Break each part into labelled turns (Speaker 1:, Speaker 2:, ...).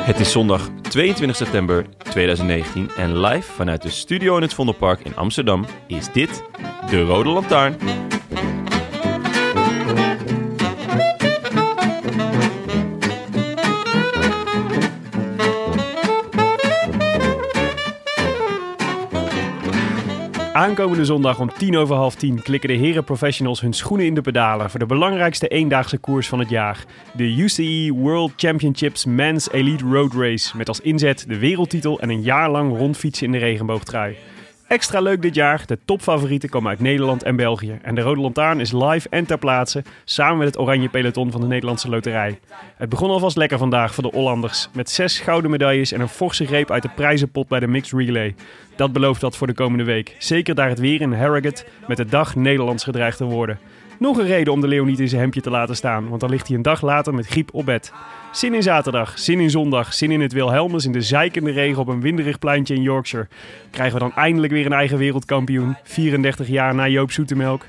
Speaker 1: Het is zondag 22 september 2019 en live vanuit de studio in het Vondelpark in Amsterdam is dit de Rode Lantaarn.
Speaker 2: Aankomende zondag om tien over half tien klikken de heren professionals hun schoenen in de pedalen voor de belangrijkste eendaagse koers van het jaar. De UCI World Championships Men's Elite Road Race met als inzet de wereldtitel en een jaar lang rondfietsen in de regenboogtrui. Extra leuk dit jaar, de topfavorieten komen uit Nederland en België. En de Rode Lantaarn is live en ter plaatse samen met het Oranje Peloton van de Nederlandse Loterij. Het begon alvast lekker vandaag voor de Hollanders. Met zes gouden medailles en een forse greep uit de prijzenpot bij de Mixed Relay. Dat belooft dat voor de komende week. Zeker daar het weer in Harrogate met de dag Nederlands gedreigd te worden. Nog een reden om de leeuw niet in zijn hemdje te laten staan, want dan ligt hij een dag later met griep op bed. Zin in zaterdag, zin in zondag, zin in het Wilhelmus in de zeikende regen op een winderig pleintje in Yorkshire. Krijgen we dan eindelijk weer een eigen wereldkampioen, 34 jaar na Joop Zoetemelk.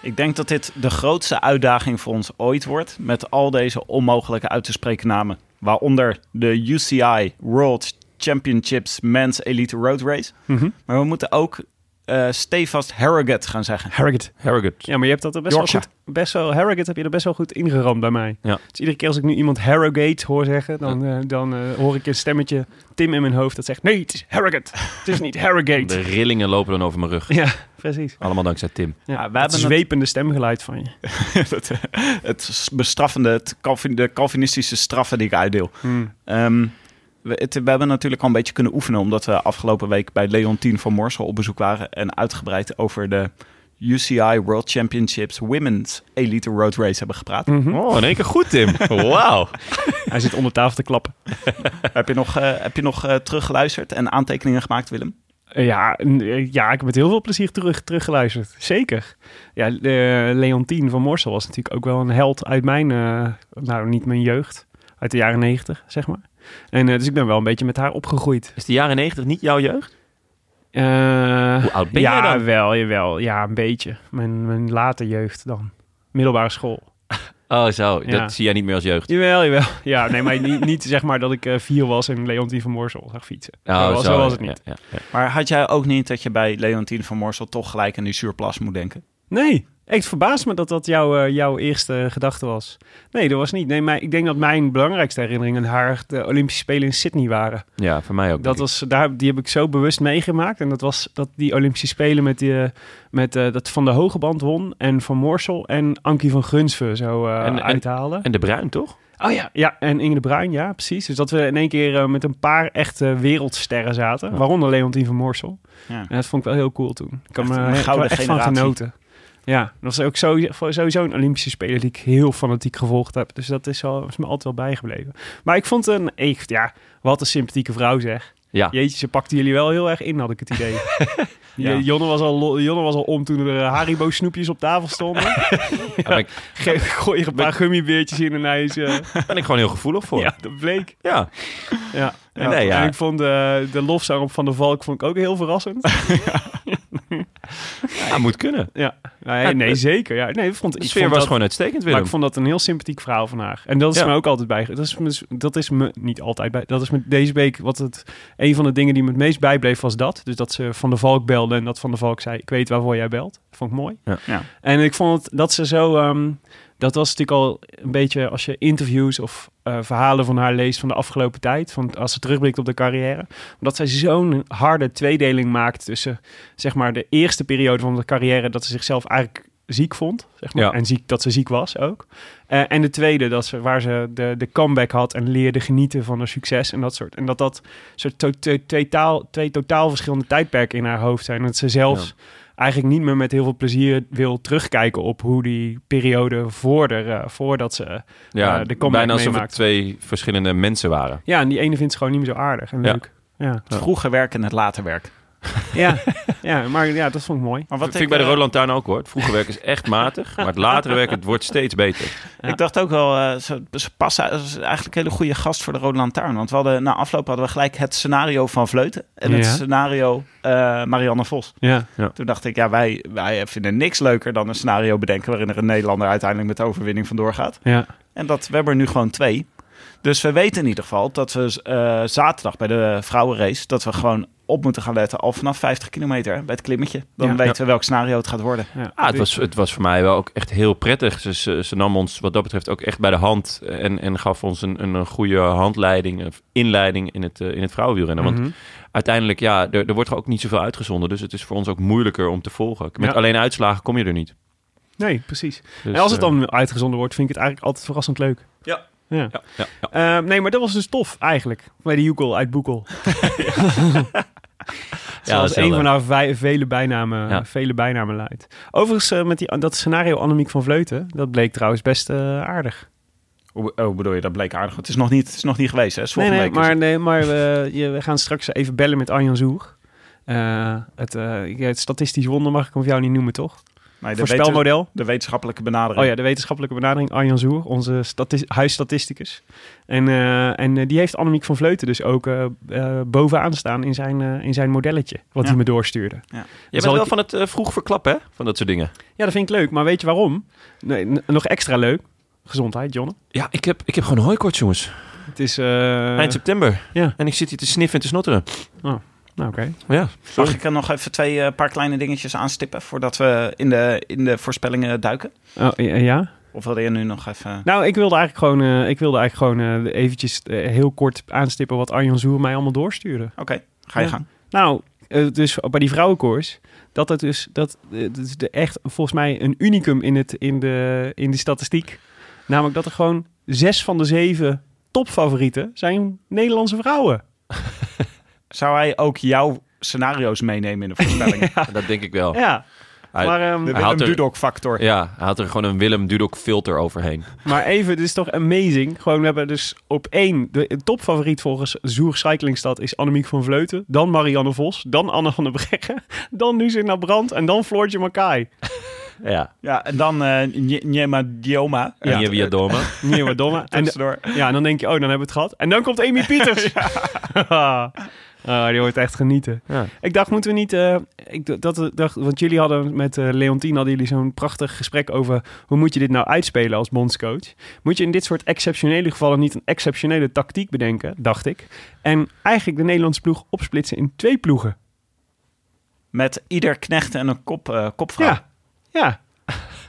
Speaker 3: Ik denk dat dit de grootste uitdaging voor ons ooit wordt. Met al deze onmogelijke uit te spreken namen. Waaronder de UCI World Championships Men's Elite Road Race.
Speaker 2: Mhm.
Speaker 3: Maar we moeten ook eh stevast Harrogate gaan zeggen.
Speaker 2: Harrogate.
Speaker 1: Harrogate.
Speaker 2: Ja, maar je hebt dat er best wel
Speaker 3: Yorkshire.
Speaker 2: goed, best wel, Harrogate heb je er best wel goed ingeramd bij mij.
Speaker 1: Ja.
Speaker 2: Dus iedere keer als ik nu iemand Harrogate hoor zeggen, dan, eh, dan eh, hoor ik een stemmetje Tim in mijn hoofd dat zegt, nee, het is Harrogate. Het is niet
Speaker 1: De
Speaker 2: Harrogate.
Speaker 1: rillingen lopen dan over mijn rug.
Speaker 2: Ja, precies.
Speaker 1: Allemaal dankzij Tim.
Speaker 2: Ja,
Speaker 3: Ja, we
Speaker 2: het
Speaker 3: hebben het-
Speaker 2: zwepende stemgeluid van je.
Speaker 3: het,
Speaker 2: eh,
Speaker 3: het bestraffende, het Calvin- de Calvinistische straffen die ik uitdeel. Ehm, we, het- we hebben natuurlijk al een beetje kunnen oefenen, omdat we afgelopen week bij Leontien van Morsel op bezoek waren en uitgebreid over de UCI World Championships Women's Elite Road Race hebben gepraat.
Speaker 1: Oh, in één keer goed Tim. Wauw.
Speaker 2: Mhm. Hij zit onder tafel te klappen.
Speaker 3: Heb je nog, eh, heb je nog eh, teruggeluisterd en aantekeningen gemaakt, Willem?
Speaker 2: Eh, Ja, n- eh, ja, ik heb met heel veel plezier terug, teruggeluisterd. Zeker. Ja, eh, Leontien van Morsel was natuurlijk ook wel een held uit mijn, eh, nou niet mijn jeugd, uit de jaren negentig, zeg maar. En eh, dus ik ben wel een beetje met haar opgegroeid.
Speaker 1: Is de jaren 90 niet jouw jeugd?
Speaker 2: Eh,
Speaker 1: Hoe oud ben
Speaker 2: ja,
Speaker 1: jij dan?
Speaker 2: wel, jawel. Ja, een beetje. Mijn, mijn late jeugd dan. Middelbare school.
Speaker 1: Oh zo,
Speaker 2: Ja.
Speaker 1: dat zie jij niet meer als jeugd.
Speaker 2: Jawel, jawel. Ja, nee, maar niet, niet zeg maar dat ik eh, vier was en Leontien van Morsel zag fietsen.
Speaker 1: Oh,
Speaker 2: zo, was, zo was het niet.
Speaker 1: Ja, ja, ja.
Speaker 3: Maar had jij ook niet dat je bij Leontien van Morsel toch gelijk aan die suurplas moet denken?
Speaker 2: Nee, echt verbaast me dat dat jouw, eh, jouw eerste gedachte was. Nee, dat was niet. Nee, maar ik denk dat mijn belangrijkste herinnering aan haar de Olympische Spelen in Sydney waren.
Speaker 1: Ja, voor mij ook.
Speaker 2: Dat
Speaker 1: denk
Speaker 2: was, daar, die heb ik zo bewust meegemaakt. En dat was dat die Olympische Spelen met, die, eh, met eh, dat Van de Hoge Band won en Van Morsel en Ankie van Gunsven zo eh,
Speaker 1: En- en-
Speaker 2: uithalen.
Speaker 1: ik. En de Bruin toch?
Speaker 2: oh ja. Ja, en Inge de Bruin, ja, precies. Dus dat we in één keer eh, met een paar echte wereldsterren zaten.
Speaker 1: Ja.
Speaker 2: Waaronder Leontien van Morsel.
Speaker 3: Ja.
Speaker 2: Ja, dat vond ik wel heel cool toen. Ik kan
Speaker 3: Echt
Speaker 2: me
Speaker 3: een
Speaker 2: ik heb er
Speaker 3: gouden
Speaker 2: echt van
Speaker 3: generatie.
Speaker 2: genoten. Ja, dat was ook sowieso, sowieso een Olympische Speler die ik heel fanatiek gevolgd heb. Dus dat is, al, is me altijd wel bijgebleven. Maar ik vond een echt, ja, wat een sympathieke vrouw zeg.
Speaker 1: Ja.
Speaker 2: Jeetje, ze pakten jullie wel heel erg in, had ik het idee.
Speaker 3: Ja.
Speaker 2: Je- Jonne, was al, lo- Jonne was al om toen er eh, Haribo-snoepjes op tafel stonden.
Speaker 1: Daar ben ik,
Speaker 2: Ge- Gooi er een paar gummibeertjes in en hij is... eh,
Speaker 1: daar ben ik gewoon heel gevoelig voor.
Speaker 2: ja, dat bleek.
Speaker 1: Ja.
Speaker 2: Ja.
Speaker 1: Ja, nee, ja.
Speaker 2: En ik vond eh, de lofzang op Van der Valk vond ik ook heel verrassend.
Speaker 1: Ja, moet kunnen.
Speaker 2: Ja, nee, nee zeker. Ja. Nee, ik vond,
Speaker 1: De
Speaker 2: ik
Speaker 1: sfeer
Speaker 2: vond
Speaker 1: was
Speaker 2: dat,
Speaker 1: gewoon uitstekend Willem.
Speaker 2: Maar ik vond dat een heel sympathiek verhaal van haar. En dat is
Speaker 1: Ja.
Speaker 2: me ook altijd bij. Dat is, me, dat is me niet altijd bij. Dat is me deze week wat het. Een van de dingen die me het meest bijbleef was dat. Dus dat ze van de Valk belde en dat van de Valk zei: Ik weet waarvoor jij belt. Vond ik mooi.
Speaker 1: Ja.
Speaker 3: Ja.
Speaker 2: En ik vond het, dat ze zo. ehm, dat was natuurlijk al een beetje als je interviews of eh, verhalen van haar leest van de afgelopen tijd. Van als ze terugblikt op de carrière. Dat zij zo'n harde tweedeling maakt tussen zeg maar de eerste periode van de carrière. Dat ze zichzelf eigenlijk ziek vond. Zeg maar.
Speaker 1: Ja.
Speaker 2: En ziek, dat ze ziek was ook. Eh, en de tweede, dat ze, waar ze de, de comeback had en leerde genieten van haar succes en dat soort. En dat dat soort to- to- twee, taal, twee totaal verschillende tijdperken in haar hoofd zijn. Dat ze zelfs eigenlijk niet meer met heel veel plezier wil terugkijken op hoe die periode voorder, eh, voordat ze...
Speaker 1: Ja,
Speaker 2: eh, de comeback
Speaker 1: bijna alsof het
Speaker 2: meemaakt.
Speaker 1: twee verschillende mensen waren.
Speaker 2: Ja, en die ene vindt ze gewoon niet meer zo aardig en
Speaker 1: Ja.
Speaker 2: leuk. Ja.
Speaker 3: Het vroege werk en het late werk.
Speaker 2: Ja. ja, maar ja, dat vond ik mooi.
Speaker 3: Maar
Speaker 1: Wat vind ik bij de
Speaker 3: eh,
Speaker 1: Rode Lantaarn ook hoor. Het vroege werk is echt matig, maar het latere werk het wordt steeds beter.
Speaker 3: Ik dacht ook wel, eh, ze, ze passen ze is eigenlijk een hele goede gast voor de Rode Lantaarn. Want we hadden, na afloop hadden we gelijk het scenario van Vleuten en het
Speaker 2: Ja.
Speaker 3: scenario eh, Marianne Vos.
Speaker 2: Ja.
Speaker 3: Toen dacht ik, ja, wij, wij vinden niks leuker dan een scenario bedenken waarin er een Nederlander uiteindelijk met de overwinning vandoor gaat.
Speaker 2: Ja.
Speaker 3: En dat, we hebben er nu gewoon twee. Dus we weten in ieder geval dat we eh, zaterdag bij de vrouwenrace, dat we gewoon op moeten gaan letten al vanaf 50 kilometer bij het klimmetje. Dan
Speaker 2: Ja.
Speaker 3: weten we welk scenario het gaat worden.
Speaker 2: Ja.
Speaker 1: Ah, het, was, het was voor mij wel ook echt heel prettig. Ze, ze, ze nam ons wat dat betreft ook echt bij de hand en, en gaf ons een, een, een goede handleiding, een inleiding in het, eh, in het vrouwenwielrennen. Want
Speaker 2: Mhm.
Speaker 1: uiteindelijk, ja, er, er wordt ook niet zoveel uitgezonden. Dus het is voor ons ook moeilijker om te volgen. Met
Speaker 2: Ja.
Speaker 1: alleen uitslagen kom je er niet.
Speaker 2: Nee, precies.
Speaker 1: Dus,
Speaker 2: en als het
Speaker 1: eh,
Speaker 2: dan uitgezonden wordt, vind ik het eigenlijk altijd verrassend leuk.
Speaker 1: Ja.
Speaker 2: ja.
Speaker 1: ja, ja, ja.
Speaker 2: Eh, nee, maar dat was dus tof eigenlijk. Bij de Joekel uit Boekel.
Speaker 1: Ja, dat
Speaker 2: Zoals
Speaker 1: is heel
Speaker 2: een van
Speaker 1: leuk.
Speaker 2: haar vij- vele bijnamen,
Speaker 1: Ja.
Speaker 2: vele bijnamen luidt. Overigens, eh, met die, dat scenario Annemiek van Vleuten, dat bleek trouwens best eh, aardig.
Speaker 3: Hoe oh, bedoel je, dat bleek aardig. Het is nog niet, het is nog niet geweest, hè? Het is
Speaker 2: Nee,
Speaker 3: volgende
Speaker 2: nee,
Speaker 3: week dus. is het.
Speaker 2: maar, nee, maar we, je- we gaan straks even bellen met Arjan Zoer. Eh, het, eh, ja, het statistisch wonder mag ik hem voor jou niet noemen, toch?
Speaker 3: Nee, de, weten-
Speaker 2: Voorspelmodel.
Speaker 3: de wetenschappelijke benadering.
Speaker 2: Oh ja, de wetenschappelijke benadering, Arjan Zoer, onze stati- huisstatisticus. En, eh, en eh, die heeft Annemiek van Vleuten dus ook eh, eh, bovenaan staan in zijn, eh, in zijn modelletje, wat
Speaker 3: Ja.
Speaker 2: hij me doorstuurde.
Speaker 1: Jij
Speaker 2: zal
Speaker 1: bent wel
Speaker 2: ik-
Speaker 1: van het eh, vroeg verklappen, hè? Van dat soort dingen.
Speaker 2: Ja, dat vind ik leuk, maar weet je waarom? Nee, n- nog extra leuk. Gezondheid, Jonne.
Speaker 1: Ja, ik heb, ik heb gewoon hooikoorts, jongens.
Speaker 2: Het is... eh,
Speaker 1: Eind september.
Speaker 2: ja.
Speaker 1: En ik zit hier te sniffen en te snotteren.
Speaker 2: Nou, oké.
Speaker 1: Ja,
Speaker 3: Mag ik er nog even twee eh, paar kleine dingetjes aanstippen voordat we in de, in de voorspellingen duiken?
Speaker 2: Oh, ja, ja.
Speaker 3: Of wilde je nu nog even...
Speaker 2: Nou, ik wilde eigenlijk gewoon, eh, ik wilde eigenlijk gewoon eh, eventjes eh, heel kort aanstippen wat Arjan Zoer mij allemaal doorstuurde.
Speaker 3: Oké, ga je
Speaker 2: Ja.
Speaker 3: gang.
Speaker 2: Nou, eh, dus bij die vrouwenkoers, dat het dus, dat, eh, dat is de echt volgens mij een unicum in, het, in, de, in de statistiek. Namelijk dat er gewoon zes van de zeven topfavorieten zijn Nederlandse vrouwen.
Speaker 3: Zou hij ook jouw scenario's meenemen in de voorspellingen?
Speaker 1: dat denk ik wel.
Speaker 2: Ja,
Speaker 1: Oh. Hij-
Speaker 2: maar, ehm,
Speaker 3: De
Speaker 1: Hij had
Speaker 3: Willem
Speaker 1: er-
Speaker 3: Dudok factor.
Speaker 1: Ja, hij had er gewoon een Willem Dudok filter overheen.
Speaker 2: maar even, dit is toch amazing. Gewoon, we hebben dus op één, de topfavoriet volgens Zoer Cyclingstad is Annemiek van Vleuten. Dan Marianne Vos, dan Anne van der Breggen, dan Lucinda Brand en dan Floortje Makai.
Speaker 1: Ja.
Speaker 3: Ja, en dan eh Nye- Nyema Dioma.
Speaker 1: En
Speaker 3: Ja,
Speaker 1: je Wiadoma.
Speaker 2: Nieuwe domme.
Speaker 3: Dus-
Speaker 2: En de-
Speaker 3: tussendoor.
Speaker 2: Ja, en dan denk je, oh, dan hebben we het gehad. En dan komt Amy Pieters. Ah, die wordt echt genieten.
Speaker 1: Ja.
Speaker 2: Ik dacht, moeten we niet... eh, ik d- dat, dacht, want jullie hadden met eh Leontien hadden jullie zo'n prachtig gesprek over... hoe moet je dit nou uitspelen als bondscoach? Moet je in dit soort exceptionele gevallen niet een exceptionele tactiek bedenken, dacht ik. En eigenlijk de Nederlandse ploeg opsplitsen in twee ploegen.
Speaker 3: Met ieder knecht en een kop, eh, kopvrouw.
Speaker 2: Ja, ja,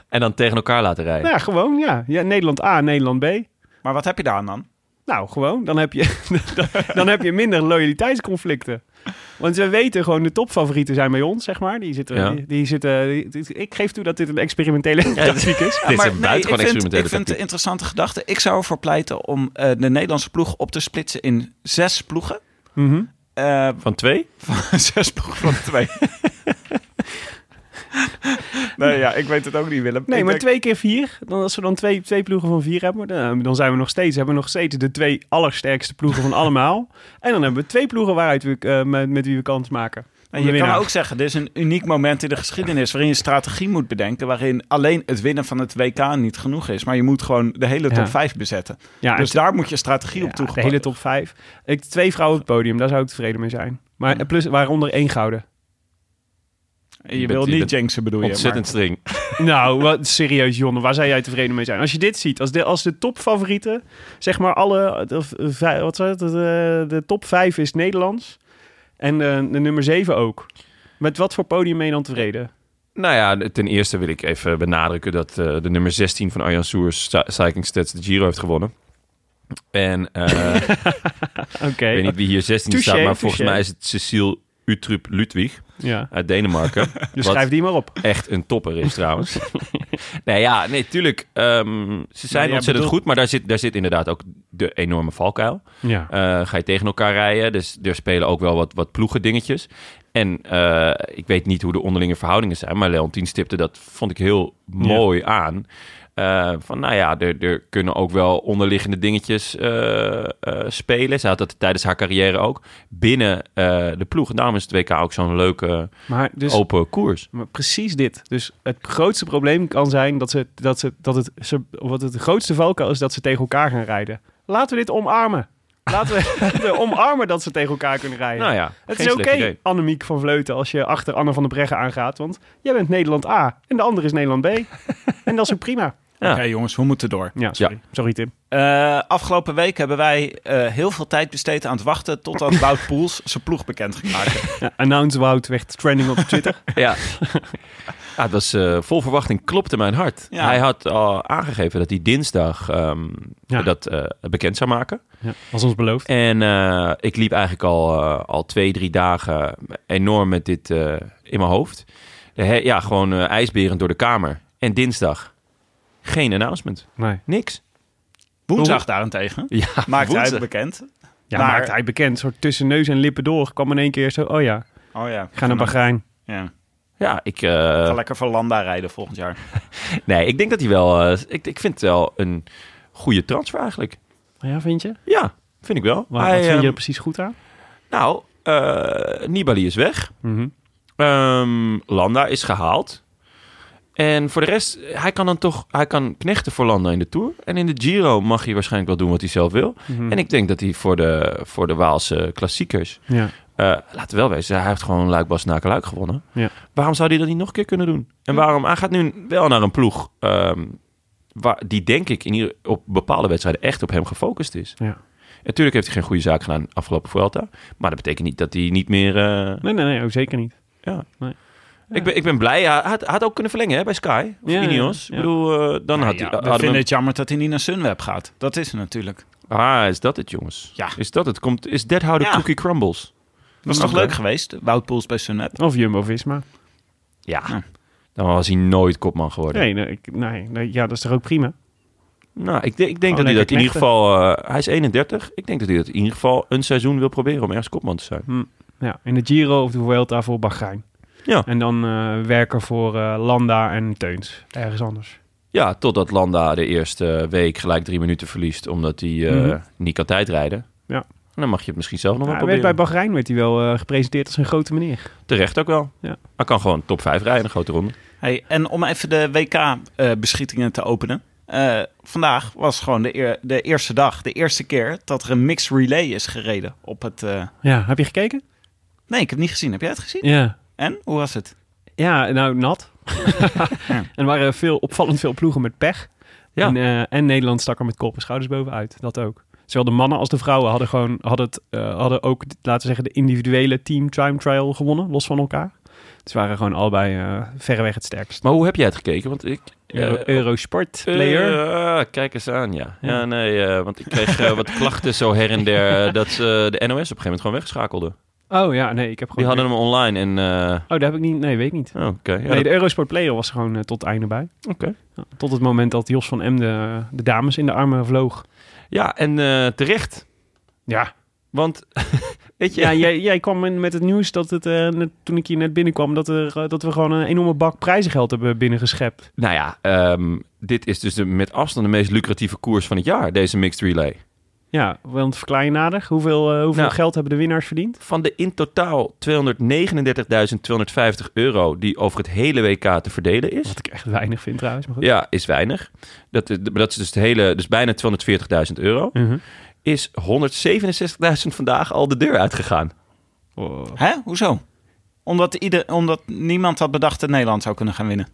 Speaker 1: En dan tegen elkaar laten rijden.
Speaker 2: ja, gewoon, ja. ja. Nederland A, Nederland B.
Speaker 3: Maar wat heb je daar aan dan?
Speaker 2: Nou, gewoon. Dan heb je, dan, dan heb je minder loyaliteitsconflicten. Want we weten gewoon, de topfavorieten zijn bij ons, zeg maar. Die zitten,
Speaker 1: Ja.
Speaker 2: die, die zitten, die- die- ik geef toe dat dit een experimentele tactiek
Speaker 1: Dit
Speaker 2: is.
Speaker 1: is
Speaker 3: Maar
Speaker 1: een
Speaker 3: nee, ik
Speaker 1: buitengewoon
Speaker 3: vind, ik
Speaker 1: experimentele
Speaker 3: vind het een
Speaker 1: tactiek.
Speaker 3: interessante gedachte. Ik zou ervoor pleiten om eh, de Nederlandse ploeg op te splitsen in zes ploegen.
Speaker 2: Mhm.
Speaker 3: Eh,
Speaker 1: Van twee?
Speaker 3: Zes ploegen van twee. nee, ja, ik weet het ook niet, Willem.
Speaker 2: Nee,
Speaker 3: Ik
Speaker 2: maar
Speaker 3: denk-
Speaker 2: twee keer vier. Dan, als we dan twee, twee ploegen van vier hebben, dan, dan zijn we nog steeds, hebben we nog steeds de twee allersterkste ploegen van allemaal. En dan hebben we twee ploegen waaruit we, eh, met, met wie we kans maken.
Speaker 3: En je kan ook zeggen, dit is een uniek moment in de geschiedenis... waarin je strategie moet bedenken... waarin alleen het winnen van het WK niet genoeg is. Maar je moet gewoon de hele top
Speaker 2: Ja.
Speaker 3: 5 bezetten.
Speaker 2: ja, en
Speaker 3: dus daar moet je strategie op
Speaker 2: Ja,
Speaker 3: toegepast.
Speaker 2: De hele top 5. Ik, twee vrouwen op het podium, daar zou ik tevreden mee zijn. Maar eh, plus, waaronder één gouden.
Speaker 3: Je
Speaker 1: Je
Speaker 3: wil
Speaker 1: bent- je
Speaker 3: niet
Speaker 1: bent
Speaker 3: jinxen, bedoel je.
Speaker 1: Ontzettend
Speaker 3: maar-
Speaker 1: streng.
Speaker 2: nou, wat serieus, Jonne, waar zou jij tevreden mee zijn? Als je dit ziet, als de, als de topfavorieten, zeg maar alle, de, vij- wat zei het, de, de top 5 is Nederlands en de, de nummer 7 ook. Met wat voor podium ben je dan tevreden?
Speaker 1: Nou ja, ten eerste wil ik even benadrukken dat eh, de nummer 16 van Arjan Soers Cy- Cycling Stats de Giro heeft gewonnen. En eh, ik
Speaker 2: Oké.
Speaker 1: weet niet wie hier 16 staat,
Speaker 2: Touché,
Speaker 1: maar volgens
Speaker 2: touché.
Speaker 1: mij is het Cecile Utrup Ludwig.
Speaker 2: Ja.
Speaker 1: uit Denemarken.
Speaker 2: Dus
Speaker 1: Wat-
Speaker 2: schrijf die maar op.
Speaker 1: echt een topper is trouwens. nee, ja, nee, tuurlijk. ehm, ze zijn
Speaker 2: jij
Speaker 1: ontzettend
Speaker 2: bedoelt-
Speaker 1: goed, maar daar zit, daar zit inderdaad ook de enorme valkuil.
Speaker 2: Ja.
Speaker 1: Eh, ga je tegen elkaar rijden, dus er spelen ook wel wat, wat ploegendingetjes. En eh, ik weet niet hoe de onderlinge verhoudingen zijn, maar Leontien stipte dat, vond ik heel mooi aan. Eh, van nou ja, er, er kunnen ook wel onderliggende dingetjes eh, eh, spelen. Ze had dat tijdens haar carrière ook binnen eh, de ploeg. En daarom is het WK ook zo'n leuke
Speaker 2: Maar dus
Speaker 1: open koers.
Speaker 2: maar precies dit. Dus het grootste probleem kan zijn dat, ze, dat, ze, dat het, ze, wat het grootste valkuil is dat ze tegen elkaar gaan rijden. Laten we dit omarmen. Laten we omarmen dat ze tegen elkaar kunnen rijden.
Speaker 1: Nou ja,
Speaker 2: Het
Speaker 1: geen
Speaker 2: is
Speaker 1: slecht
Speaker 2: oké,
Speaker 1: idee.
Speaker 2: Annemiek van Vleuten, als je achter Anne van der Breggen aangaat. Want jij bent Nederland A en de ander is Nederland B. en dat is ook prima.
Speaker 1: Ja.
Speaker 3: Oké, jongens, we moeten door.
Speaker 2: Ja, sorry. Sorry, Tim.
Speaker 3: Eh, afgelopen week hebben wij eh, heel veel tijd besteed aan het wachten totdat Wout Poels zijn ploeg bekend ging maken.
Speaker 2: Ja, announce Wout werd trending op Twitter.
Speaker 1: Ja. ja, het was eh, vol verwachting, klopte mijn hart.
Speaker 3: Ja.
Speaker 1: Hij had al aangegeven dat hij dinsdag ehm,
Speaker 2: Ja.
Speaker 1: dat eh, bekend zou maken.
Speaker 2: ja, was ons beloofd.
Speaker 1: En eh, ik liep eigenlijk al, eh, al twee, drie dagen enorm met dit eh, in mijn hoofd. De he- ja, gewoon eh, ijsberend door de kamer. En dinsdag geen announcement.
Speaker 2: Nee.
Speaker 1: Niks.
Speaker 3: Woensdag daarentegen
Speaker 1: Ja,
Speaker 3: maakt hij het
Speaker 1: woensdag.
Speaker 3: bekend.
Speaker 2: Ja,
Speaker 3: Maar-
Speaker 2: maakte hij bekend. Soort tussen neus en lippen door. Kwam in één keer zo, oh ja, ik
Speaker 3: Oh ja.
Speaker 2: ga naar Bahrein.
Speaker 3: Ja.
Speaker 1: Ja, ik... eh,
Speaker 3: Ga lekker voor Landa rijden volgend jaar.
Speaker 1: nee, ik denk dat hij wel... eh, ik, ik vind het wel een goede transfer eigenlijk.
Speaker 2: Oh Ja, vind je? Ah,
Speaker 1: Ja, vind ik wel.
Speaker 2: Waar,
Speaker 1: Hij,
Speaker 2: wat vind
Speaker 1: ehm,
Speaker 2: je er precies goed aan?
Speaker 1: Nou, eh, Nibali is weg.
Speaker 2: Mhm,
Speaker 1: Ehm, Landa is gehaald. En voor de rest, hij kan dan toch... Hij kan knechten voor Landa in de Tour. En in de Giro mag hij waarschijnlijk wel doen wat hij zelf wil.
Speaker 2: Mhm.
Speaker 1: En ik denk dat hij voor de, voor de Waalse klassiekers...
Speaker 2: Ja.
Speaker 1: eh laten we wel wezen, hij heeft gewoon Luik Bas Naken Luik gewonnen.
Speaker 2: Ja.
Speaker 1: Waarom zou hij dat niet nog een keer kunnen doen? En waarom... Hij gaat nu wel naar een ploeg... ehm, waar, die denk ik in ieder, op bepaalde wedstrijden echt op hem gefocust is.
Speaker 2: ja.
Speaker 1: Natuurlijk heeft hij geen goede zaak gedaan afgelopen Vuelta. Maar dat betekent niet dat hij niet meer... eh,
Speaker 2: Nee, nee, nee, ook zeker niet.
Speaker 1: ja.
Speaker 2: Nee.
Speaker 1: Ik, ben, ik ben blij. Hij had, hij had ook kunnen verlengen hè, bij Sky. Of
Speaker 2: Ja,
Speaker 1: Ineos.
Speaker 2: ja,
Speaker 1: Ik
Speaker 2: ja.
Speaker 1: bedoel, eh, dan
Speaker 3: Nou
Speaker 1: had hij...
Speaker 3: ja, we
Speaker 1: hadden
Speaker 3: vinden
Speaker 1: we
Speaker 3: het jammer dat hij niet naar Sunweb gaat. Dat is het natuurlijk.
Speaker 1: hem- Ah, is dat het, jongens?
Speaker 3: Ja.
Speaker 1: Is dat het? Komt, is that how the
Speaker 3: Ja.
Speaker 1: cookie crumbles?
Speaker 3: Dat is
Speaker 1: Oké.
Speaker 3: toch leuk geweest, Wout Poels bij Sunweb?
Speaker 2: Of Jumbo-Visma.
Speaker 1: Ja.
Speaker 3: Ja.
Speaker 1: Dan was hij nooit kopman geworden.
Speaker 2: Nee, nee, ik- nee, nee, ja, dat is toch ook prima?
Speaker 1: Nou, ik, denk- ik denk
Speaker 2: Oh,
Speaker 1: dat hij
Speaker 2: lekker
Speaker 1: dat in ieder
Speaker 2: knechten.
Speaker 1: geval... eh, hij is 31. Ik denk dat hij dat in ieder geval een seizoen wil proberen om ergens kopman te zijn.
Speaker 2: Ja, in de Giro of de Vuelta voor Bahrein.
Speaker 1: Ja.
Speaker 2: En dan eh, werken voor eh, Landa en Teuns. Ergens anders.
Speaker 1: Ja, totdat Landa de eerste week gelijk drie minuten verliest... omdat hij eh,
Speaker 2: Mhm.
Speaker 1: niet kan tijdrijden.
Speaker 2: Ja.
Speaker 1: En dan mag je het misschien zelf nog wel
Speaker 2: Ja, hij werd
Speaker 1: proberen.
Speaker 2: bij Bahrein werd hij wel eh, gepresenteerd als een grote meneer.
Speaker 1: Terecht ook wel.
Speaker 2: Ja.
Speaker 1: Hij kan gewoon top 5 rijden, een grote ronde.
Speaker 3: Hey, en om even de WK-beschietingen te openen. Eh, vandaag was gewoon de, eer- de eerste dag, de eerste keer dat er een mixed relay is gereden op het... eh,
Speaker 2: Ja, heb je gekeken?
Speaker 3: Nee, ik heb het niet gezien. Heb jij het gezien?
Speaker 2: Ja.
Speaker 3: En, hoe was het?
Speaker 2: Ja, nou, nat. en er waren veel, opvallend veel ploegen met pech.
Speaker 1: Ja.
Speaker 2: En, eh, en Nederland stak er met kop en schouders bovenuit. Dat ook. Zowel de mannen als de vrouwen hadden, gewoon, hadden, het, eh, hadden ook, laten we zeggen, de individuele team time trial gewonnen. Los van elkaar. Dus Ze waren gewoon allebei eh, verreweg het sterkst.
Speaker 1: Maar hoe heb jij het gekeken? Want ik...
Speaker 2: Euro-
Speaker 1: eh,
Speaker 2: Eurosport player.
Speaker 1: eh, kijk eens aan, ja. Ja,
Speaker 2: Ja.
Speaker 1: nee, eh, want ik kreeg eh, wat klachten zo her en der... eh, dat ze de NOS op een gegeven moment gewoon wegschakelde.
Speaker 2: Oh ja, nee, ik heb
Speaker 1: Die
Speaker 2: gewoon...
Speaker 1: hadden hem online en... eh,
Speaker 2: Oh, daar heb ik niet... Nee, weet ik niet.
Speaker 1: oh, Oké, ja,
Speaker 2: nee,
Speaker 1: dat-
Speaker 2: de Eurosport Player was er gewoon eh, tot het einde bij.
Speaker 1: oké.
Speaker 2: Ja, Tot het moment dat Jos van Emden eh, de dames in de armen vloog.
Speaker 1: ja en eh, terecht.
Speaker 2: Ja.
Speaker 1: Want, weet je...
Speaker 2: Ja, jij, jij kwam in met het nieuws dat het, eh, net- toen ik hier net binnenkwam, dat, er, eh, dat we gewoon een enorme bak prijzengeld hebben binnengeschept.
Speaker 1: Nou ja, ehm, dit is dus de, met afstand de meest lucratieve koers van het jaar, deze mixed relay.
Speaker 2: Ja, want verklaar je nader, hoeveel, eh, hoeveel
Speaker 1: Nou.
Speaker 2: geld hebben de winnaars verdiend?
Speaker 1: Van de in totaal 239.250 euro die over het hele WK te verdelen is.
Speaker 2: Wat ik echt weinig vind trouwens, maar goed.
Speaker 1: Ja, is weinig. Dat, is- dat is dus, de hele, dus bijna 240.000 euro.
Speaker 2: Mhm.
Speaker 1: Is 167.000 vandaag al de deur uitgegaan.
Speaker 2: Oh.
Speaker 3: Hè? Hoezo? Omdat, ieder, omdat niemand had bedacht dat Nederland zou kunnen gaan winnen.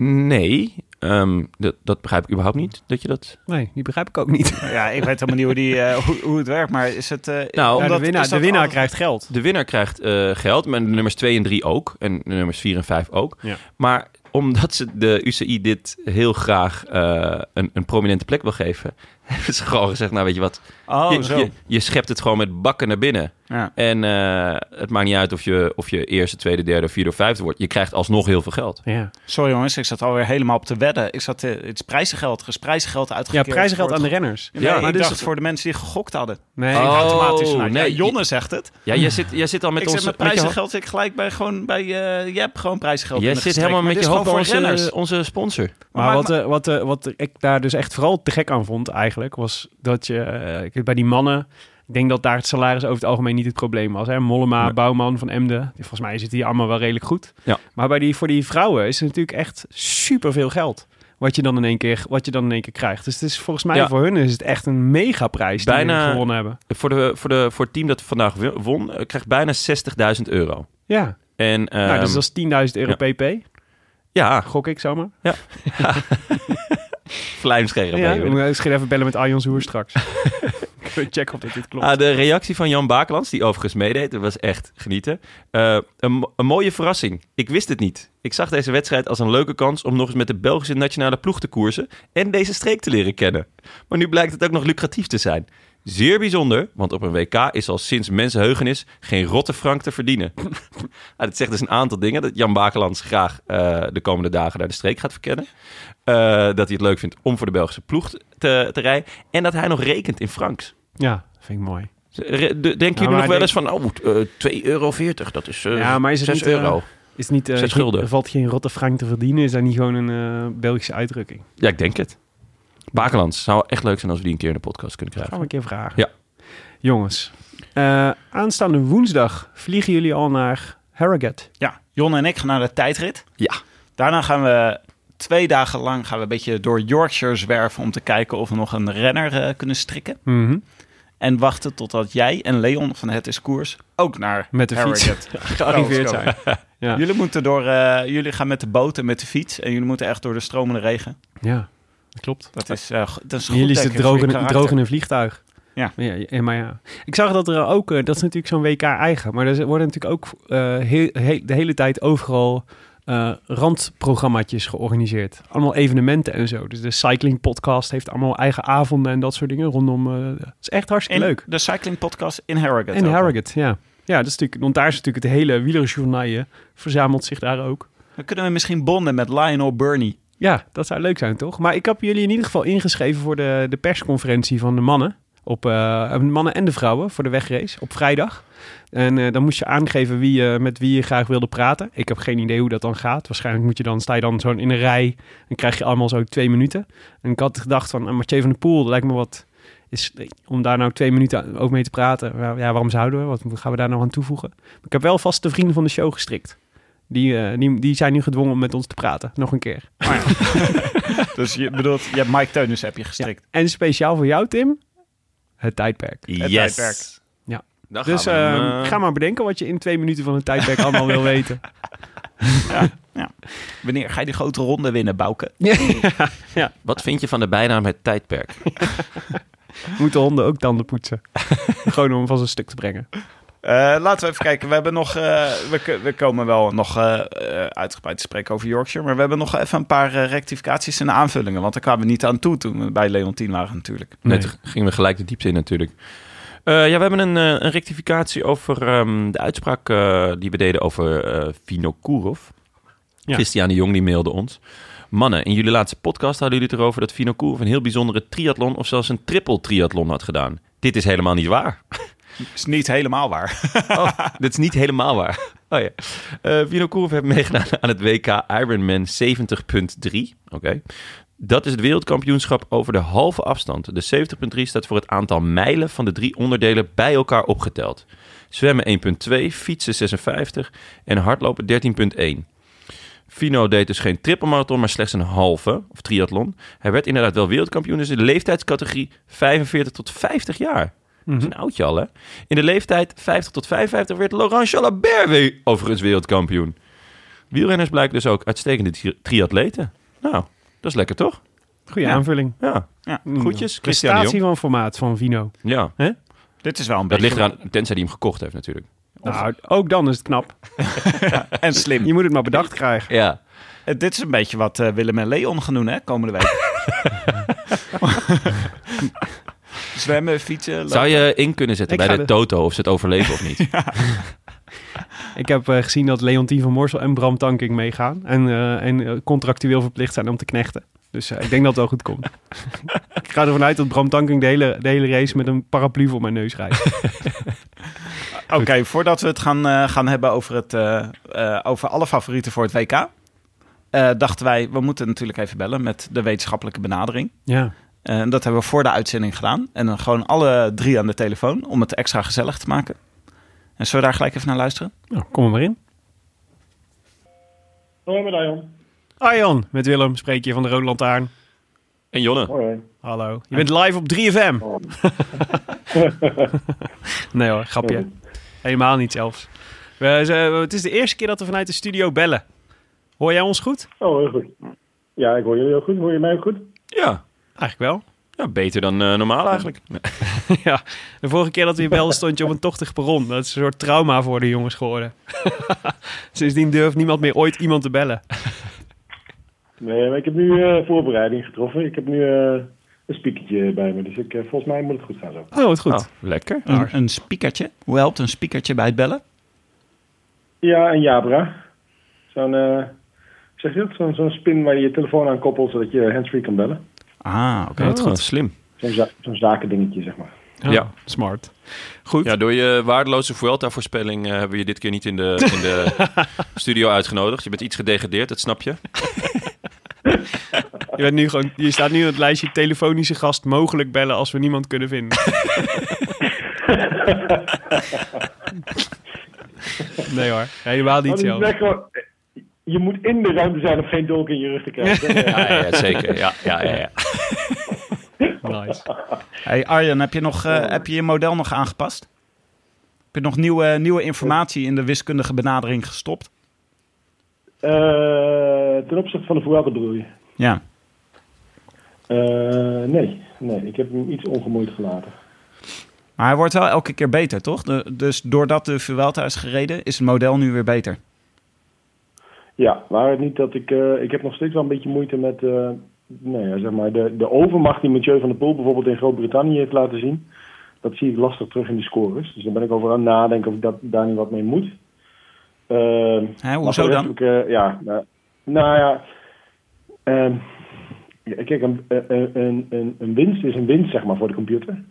Speaker 1: Nee, ehm, dat, dat begrijp ik überhaupt niet. Dat je dat...
Speaker 2: Nee, die begrijp ik ook niet.
Speaker 3: Ja, ik weet helemaal niet hoe, die, eh, hoe, hoe het werkt, maar is het... eh,
Speaker 1: Nou,
Speaker 2: Ja,
Speaker 3: omdat-
Speaker 2: de winnaar,
Speaker 3: is dat
Speaker 2: de winnaar
Speaker 3: altijd-
Speaker 2: krijgt geld.
Speaker 1: De winnaar krijgt eh, geld, maar de nummers 2 en 3 ook. En de nummers 4 en 5 ook.
Speaker 2: Ja.
Speaker 1: Maar omdat ze de UCI dit heel graag eh, een, een prominente plek wil geven... hebben ze gewoon gezegd, nou weet je wat,
Speaker 3: Oh,
Speaker 1: je,
Speaker 3: zo.
Speaker 1: je, je schept het gewoon met bakken naar binnen.
Speaker 3: Ja.
Speaker 1: En eh, het maakt niet uit of je, of je eerste, tweede, derde, vierde of vijfde wordt. Je krijgt alsnog heel veel geld.
Speaker 2: Ja,
Speaker 3: Sorry jongens, ik zat alweer helemaal op te wedden. Ik zat, eh, het is prijzengeld, er is prijzengeld
Speaker 2: ja
Speaker 3: uitgekeerd.
Speaker 2: prijzengeld
Speaker 3: voor
Speaker 2: aan de
Speaker 3: het-
Speaker 2: renners.
Speaker 3: Nee,
Speaker 1: Ja,
Speaker 3: ik
Speaker 2: maar dus-
Speaker 3: dacht voor de mensen die gegokt hadden.
Speaker 2: Nee,
Speaker 1: Oh,
Speaker 3: automatisch vanuit.
Speaker 1: nee.
Speaker 3: Ja, Jonne zegt het.
Speaker 1: Ja, jij zit, jij zit al met
Speaker 3: ik
Speaker 1: ons...
Speaker 3: zit met
Speaker 1: met je ho-
Speaker 3: prijzengeld, ik gelijk bij gewoon bij, eh je hebt gewoon prijzengeld
Speaker 1: jij zit
Speaker 3: binnengestreken.
Speaker 1: helemaal
Speaker 3: Maar
Speaker 1: met
Speaker 3: dit
Speaker 1: je
Speaker 3: is
Speaker 1: hoofd bij
Speaker 3: gewoon voor
Speaker 1: onze,
Speaker 3: renners.
Speaker 1: onze sponsor.
Speaker 2: Maar,
Speaker 3: Maar-
Speaker 2: wat, eh, wat, eh, wat ik daar dus echt vooral te gek aan vond eigenlijk, was dat je eh, ik- bij die mannen, ik denk dat daar het salaris over het algemeen niet het probleem was. Hè? Mollema,
Speaker 1: Nee.
Speaker 2: Bouwman van Emden, volgens mij zitten die allemaal wel redelijk goed.
Speaker 1: Ja.
Speaker 2: Maar bij die, voor die vrouwen is het natuurlijk echt superveel geld. Wat je, dan in één keer, wat je dan in één keer krijgt. Dus het is, volgens mij
Speaker 1: Ja.
Speaker 2: voor hun is het echt een megaprijs die
Speaker 1: Bijna-
Speaker 2: ze gewonnen hebben.
Speaker 1: Voor, de, voor, de, voor het team dat vandaag wi- won, eh, krijgt bijna 60.000 euro.
Speaker 2: Ja,
Speaker 1: En,
Speaker 2: nou,
Speaker 1: ehm,
Speaker 2: dus dat is 10.000 euro pp,
Speaker 1: Ja,
Speaker 2: gok ik zomaar.
Speaker 1: vlijmscheren.
Speaker 2: Ja,
Speaker 1: ben je weer.
Speaker 2: ik moet misschien even bellen met Arjan Zoer straks. Kunnen checken of dat dit klopt.
Speaker 1: Ah, de reactie van Jan Bakelands, die overigens meedeed, dat was echt genieten. Eh, een, mo- een mooie verrassing. Ik wist het niet. Ik zag deze wedstrijd als een leuke kans om nog eens met de Belgische nationale ploeg te koersen en deze streek te leren kennen. Maar nu blijkt het ook nog lucratief te zijn. Zeer bijzonder, want op een WK is al sinds mensenheugenis geen rotte frank te verdienen. Ah, dat zegt dus een aantal dingen. Dat Jan Bakelands graag eh, de komende dagen daar de streek gaat verkennen. Eh, dat hij het leuk vindt om voor de Belgische ploeg te, te rijden. En dat hij nog rekent in francs.
Speaker 2: Ja, vind ik mooi.
Speaker 1: Re- de- Denken
Speaker 2: maar
Speaker 1: jullie nog wel
Speaker 2: denk-
Speaker 1: eens van, oh, eh 2,40 euro, dat is eh
Speaker 2: Ja, maar is het
Speaker 1: 6
Speaker 2: niet, eh,
Speaker 1: euro.
Speaker 2: Is niet, eh,
Speaker 1: Zijn
Speaker 2: geen-
Speaker 1: schulden.
Speaker 2: er valt geen rotte frank te verdienen? Is dat niet gewoon een eh, Belgische uitdrukking?
Speaker 1: Ja, ik denk het. Bakelands, zou echt leuk zijn als we die een keer in de podcast kunnen
Speaker 2: Gaan
Speaker 1: krijgen.
Speaker 2: we een keer vragen.
Speaker 1: Ja.
Speaker 2: Jongens, eh, aanstaande woensdag vliegen jullie al naar Harrogate.
Speaker 3: Ja, Jon en ik gaan naar de tijdrit.
Speaker 1: Ja.
Speaker 3: Daarna gaan we twee dagen lang gaan we een beetje door Yorkshire zwerven om te kijken of we nog een renner eh, kunnen strikken.
Speaker 1: Mhm.
Speaker 3: En wachten totdat jij en Leon van Het is Koers ook naar
Speaker 2: Met de fiets.
Speaker 3: Harrogate
Speaker 2: Gearriveerd
Speaker 3: komen.
Speaker 2: zijn. Ja.
Speaker 3: Jullie, moeten door, eh, jullie gaan met de boot en met de fiets. En jullie moeten echt door de stromende regen.
Speaker 2: Ja, dat klopt.
Speaker 3: Dat is, eh, go- dat is goed.
Speaker 2: Jullie zitten
Speaker 3: denk ik, voor
Speaker 2: droog,
Speaker 3: je
Speaker 2: in-
Speaker 3: karakter.
Speaker 2: droog in een vliegtuig.
Speaker 3: Ja.
Speaker 2: ja. Maar ja, ik zag dat er ook, eh, dat is natuurlijk zo'n WK eigen, maar er worden natuurlijk ook eh, heel- he- de hele tijd overal eh randprogrammaatjes georganiseerd. Allemaal evenementen en zo. Dus de Cycling Podcast heeft allemaal eigen avonden en dat soort dingen rondom. eh, het is echt hartstikke
Speaker 3: In
Speaker 2: leuk.
Speaker 3: De cycling podcast in Harrogate.
Speaker 2: En
Speaker 3: ook.
Speaker 2: Harrogate, ja. Ja, dat is natuurlijk, want daar is natuurlijk het hele wielerjournaille verzamelt zich daar ook.
Speaker 3: Dan kunnen we misschien bonden met Lionel Burney.
Speaker 2: Ja, dat zou leuk zijn, toch? Maar ik heb jullie in ieder geval ingeschreven voor de, de persconferentie van de mannen. Op, eh, de mannen en de vrouwen voor de wegrace op vrijdag. En eh, dan moest je aangeven wie, je- met wie je graag wilde praten. Ik heb geen idee hoe dat dan gaat. Waarschijnlijk moet je dan, sta je dan zo'n in een rij en krijg je allemaal zo twee minuten. En ik had gedacht van, eh, Mathieu van der Poel, dat lijkt me wat... Is, om daar nou twee minuten ook mee te praten. Ja, waarom zouden we? Wat gaan we daar nou aan toevoegen? Maar ik heb wel vast de vrienden van de show gestrikt. Die, eh, die, die zijn nu gedwongen om met ons te praten. Nog een keer.
Speaker 3: Dus je bedoelt, je hebt Mike Teunis heb je gestrikt.
Speaker 2: En speciaal voor jou, Tim, het tijdperk.
Speaker 3: Het tijdperk.
Speaker 1: Yes!
Speaker 2: Ja.
Speaker 1: Dan gaan
Speaker 2: dus
Speaker 1: we hem,
Speaker 2: ehm,
Speaker 1: eh,
Speaker 2: ga maar bedenken wat je in twee minuten van het tijdperk allemaal wil weten.
Speaker 3: Wanneer ga je die grote ronde winnen, Bouke?
Speaker 1: Wat vind je van de bijnaam het tijdperk?
Speaker 2: Moeten honden ook tanden poetsen? Gewoon om hem van zijn stuk te brengen.
Speaker 3: Eh, laten we even kijken. We hebben nog. eh, we, k- we komen wel nog eh, eh, uitgebreid te spreken over Yorkshire. Maar we hebben nog even een paar eh, rectificaties en aanvullingen. Want daar kwamen we niet aan toe toen we bij Leontien waren, natuurlijk.
Speaker 1: Net gingen we gelijk de diepte in natuurlijk. Eh, ja, we hebben een, eh, een rectificatie over ehm, de uitspraak eh, die we deden over eh Vinokourov.
Speaker 2: Ja.
Speaker 1: Christian de Jong die mailde ons. Mannen, in jullie laatste podcast hadden jullie het erover dat Vinokourov een heel bijzondere triathlon of zelfs een triple triathlon had gedaan. Dit is helemaal niet waar.
Speaker 3: Is niet helemaal waar.
Speaker 1: Oh, dit is niet helemaal waar. Oh ja. Eh Vinokourov heeft meegedaan aan het WK Ironman 70.3. Oké. Dat is het wereldkampioenschap over de halve afstand. De 70.3 staat voor het aantal mijlen van de drie onderdelen bij elkaar opgeteld. Zwemmen 1.2, fietsen 56 en hardlopen 13.1. Fino deed dus geen trippelmarathon, maar slechts een halve, of triathlon. Hij werd inderdaad wel wereldkampioen, dus in de leeftijdscategorie 45 tot 50 jaar. Dat is een oudje al, hè? In de leeftijd 50 tot 55 werd Laurent Jalabert weer overigens wereldkampioen. Wielrenners blijken dus ook uitstekende tri- triatleten. Nou, dat is lekker, toch?
Speaker 2: Goede
Speaker 3: Ja.
Speaker 2: aanvulling.
Speaker 1: Ja,
Speaker 3: Ja.
Speaker 2: Mm.
Speaker 1: goedjes. Christian de
Speaker 2: Prestatie
Speaker 1: Jong.
Speaker 2: van formaat van Vino.
Speaker 1: Ja,
Speaker 3: Dit is wel een
Speaker 1: dat ligt
Speaker 3: beetje.
Speaker 1: eraan, tenzij die hem gekocht heeft natuurlijk.
Speaker 2: Nou, ook dan is het knap.
Speaker 3: En slim.
Speaker 2: Je moet het maar bedacht krijgen.
Speaker 1: Ja,
Speaker 3: Eh, dit is een beetje wat eh, Willem en Leon gaan doen, hè, komende week. Zwemmen, fietsen. lopen.
Speaker 1: Zou je in kunnen zetten
Speaker 2: Ik
Speaker 1: bij
Speaker 2: ga
Speaker 1: de
Speaker 2: de-
Speaker 1: Toto of ze het overleven of niet?
Speaker 2: Ik heb eh, gezien dat Leontien van Morsel en Bram Tankink meegaan. En, eh, en eh, contractueel verplicht zijn om te knechten. Dus eh, ik denk dat het wel goed komt. ik ga ervan uit dat Bram Tankink de hele, de hele race met een paraplu voor mijn neus rijdt.
Speaker 3: Oké, voordat we het gaan, eh, gaan hebben over, het, eh, eh, over alle favorieten voor het WK... eh, dachten wij, we moeten natuurlijk even bellen met de wetenschappelijke benadering.
Speaker 2: ja.
Speaker 3: Eh, En dat hebben we voor de uitzending gedaan. En dan gewoon alle drie aan de telefoon om het extra gezellig te maken. En zullen we daar gelijk even naar luisteren?
Speaker 2: Nou, kom er maar in.
Speaker 4: Hoi met Dion.
Speaker 2: Arjan, Ah, met Willem spreek je van de Rode Lantaarn.
Speaker 1: en Jonne?
Speaker 4: Hoi.
Speaker 2: Hallo. Je bent live op 3FM. nee hoor, grapje. Helemaal niet zelfs. We, ze- het is de eerste keer dat we vanuit de studio bellen. Hoor jij ons goed?
Speaker 4: Oh, heel goed. Ja, ik hoor jullie heel goed. Hoor je mij ook goed?
Speaker 1: Ja.
Speaker 2: Eigenlijk wel.
Speaker 1: ja, beter dan eh, normaal eigenlijk.
Speaker 2: Ja, de vorige keer dat we je belden stond je op een tochtig perron. Dat is een soort trauma voor de jongens geworden. Sindsdien durft niemand meer ooit iemand te bellen.
Speaker 4: Nee, maar ik heb nu eh, voorbereiding getroffen. Ik heb nu eh, een spiekertje bij me. Dus ik, eh, volgens mij moet het goed gaan zo.
Speaker 2: Oh, wat goed.
Speaker 1: Oh, lekker.
Speaker 3: Een, een speakertje. Hoe helpt een speakertje bij het bellen?
Speaker 4: Ja, een Jabra. Zo'n, eh, hoe zeg je dat? Zo'n zo'n spin waar je je telefoon aan koppelt zodat je handsfree kan bellen.
Speaker 3: Ah, oké.
Speaker 1: dat is goed. Slim.
Speaker 4: Zo'n za- zo'n zakendingetje, zeg maar.
Speaker 1: Ja.
Speaker 2: Smart. Goed.
Speaker 1: Ja, door je waardeloze Vuelta-voorspelling eh, hebben we je dit keer niet in de, in de studio uitgenodigd. Je bent iets gedegradeerd, dat snap je.
Speaker 2: Je, bent nu gewoon, je staat nu op het lijstje telefonische gast mogelijk bellen als we niemand kunnen vinden. nee hoor, helemaal
Speaker 4: Oh,
Speaker 2: niet
Speaker 4: dit is
Speaker 2: zelf.
Speaker 4: echt gewoon- eh, je moet in de ruimte zijn om geen dolk in je rug te krijgen. Ja.
Speaker 1: Ja, ja zeker. Ja, ja, ja, ja.
Speaker 2: Nice.
Speaker 3: Hey Arjen, heb je, nog, eh, heb je je model nog aangepast? Heb je nog nieuwe, nieuwe informatie in de wiskundige benadering gestopt?
Speaker 4: Eh, ten opzichte van de Vuelta bedoel je?
Speaker 3: Ja.
Speaker 4: Eh, nee, nee, ik heb hem iets ongemoeid gelaten.
Speaker 3: Maar hij wordt wel elke keer beter, toch? De- dus doordat de Vuelta is gereden, is het model nu weer beter.
Speaker 4: Ja, waar het niet dat ik... eh, ik heb nog steeds wel een beetje moeite met... eh, nou ja, zeg maar, de, de overmacht die Mathieu van der Poel bijvoorbeeld in Groot-Brittannië heeft laten zien... dat zie ik lastig terug in de scores. Dus daar ben ik over aan het nadenken of ik dat, daar nu wat mee moet. Ehm,
Speaker 3: Hè,
Speaker 4: maar voor
Speaker 3: hoezo
Speaker 4: de rest
Speaker 3: dan?
Speaker 4: heb ik, eh, ja, nou, nou ja... ehm, ja, kijk, een, een, een- een, een winst is een winst, zeg maar, voor de computer.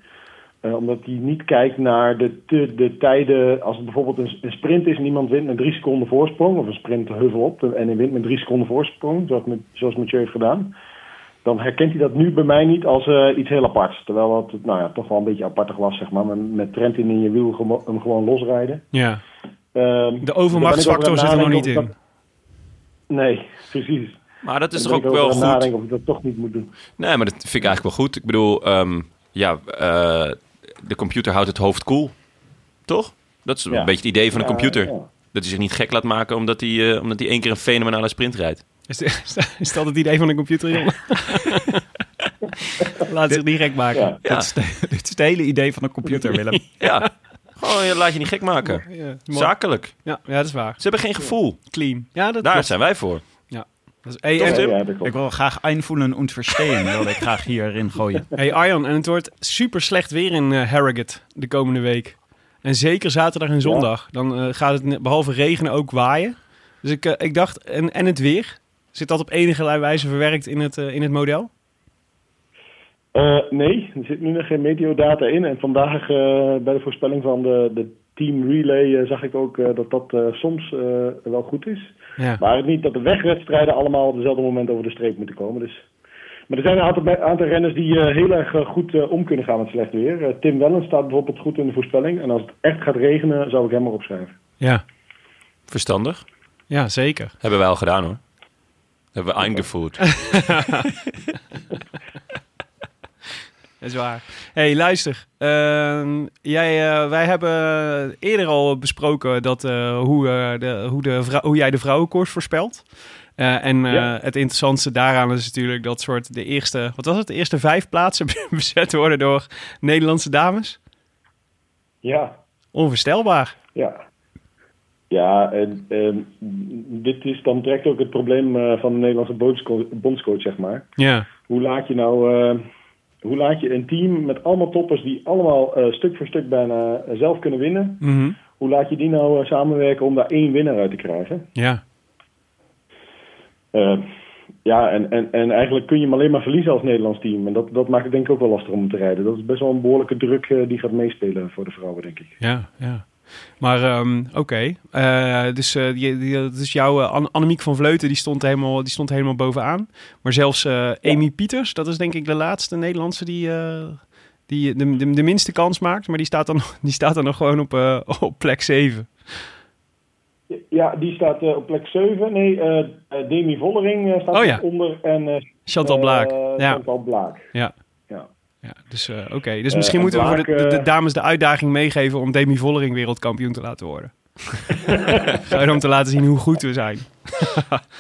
Speaker 4: Eh, omdat die niet kijkt naar de, te- de tijden. Als het bijvoorbeeld een, een sprint is en iemand wint met drie seconden voorsprong. Of een sprint de heuvel op en hij wint met drie seconden voorsprong. Zoals, met, zoals Mathieu heeft gedaan. Dan herkent hij dat nu bij mij niet als eh, iets heel aparts. Terwijl dat nou ja, toch wel een beetje apartig was, zeg maar. Met, met Trentin in je wiel gemo- hem gewoon losrijden.
Speaker 2: Ja,
Speaker 4: Ehm,
Speaker 2: de
Speaker 4: daar ben
Speaker 2: overmachtsfactor
Speaker 4: ik
Speaker 2: zit er nog
Speaker 4: over
Speaker 2: niet
Speaker 4: aan
Speaker 2: in.
Speaker 4: het nadenken of ik dat- Nee, precies.
Speaker 1: Maar dat is
Speaker 4: Daar
Speaker 1: toch ook
Speaker 4: ben ik over
Speaker 1: wel
Speaker 4: aan het
Speaker 1: goed.
Speaker 4: nadenken of ik dat toch niet moet doen.
Speaker 1: Nee, maar dat vind ik eigenlijk wel goed. Ik bedoel, ehm, ja, eh, de computer houdt het hoofd koel. Toch? Dat is
Speaker 4: Ja.
Speaker 1: een beetje het idee van een
Speaker 4: Ja,
Speaker 1: computer.
Speaker 4: ja.
Speaker 1: Dat hij zich niet gek laat maken omdat hij, eh, omdat hij één keer een fenomenale sprint rijdt.
Speaker 2: Is, is dat het idee van een computer, jongen? Laat zich niet gek maken.
Speaker 4: Ja.
Speaker 1: Ja,
Speaker 3: Dit, is de- dit is het hele idee van een computer, Willem.
Speaker 1: ja. Gewoon, je laat je niet gek maken.
Speaker 2: Ja, mooi.
Speaker 1: Zakelijk.
Speaker 2: Ja, ja, dat is waar.
Speaker 1: Ze hebben geen gevoel.
Speaker 2: Clean. Ja, dat
Speaker 1: Daar
Speaker 2: klopt.
Speaker 1: zijn wij voor.
Speaker 2: Dat is- hey,
Speaker 4: Ja,
Speaker 2: en-
Speaker 4: ja, dat klopt.
Speaker 3: Ik wil graag einvoelen und verstehen, wilde ik graag hierin gooien.
Speaker 2: Hey Arjan, en het wordt super slecht weer in eh, Harrogate de komende week. En zeker zaterdag en zondag. Dan eh, gaat het ne- behalve regenen ook waaien. Dus ik, eh, ik dacht, en, en het weer? Zit dat op enige wijze verwerkt in het, eh, in het model?
Speaker 4: Eh, nee, er zit nu nog geen meteodata in. En vandaag eh, bij de voorspelling van de, de team relay eh, zag ik ook eh, dat dat eh, soms eh, wel goed is.
Speaker 2: Ja.
Speaker 4: Maar het niet dat de wegwedstrijden allemaal op dezelfde moment over de streep moeten komen. Dus. Maar er zijn een aantal, be- aantal renners die eh, heel erg eh, goed eh, om kunnen gaan met slecht weer. Eh, Tim Wellens staat bijvoorbeeld goed in de voorspelling. En als het echt gaat regenen, zou ik hem maar opschrijven.
Speaker 2: Ja.
Speaker 1: Verstandig.
Speaker 2: ja, zeker.
Speaker 1: Hebben wij al gedaan hoor. Hebben we eingevoerd.
Speaker 2: Dat is waar. hey, luister. Ehm, jij, eh, wij hebben eerder al besproken dat, eh, hoe, eh, de, hoe, de vrou- hoe jij de vrouwenkoers voorspelt. Eh, en eh,
Speaker 4: Ja.
Speaker 2: het interessantste daaraan is natuurlijk dat soort de eerste, wat was het, de eerste vijf plaatsen bezet worden door Nederlandse dames.
Speaker 4: Ja,
Speaker 2: Onvoorstelbaar.
Speaker 4: Ja. Ja, en ehm, dit is dan direct ook het probleem eh, van de Nederlandse bondsco- bondscoach, zeg maar.
Speaker 2: Ja.
Speaker 4: Hoe laat je nou eh, hoe laat je een team met allemaal toppers die allemaal eh, stuk voor stuk bijna eh, zelf kunnen winnen,
Speaker 2: Mhm.
Speaker 4: hoe laat je die nou eh, samenwerken om daar één winnaar uit te krijgen?
Speaker 2: Ja.
Speaker 4: Eh, ja, en, en, en eigenlijk kun je hem alleen maar verliezen als Nederlands team. En dat, dat maakt het denk ik ook wel lastig om te rijden. Dat is best wel een behoorlijke druk eh, die gaat meespelen voor de vrouwen, denk ik.
Speaker 2: Ja, ja. Maar ehm, oké, Eh, dus, eh, je- die- dus jouw eh, Anne- Annemiek van Vleuten die stond helemaal, die stond helemaal bovenaan. Maar zelfs eh, Amy Pieters, dat is denk ik de laatste Nederlandse die, eh, die de, de, de minste kans maakt. Maar die staat dan, die staat dan nog gewoon op, eh, op plek 7.
Speaker 4: Ja, die staat eh, op plek 7. Nee, eh, eh, Demi Vollering eh, staat
Speaker 2: Oh ja.
Speaker 4: onder. En, eh
Speaker 2: Chantal Blaak.
Speaker 4: eh,
Speaker 2: ja.
Speaker 4: Chantal Blaak.
Speaker 2: Ja.
Speaker 4: Ja.
Speaker 2: ja, dus eh, oké. Dus
Speaker 4: Eh,
Speaker 2: misschien
Speaker 4: en
Speaker 2: moeten we
Speaker 4: Blaak,
Speaker 2: voor de, de- de
Speaker 4: eh,
Speaker 2: dames de uitdaging meegeven om Demi Vollering wereldkampioen te laten worden. Gewoon om te laten zien hoe goed we zijn.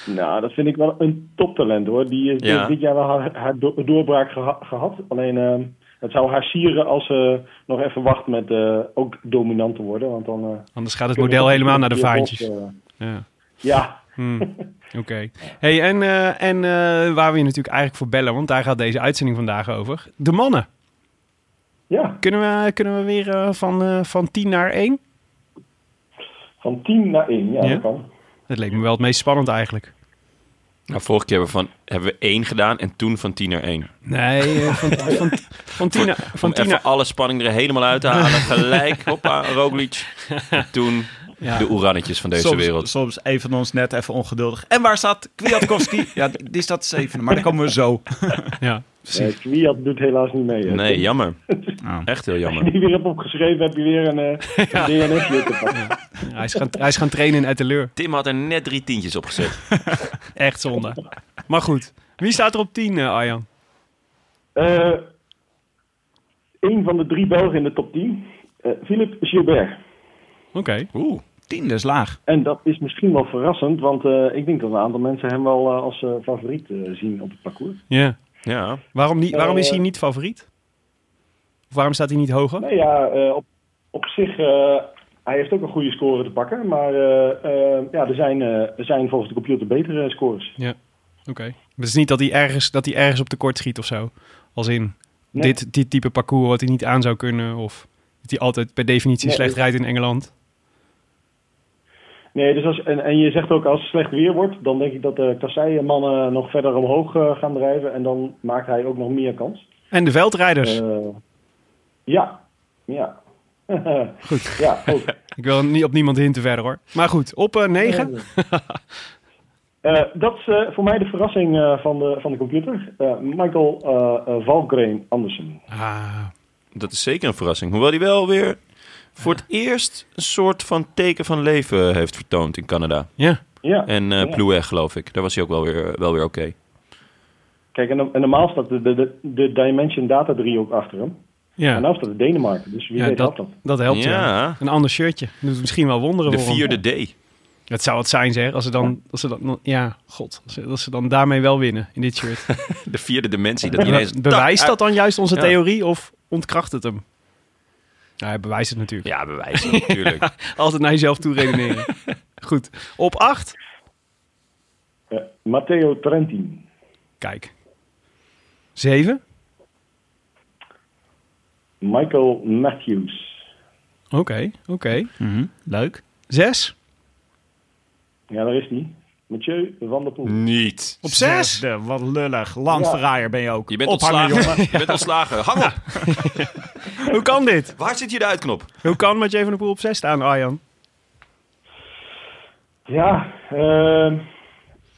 Speaker 4: Nou, dat vind ik wel een toptalent hoor. Die is die
Speaker 1: Ja.
Speaker 4: heeft dit jaar wel haar, haar do- doorbraak geha- gehad. Alleen eh, het zou haar sieren als ze nog even wacht met eh, ook dominant te worden. Want dan, eh,
Speaker 2: Anders gaat het
Speaker 4: kunnen
Speaker 2: model
Speaker 4: we-
Speaker 2: helemaal naar de
Speaker 4: Bos,
Speaker 2: vaantjes.
Speaker 4: eh,
Speaker 2: Ja.
Speaker 4: ja,
Speaker 2: Hmm, Oké. Hey, en eh, en eh, waar we je natuurlijk eigenlijk voor bellen, want daar gaat deze uitzending vandaag over. De mannen.
Speaker 4: ja,
Speaker 2: Kunnen we, kunnen we weer eh, van, eh, van 10 naar 1?
Speaker 4: van 10 naar 1. Ja,
Speaker 2: Ja?
Speaker 4: dat kan.
Speaker 2: Dat leek me wel het meest spannend eigenlijk.
Speaker 1: Nou, vorige keer hebben we, van, hebben we één gedaan en toen van tien naar één.
Speaker 2: Nee, eh, van, van, van 10 naar, van
Speaker 1: Om
Speaker 2: 10
Speaker 1: even
Speaker 2: naar
Speaker 1: alle spanning er helemaal uit te halen. Gelijk, hoppa, Roglic. En toen
Speaker 2: Ja.
Speaker 1: de oerannetjes van deze
Speaker 3: soms,
Speaker 1: wereld.
Speaker 3: Soms een van ons net even ongeduldig. En waar staat Kwiatkowski? ja, die staat zevende, maar daar komen we zo.
Speaker 2: Ja,
Speaker 4: Nee,
Speaker 2: precies.
Speaker 4: Kwiat Eh, doet helaas niet mee. hè.
Speaker 1: Nee, jammer.
Speaker 3: Ah.
Speaker 1: Echt heel
Speaker 4: Als
Speaker 1: jammer.
Speaker 4: je die weer hebt opgeschreven, heb je weer een, eh, een DNS-je te pakken.
Speaker 2: Hij is, gaan, hij is gaan trainen in Etteleur.
Speaker 1: Tim had er net drie tientjes op gezet.
Speaker 2: Echt zonde. Maar goed. Wie staat er op 10, eh, Arjan?
Speaker 4: Eh, een van de drie Belgen in de top 10. eh Philip Gilbert.
Speaker 2: Oké.
Speaker 1: Oeh.
Speaker 3: Tiende is laag.
Speaker 4: En dat is misschien wel verrassend, want eh, ik denk dat een aantal mensen hem wel eh, als eh, favoriet eh, zien op het parcours.
Speaker 2: Ja.
Speaker 1: Ja.
Speaker 2: Waarom, niet, waarom is hij
Speaker 4: Eh,
Speaker 2: niet favoriet? Of waarom staat hij niet hoger?
Speaker 4: Nou ja, eh, op, op zich, eh, hij heeft ook een goede score te pakken, maar eh, eh, ja, er, zijn, eh, er zijn volgens de computer betere eh, scores.
Speaker 2: Oké. Maar het is niet dat hij ergens, dat hij ergens op tekort schiet of zo. Als in
Speaker 4: Nee.
Speaker 2: dit, dit type parcours wat hij niet aan zou kunnen. Of dat hij altijd per definitie
Speaker 4: Nee.
Speaker 2: slecht rijdt in Engeland.
Speaker 4: Nee, dus als, en, en je zegt ook als het slecht weer wordt, dan denk ik dat de kasseienmannen nog verder omhoog eh, gaan drijven en dan maakt hij ook nog meer kans.
Speaker 2: En de veldrijders.
Speaker 4: Eh, ja, ja. Goed. Ja, ook.
Speaker 2: Ik wil niet op niemand hinten verder hoor. Maar goed, op 9.
Speaker 4: Eh, dat is eh, voor mij de verrassing eh, van, de, van de computer. Eh, Michael eh eh, Valgren Andersen.
Speaker 2: Ah,
Speaker 1: Dat is zeker een verrassing. Hoewel hij wel weer voor het eerst een soort van teken van leven heeft vertoond in Canada.
Speaker 2: ja.
Speaker 4: Ja.
Speaker 1: En eh
Speaker 4: Ja.
Speaker 1: Plouet, geloof ik. Daar was hij ook wel weer, eh, wel weer oké.
Speaker 4: Kijk, en, en normaal staat de, de, de- de Dimension Data 3 ook achter hem.
Speaker 2: Ja,
Speaker 4: En nou staat het Denemarken, dus wie
Speaker 2: ja
Speaker 4: weet
Speaker 2: dat,
Speaker 4: dat. dat.
Speaker 2: dat helpt ja.
Speaker 1: Ja.
Speaker 2: Een ander shirtje. Doet misschien wel wonderen
Speaker 1: De
Speaker 2: voor hem.
Speaker 1: vierde D.
Speaker 2: Dat zou het zijn zeg. Als ze dan, als ze dan ja, god. Als ze, als ze dan daarmee wel winnen in dit shirt.
Speaker 1: De vierde dimensie. Dat ineens...
Speaker 2: Bewijst dat dan juist onze
Speaker 1: Ja.
Speaker 2: theorie of ontkracht het hem? Nou, hij bewijst het natuurlijk.
Speaker 1: Ja, bewijzen natuurlijk.
Speaker 2: Altijd naar jezelf toe redeneren. Goed. Op acht.
Speaker 4: Eh, Matteo Trentin.
Speaker 2: Kijk. Zeven.
Speaker 4: Michael Matthews.
Speaker 2: Oké, oké.
Speaker 3: Leuk.
Speaker 2: Zes.
Speaker 4: Ja, daar is die. Mathieu van der Poel.
Speaker 1: Niet.
Speaker 2: Op zes.
Speaker 3: Zesde, wat lullig. Landverraaier ben je ook.
Speaker 1: Je bent
Speaker 3: Ophangen, jongen.
Speaker 1: ontslagen. Je bent ontslagen. Hang op.
Speaker 2: Hoe kan dit?
Speaker 1: Waar zit je de uitknop?
Speaker 2: Hoe kan Mathieu van der Poel op zes staan, Arjan?
Speaker 4: Ja, ehm,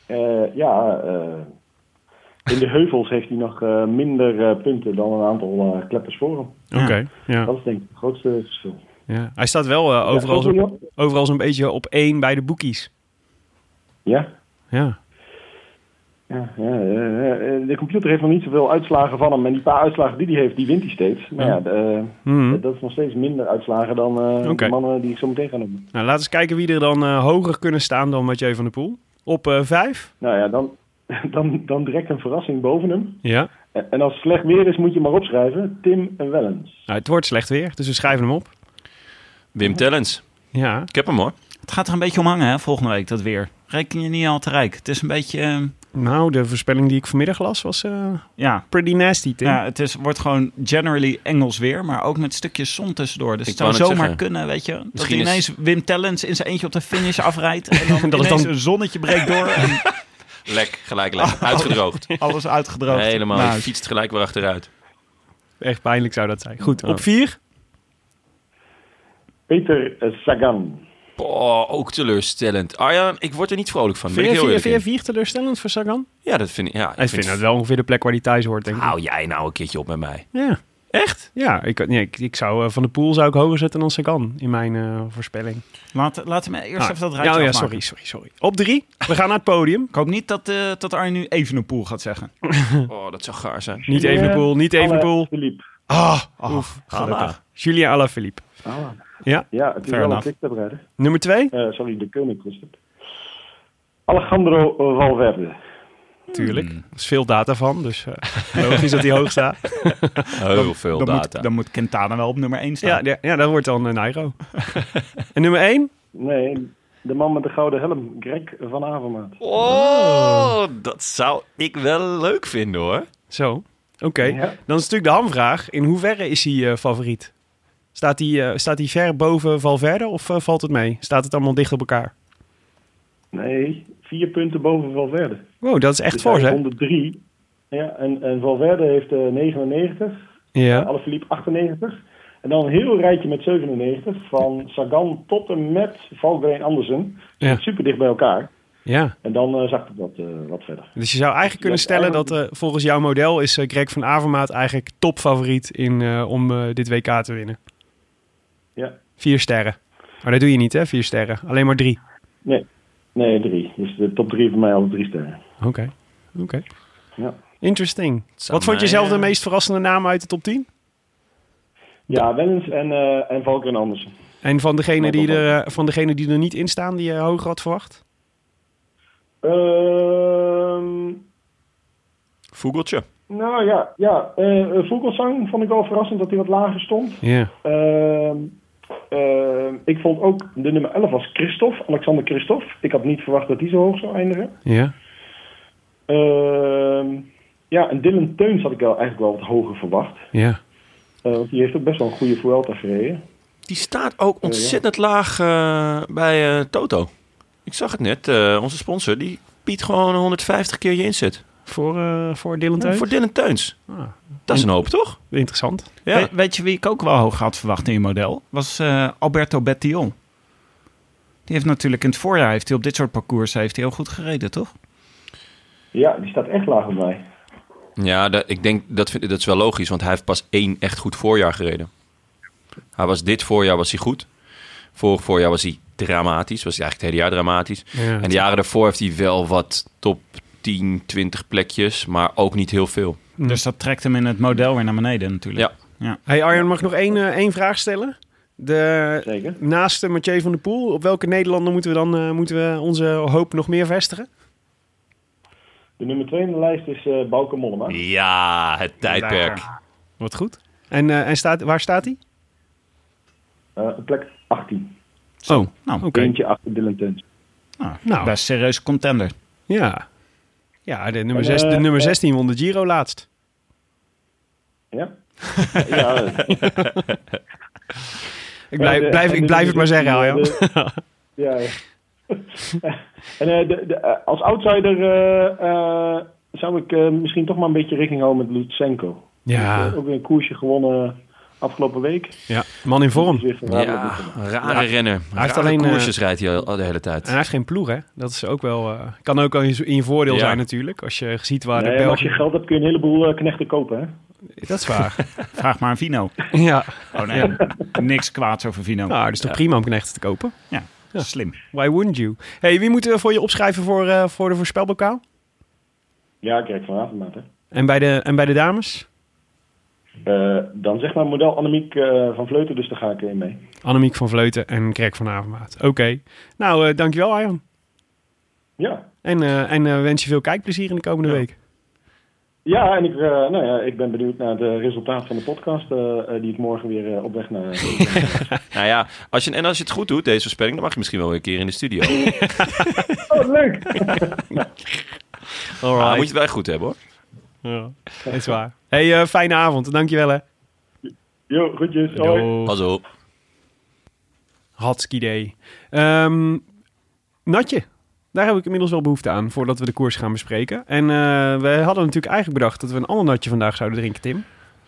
Speaker 4: eh, ja eh, in de heuvels heeft hij nog eh, minder eh, punten dan een aantal eh kleppers voor hem.
Speaker 2: Oké. Ja.
Speaker 4: Dat is denk ik het grootste verschil.
Speaker 2: Ja. Hij staat wel eh, overal,
Speaker 4: Ja,
Speaker 2: zo,
Speaker 4: Antonio?
Speaker 2: overal zo'n beetje op één bij de boekies.
Speaker 4: Ja,
Speaker 2: Ja.
Speaker 4: ja, ja, eh, eh, de computer heeft nog niet zoveel uitslagen van hem. En die paar uitslagen die hij heeft, die wint hij steeds. Maar ja, de,
Speaker 2: Mhm.
Speaker 4: eh, dat is nog steeds minder uitslagen dan eh,
Speaker 2: Oké.
Speaker 4: de mannen die ik zo meteen ga noemen.
Speaker 2: Nou, laten we eens kijken wie er dan eh, hoger kunnen staan dan Mathieu van der Poel. Op eh, vijf.
Speaker 4: Nou ja, dan, dan, dan direct een verrassing boven hem. Eh,
Speaker 2: Ja.
Speaker 4: En en als het slecht weer is, moet je maar opschrijven. Tim Wellens.
Speaker 2: Nou, het wordt slecht weer, dus we schrijven hem op.
Speaker 1: Wim Tellens.
Speaker 2: Ja.
Speaker 1: Ik heb hem hoor.
Speaker 3: Het gaat er een beetje om hangen, hè, volgende week, dat weer. reken je niet al te rijk. Het is een beetje, eh,
Speaker 2: Nou, de voorspelling die ik vanmiddag las was eh,
Speaker 3: ja,
Speaker 2: pretty nasty, Tim.
Speaker 3: Ja, het is, wordt gewoon generally Engels weer, maar ook met stukjes zon tussendoor. Dus
Speaker 1: Ik
Speaker 3: het zou
Speaker 1: wou net
Speaker 3: zomaar
Speaker 1: zeggen.
Speaker 3: kunnen, weet je. Dat
Speaker 1: Misschien
Speaker 3: ineens Wim Tellens in zijn eentje op de finish afrijdt. En dan
Speaker 2: Dat is
Speaker 3: ineens
Speaker 2: dan-
Speaker 3: een zonnetje breekt door en
Speaker 1: Lek, gelijk lek. Uitgedroogd.
Speaker 3: alles uitgedroogd.
Speaker 1: Helemaal,
Speaker 3: Nou,
Speaker 1: je fietst gelijk weer achteruit.
Speaker 2: Echt pijnlijk zou dat zijn. Goed, eh,
Speaker 1: Ja.
Speaker 2: op vier.
Speaker 4: Peter eh, Sagan.
Speaker 1: Oh, ook teleurstellend. Arjan, ik word er niet vrolijk van. Ben
Speaker 2: Vind
Speaker 1: ik
Speaker 2: je,
Speaker 1: heel
Speaker 2: vind je-
Speaker 1: eerlijk in.
Speaker 2: vind je vier teleurstellend voor Sagan?
Speaker 1: Ja, dat vind ik. Ja,
Speaker 2: Ik vind dat wel ongeveer de plek waar hij thuis hoort, denk ik.
Speaker 1: Hou jij nou een keertje op met mij.
Speaker 2: Ja,
Speaker 1: Echt?
Speaker 2: ja ik, nee, ik, ik zou eh, Van de Poel zou ik hoger zetten dan Sagan in mijn eh, voorspelling.
Speaker 3: Laat, laat hem eerst
Speaker 2: Ah,
Speaker 1: Nou,
Speaker 3: even dat
Speaker 2: ja,
Speaker 3: rijtje
Speaker 2: oh ja, sorry,
Speaker 3: afmaken.
Speaker 2: sorry, sorry. Op drie, we gaan naar het podium.
Speaker 3: Ik hoop niet dat, eh dat Arjen nu even een poel gaat zeggen.
Speaker 1: Oh, dat zou gaar zijn.
Speaker 2: Niet even de Poel, niet even de Poel.
Speaker 4: Philippe.
Speaker 3: Ah, oh, gelukkig.
Speaker 2: Julien Alaphilippe.
Speaker 4: Ja, het is
Speaker 3: Fair
Speaker 4: wel
Speaker 3: enough.
Speaker 4: een tiktaprijder.
Speaker 2: Nummer twee?
Speaker 4: Eh sorry, de koning was het. Alejandro Valverde.
Speaker 1: Hmm.
Speaker 2: Tuurlijk. Er is veel data van, dus eh, logisch dat hij hoog staat.
Speaker 1: Heel veel
Speaker 3: Dan
Speaker 1: data.
Speaker 3: moet, dan moet Quintana wel op nummer 1 staan.
Speaker 2: Ja, de- ja dat wordt dan een Nairo. en nummer één?
Speaker 4: Nee, de man met de gouden helm, Greg van Avermaat.
Speaker 1: Oh, dat zou ik wel leuk vinden hoor.
Speaker 2: Zo, oké.
Speaker 4: Ja.
Speaker 2: Dan is natuurlijk de hamvraag. In hoeverre is hij eh, favoriet? Staat hij, eh, staat hij ver boven Valverde of eh, valt het mee? Staat het allemaal dicht op elkaar?
Speaker 4: Nee, vier punten boven Valverde.
Speaker 2: Wow, dat is echt
Speaker 4: Dus
Speaker 2: voor,
Speaker 4: hij heeft
Speaker 2: hè?
Speaker 4: 103. Ja, en, en Valverde heeft eh 99.
Speaker 2: Ja.
Speaker 4: Alaphilippe 98. En dan een heel rijtje met 97. Van Sagan tot en met Valgren Andersen.
Speaker 2: Ja.
Speaker 4: Super dicht bij elkaar.
Speaker 2: ja.
Speaker 4: En dan eh, zag het wat, eh, wat verder.
Speaker 2: Dus je zou eigenlijk kunnen stellen dat eh, volgens jouw model is eh, Greg van Avermaat eigenlijk topfavoriet in, eh, om eh, dit WK te winnen.
Speaker 4: Ja.
Speaker 2: Vier sterren. Maar dat doe je niet, hè? Vier sterren. Alleen maar drie.
Speaker 4: Nee, nee, drie. Dus de top drie voor mij al drie sterren.
Speaker 2: Oké. Oké.
Speaker 4: Ja.
Speaker 2: Interesting.
Speaker 1: zou
Speaker 2: Wat vond je
Speaker 1: mij,
Speaker 2: zelf de
Speaker 1: eh,
Speaker 2: meest verrassende naam uit de top 10?
Speaker 4: Ja, Wellens en, eh en Valken Andersen.
Speaker 2: En van degene,
Speaker 4: Michael
Speaker 2: die er, eh, van degene die er niet in staan, die je hoger had verwacht?
Speaker 4: Ehm,
Speaker 1: Voegeltje.
Speaker 4: nou ja, ja. eh eh, Vogelsang vond ik wel verrassend dat hij wat lager stond.
Speaker 2: Ja.
Speaker 4: Ehm, ehm, ik vond ook de nummer 11 was Christophe, Alexander Christophe. Ik had niet verwacht dat hij zo hoog zou eindigen.
Speaker 2: Ja.
Speaker 4: Ehm, ja, en Dylan Teuns had ik wel, eigenlijk wel wat hoger verwacht.
Speaker 2: Ja.
Speaker 4: Eh, want die heeft ook best wel een goede Vuelta gereden.
Speaker 1: Die staat ook ontzettend laag eh, bij eh, Toto. Ik zag het net, eh, onze sponsor, die biedt gewoon 150 keer je inzet.
Speaker 2: Voor, eh, voor Dylan
Speaker 1: Ja,
Speaker 2: Teuns?
Speaker 1: voor Dylan Teuns.
Speaker 2: Ah.
Speaker 1: Dat is een hoop, toch?
Speaker 2: Interessant.
Speaker 1: Ja.
Speaker 3: We- weet je wie ik ook wel hoog had verwacht in je model? Was eh, Alberto Bettiol. Die heeft natuurlijk in het voorjaar heeft hij op dit soort parcours heeft hij heel goed gereden, toch?
Speaker 4: Ja, die staat echt laag bij mij.
Speaker 1: Ja, dat, ik denk dat, vind, dat is wel logisch, want hij heeft pas één echt goed voorjaar gereden. Hij was dit voorjaar was hij goed. Vorig voorjaar was hij dramatisch, was hij eigenlijk het hele jaar dramatisch.
Speaker 2: Ja.
Speaker 1: En de jaren daarvoor heeft hij wel wat top 10, 20 plekjes, maar ook niet heel veel.
Speaker 3: Dus dat trekt hem in het model weer naar beneden natuurlijk.
Speaker 1: Ja.
Speaker 2: Hey Arjan, mag ik nog één, eh, één vraag stellen? De,
Speaker 4: Zeker.
Speaker 2: naast eh, Mathieu van der Poel, op welke Nederlander moeten we dan eh, moeten we onze hoop nog meer vestigen?
Speaker 4: De nummer 2 in de lijst is eh Bauke Mollema.
Speaker 1: Ja, het tijdperk.
Speaker 2: Wat goed. En, eh, en staat, waar staat hij?
Speaker 4: Eh, op plek 18.
Speaker 2: Oh,
Speaker 3: Nou,
Speaker 2: oké.
Speaker 4: Eentje achter Dylan Teuns.
Speaker 3: nou,
Speaker 2: Nou.
Speaker 3: best serieus contender.
Speaker 2: Ja. Ja, de nummer,
Speaker 4: En,
Speaker 2: zes, de
Speaker 4: eh,
Speaker 2: nummer
Speaker 4: eh,
Speaker 2: 16 won de Giro laatst.
Speaker 4: Ja? ja, eh,
Speaker 2: Ik blijf,
Speaker 4: de-
Speaker 2: blijf,
Speaker 4: en
Speaker 2: ik
Speaker 4: de
Speaker 2: blijf het maar
Speaker 4: nummer
Speaker 2: zeggen, Arjan.
Speaker 4: 16, eh, de- ja, ja. en eh, de, de, eh, als outsider eh, eh, zou ik eh, misschien toch maar een beetje rekening houden met Lutsenko. Die heeft, eh, ook weer een koersje gewonnen eh, afgelopen week.
Speaker 2: ja, man in vorm.
Speaker 4: Die is weer
Speaker 1: Ja,
Speaker 4: verraderlijk goed gedaan.
Speaker 1: rare renner. Hij
Speaker 2: heeft
Speaker 1: heeft
Speaker 2: alleen,
Speaker 1: alleen
Speaker 2: eh,
Speaker 1: koersjes rijdt hij al, al de hele tijd.
Speaker 2: En hij heeft geen ploeg, hè? Dat is ook wel, eh, kan ook al in, in je voordeel
Speaker 1: Ja.
Speaker 2: zijn natuurlijk. Als je ziet waar
Speaker 4: Nee,
Speaker 2: de
Speaker 4: maar als
Speaker 2: Belgen...
Speaker 4: je geld hebt kun je een heleboel eh, knechten kopen. Hè?
Speaker 2: Dat is waar.
Speaker 3: Vraag maar aan Vino.
Speaker 2: ja.
Speaker 3: Oh nee, niks kwaads over Vino.
Speaker 2: Nou, dat is toch prima om knechten te kopen?
Speaker 3: Ja, slim.
Speaker 2: Why wouldn't you? hey, wie moeten we voor je opschrijven voor, eh, voor de voorspelbokaal?
Speaker 4: Ja, kijk vanavond maar. Hè.
Speaker 2: En bij de, en bij de dames?
Speaker 4: Eh, dan zeg maar model Annemiek eh, van Vleuten, dus daar ga ik in mee.
Speaker 2: Annemiek van Vleuten en Greg van Avermaat. Oké. Nou, eh, dankjewel Arjan.
Speaker 4: Ja,
Speaker 2: En, eh, en eh, wens je veel kijkplezier in de komende week.
Speaker 4: Ja, en ik, eh, nou ja, ik ben benieuwd naar het eh, resultaat van de podcast, eh, eh, die ik morgen weer eh, op weg naar.
Speaker 1: Nou ja, als je, en als je het goed doet, deze voorspelling, dan mag je misschien wel weer een keer in de studio.
Speaker 4: oh, leuk!
Speaker 2: All
Speaker 1: Maar moet je het wel echt goed hebben hoor.
Speaker 2: Ja, dat is waar. hey, eh, fijne avond. Dankjewel, hè.
Speaker 4: Jo, groetjes. Hoi.
Speaker 1: Pas op.
Speaker 2: Hatsk idee. Ehm, natje. Daar heb ik inmiddels wel behoefte aan, voordat we de koers gaan bespreken. En eh, we hadden natuurlijk eigenlijk bedacht dat we een ander natje vandaag zouden drinken, Tim.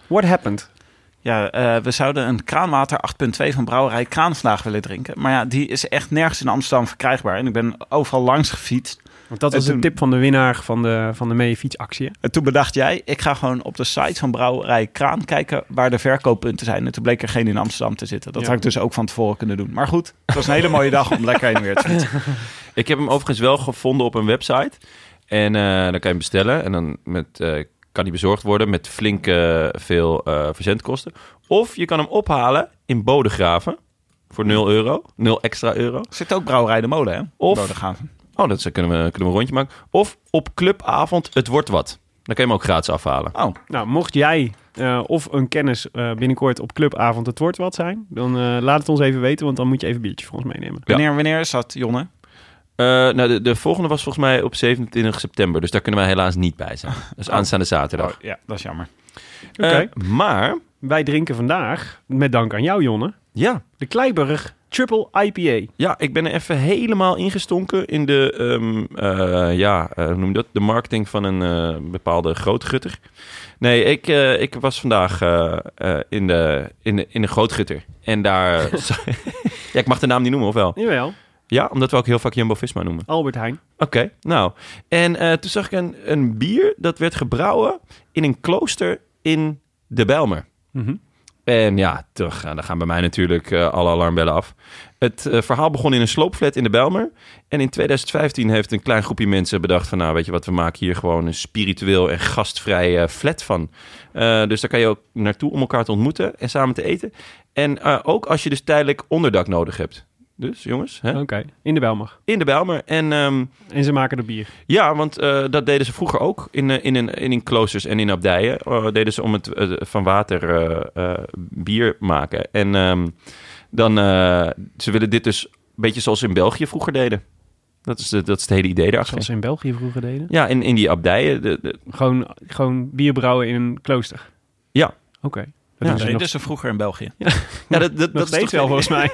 Speaker 2: What happened?
Speaker 3: Ja, eh, we zouden een kraanwater 8.2 van brouwerij Kraan vandaag willen drinken. Maar ja, die is echt nergens in Amsterdam verkrijgbaar. En ik ben overal langs gefietst.
Speaker 2: Want dat was
Speaker 3: En toen-
Speaker 2: de tip van de winnaar van de, van de mee fietsactie. hè?
Speaker 3: En toen bedacht jij, ik ga gewoon op de site van brouwerij Kraan kijken waar de verkooppunten zijn. En toen bleek er geen in Amsterdam te zitten. Dat
Speaker 2: Ja.
Speaker 3: had ik dus ook van tevoren kunnen doen. Maar goed, het was een hele mooie dag om lekker heen en weer te fietsen.
Speaker 1: Ik heb hem overigens wel gevonden op een website. En eh, dan kan je hem bestellen. En dan met, eh, kan hij bezorgd worden met flink eh, veel eh, verzendkosten. Of je kan hem ophalen in Bodegraven. Voor 0 euro. 0 extra euro.
Speaker 3: Er zit ook brouwerij De Molen, hè?
Speaker 1: Of-
Speaker 3: Bodegraven.
Speaker 1: Oh, dat is- kunnen we, kunnen we een rondje maken. Of op clubavond Het Wordt Wat. Dan kan je hem ook gratis afhalen.
Speaker 3: Oh,
Speaker 2: Nou, mocht jij eh, of een kennis eh, binnenkort op clubavond het woord wat zijn, dan eh, laat het ons even weten, want dan moet je even biertje voor ons meenemen.
Speaker 1: Ja.
Speaker 3: wanneer, wanneer is dat, Jonne?
Speaker 1: Eh, nou, de, de volgende was volgens mij op 27 september. Dus daar kunnen wij helaas niet bij zijn. Dus aanstaande zaterdag.
Speaker 3: Oh, ja, dat is jammer.
Speaker 2: Oké.
Speaker 1: Eh, maar,
Speaker 2: Wij drinken vandaag, met dank aan jou Jonne,
Speaker 1: ja.
Speaker 2: de Kleiburg Triple IPA.
Speaker 1: Ja, ik ben er even helemaal ingestonken in de, ehm, eh, ja, eh, hoe noem je dat? De marketing van een eh, bepaalde grootgutter. Nee, ik, eh, ik was vandaag eh, eh, in, de, in, de, in de grootgutter. En daar... ja, ik mag de naam niet noemen, of wel?
Speaker 2: Jawel,
Speaker 1: Ja, omdat we ook heel vaak Jumbo-Visma noemen.
Speaker 2: Albert Heijn.
Speaker 1: Oké, nou. En eh, toen zag ik een, een bier dat werd gebrouwen in een klooster in de Bijlmer.
Speaker 2: Mhm.
Speaker 1: En ja, toch, eh, dan gaan bij mij natuurlijk eh, alle alarmbellen af. Het eh, verhaal begon in een sloopflat in de Bijlmer. En in 2015 heeft een klein groepje mensen bedacht van... nou, weet je wat, we maken hier gewoon een spiritueel en gastvrij eh, flat van. Eh, dus daar kan je ook naartoe om elkaar te ontmoeten en samen te eten. En eh, ook als je dus tijdelijk onderdak nodig hebt. Dus jongens, hè?
Speaker 2: Oké, in de Belmag.
Speaker 1: in de Bijlmer. En ehm,
Speaker 2: En ze maken er bier.
Speaker 1: ja, want eh, dat deden ze vroeger ook in, eh, in, een- in, in kloosters en in abdijen. Eh, deden ze om het eh, van water eh, eh, bier maken. En ehm, dan, eh, ze willen dit dus een beetje zoals ze in België vroeger deden. Dat is, de, dat is het hele idee
Speaker 2: Zoals
Speaker 1: daarachter.
Speaker 2: ze in België vroeger deden.
Speaker 1: Ja, in, in die abdijen. De, de-
Speaker 2: Gewoon, gewoon bier brouwen in een klooster.
Speaker 1: Ja.
Speaker 2: Oké. Dat
Speaker 1: Ja,
Speaker 2: doen ze
Speaker 3: Nee,
Speaker 2: nog,
Speaker 3: dus vroeger in België.
Speaker 1: ja, dat, dat,
Speaker 2: nog
Speaker 1: dat
Speaker 2: steeds
Speaker 1: toch-
Speaker 2: wel volgens mij.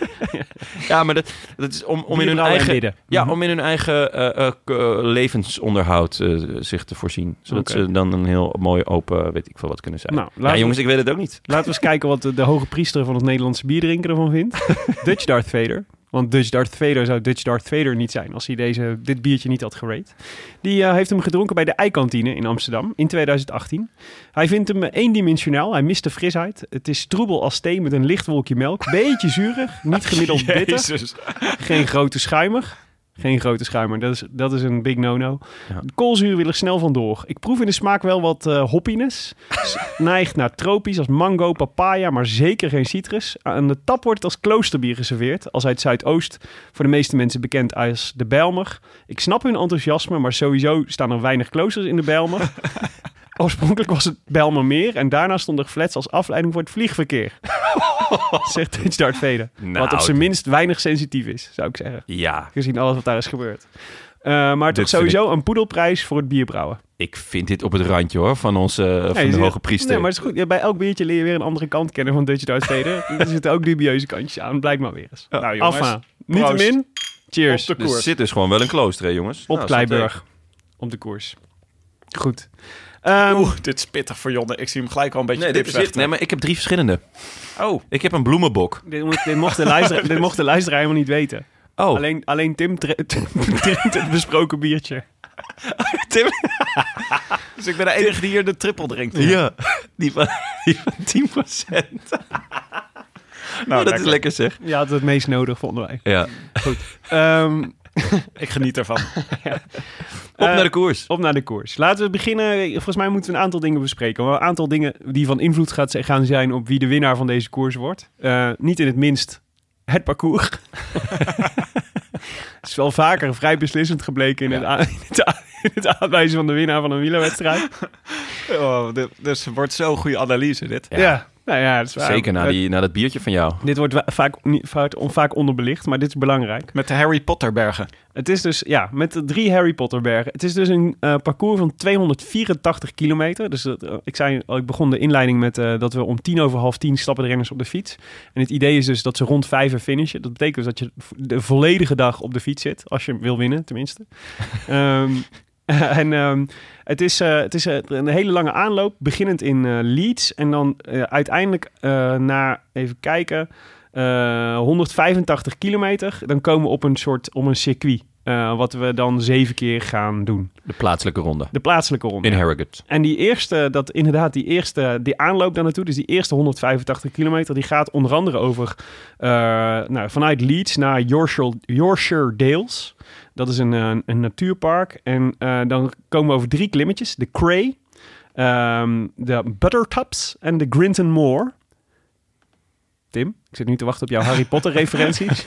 Speaker 1: Ja, maar dat, dat is om, om
Speaker 2: Bier
Speaker 1: in hun
Speaker 2: brouwen en
Speaker 1: eigen...
Speaker 2: bidden.
Speaker 1: Ja, om in hun eigen eh, eh, k- eh, levensonderhoud eh, zich te voorzien. Zodat
Speaker 2: Oké.
Speaker 1: ze dan een heel mooi open, weet ik veel wat kunnen zijn.
Speaker 2: Nou, laten,
Speaker 1: ja, jongens, ik weet het ook niet.
Speaker 2: laten we eens kijken wat de, de hoge priester van het Nederlandse bierdrinken ervan vindt. Dutch Darth Vader. Want Dutch Darth Vader zou Dutch Darth Vader niet zijn als hij deze, dit biertje niet had gerate. Die eh, heeft hem gedronken bij de Eikantine in Amsterdam in 2018. Hij vindt hem eh, eendimensionaal. Hij mist de frisheid. Het is troebel als thee met een licht wolkje melk. Beetje zuurig. Niet gemiddeld bitter.
Speaker 3: Jezus.
Speaker 2: Geen grote schuimer. Geen grote schuimer, dat is, dat is een big no-no.
Speaker 1: Ja.
Speaker 2: De Koolzuur wil er snel vandoor. Ik proef in de smaak wel wat eh hoppiness. S- Neigt naar tropisch als mango, papaya, maar zeker geen citrus. Aan de tap wordt het als kloosterbier geserveerd. Als uit Zuidoost, voor de meeste mensen bekend als de Bijlmer. Ik snap hun enthousiasme, maar sowieso staan er weinig kloosters in de Bijlmer. Oorspronkelijk was het Bijlmermeer en daarna stonden er flats als afleiding voor het vliegverkeer. Zegt Dutch Dart Veden. wat op
Speaker 1: Nou,
Speaker 2: zijn minst weinig sensitief is, zou ik zeggen
Speaker 1: Ja,
Speaker 2: gezien alles wat daar is gebeurd. Eh, maar toch
Speaker 1: Dit
Speaker 2: sowieso een poedelprijs voor het bierbrouwen.
Speaker 1: Ik vind dit op het randje hoor, van onze eh,
Speaker 2: Ja,
Speaker 1: van
Speaker 2: je
Speaker 1: de
Speaker 2: ziet-
Speaker 1: hoge priester.
Speaker 2: Nee, maar het is goed. Ja, bij elk biertje leer je weer een andere kant kennen van Dutch Darth Vader. er zitten ook dubieuze kantjes aan. Blijkt maar weer eens.
Speaker 3: Nou, jongens,
Speaker 2: Afha. Niettemin. Cheers.
Speaker 3: Op de
Speaker 1: Dus er zit dus gewoon wel een klooster, hè, jongens.
Speaker 2: Op
Speaker 1: Nou,
Speaker 2: Kleiburg. Op de koers. Goed. Ehm,
Speaker 3: Oeh, dit is pittig voor Jonne. Ik zie hem gelijk al een
Speaker 1: dat-
Speaker 3: beetje
Speaker 1: Nee, dit is
Speaker 3: dipsrechter.
Speaker 1: Nee, maar ik heb drie verschillende.
Speaker 3: Oh.
Speaker 1: Ik heb een bloemenbok.
Speaker 2: dit, moet- dit mocht de luisteraar, dit mocht de luisteraar helemaal niet weten.
Speaker 1: Oh,
Speaker 2: Alleen, alleen Tim tre- Tim drinkt het besproken biertje.
Speaker 3: Dus ik ben de enige die hier de triple drinkt.
Speaker 1: ja. Die van, die van 10 procent.
Speaker 3: nou,
Speaker 1: Oh, dat is lekker zeg.
Speaker 2: Je had het meest nodig, vonden wij.
Speaker 1: Ja.
Speaker 2: Ehm,
Speaker 3: Ik geniet ervan.
Speaker 1: Op
Speaker 2: Eh,
Speaker 1: naar de koers.
Speaker 2: Op naar de koers. Laten we beginnen. Volgens mij moeten we een aantal dingen bespreken. Wel Een aantal dingen die van invloed gaat- gaan zijn op wie de winnaar van deze koers wordt. Eh, niet in het minst het parcours. Het is wel vaker vrij beslissend gebleken in, het, a- in het a- in het aanwijzen van de winnaar van een wielerwedstrijd.
Speaker 3: Oh, dit- dus het wordt zo'n goede analyse dit.
Speaker 2: Ja. Nou ja, dat is waar.
Speaker 1: Zeker na,
Speaker 2: Dat-
Speaker 1: die, na dat biertje van jou.
Speaker 2: Dit wordt wa- vaak, niet- vaak, on- vaak onderbelicht, maar dit is belangrijk.
Speaker 3: Met de Harry Potter bergen.
Speaker 2: Het is dus, ja, met de drie Harry Potter bergen. Het is dus een eh, parcours van 284 kilometer. Dus dat, eh, ik zei al, ik begon de inleiding met eh, dat we om tien over half tien stappen de renners op de fiets. En het idee is dus dat ze rond vijven finishen. Dat betekent dus dat je v- de volledige dag op de fiets zit, als je wil winnen tenminste. Ehm, en ehm, het is, eh, het is eh, een hele lange aanloop, beginnend in eh, Leeds. En dan eh, uiteindelijk eh, naar, even kijken, eh, 185 kilometer. Dan komen we op een soort, om een circuit. eh, wat we dan zeven keer gaan doen.
Speaker 1: De plaatselijke ronde.
Speaker 2: De plaatselijke ronde.
Speaker 1: In Harrogate.
Speaker 2: En die eerste, dat inderdaad, die eerste, die aanloop daar naartoe, dus die eerste 185 kilometer, die gaat onder andere over eh, nou, vanuit Leeds naar Yorkshire, Yorkshire Dales. Dat is een, eh, een, natuurpark. En eh, dan komen we over drie klimmetjes: de Cray, ehm, de Buttertups en de Grinton Moor. Tim, ik zit nu te wachten op jouw Harry Potter referenties.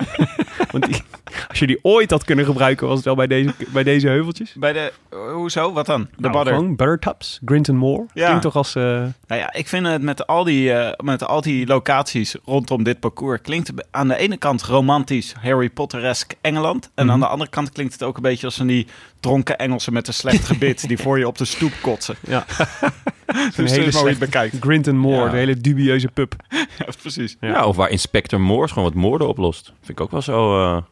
Speaker 2: Want die- als je die ooit had kunnen gebruiken, was het wel bij deze, bij deze heuveltjes.
Speaker 3: Bij de... eh, Hoezo? Wat dan? De
Speaker 2: Nou,
Speaker 3: badder.
Speaker 2: Gewoon Buttertups, Grinton Moor.
Speaker 3: Ja.
Speaker 2: Klinkt toch als... eh,
Speaker 3: Nou ja, ik vind het met al die, eh, met al die locaties rondom dit parcours... klinkt het aan de ene kant romantisch Harry Potter-esk Engeland... en
Speaker 2: Mhm.
Speaker 3: aan de andere kant klinkt het ook een beetje als van die dronken Engelsen... met een slecht gebit die voor je op de stoep kotsen.
Speaker 2: Ja.
Speaker 3: dus
Speaker 2: hele
Speaker 3: dat is maar hoe je het
Speaker 2: slechte-
Speaker 3: bekijkt.
Speaker 2: Grinton Moore,
Speaker 3: Ja.
Speaker 2: de hele dubieuze pub.
Speaker 3: Ja, precies.
Speaker 2: Ja.
Speaker 1: Ja. of waar Inspector Moors gewoon wat moorden oplost. Vind ik ook wel zo... eh, ook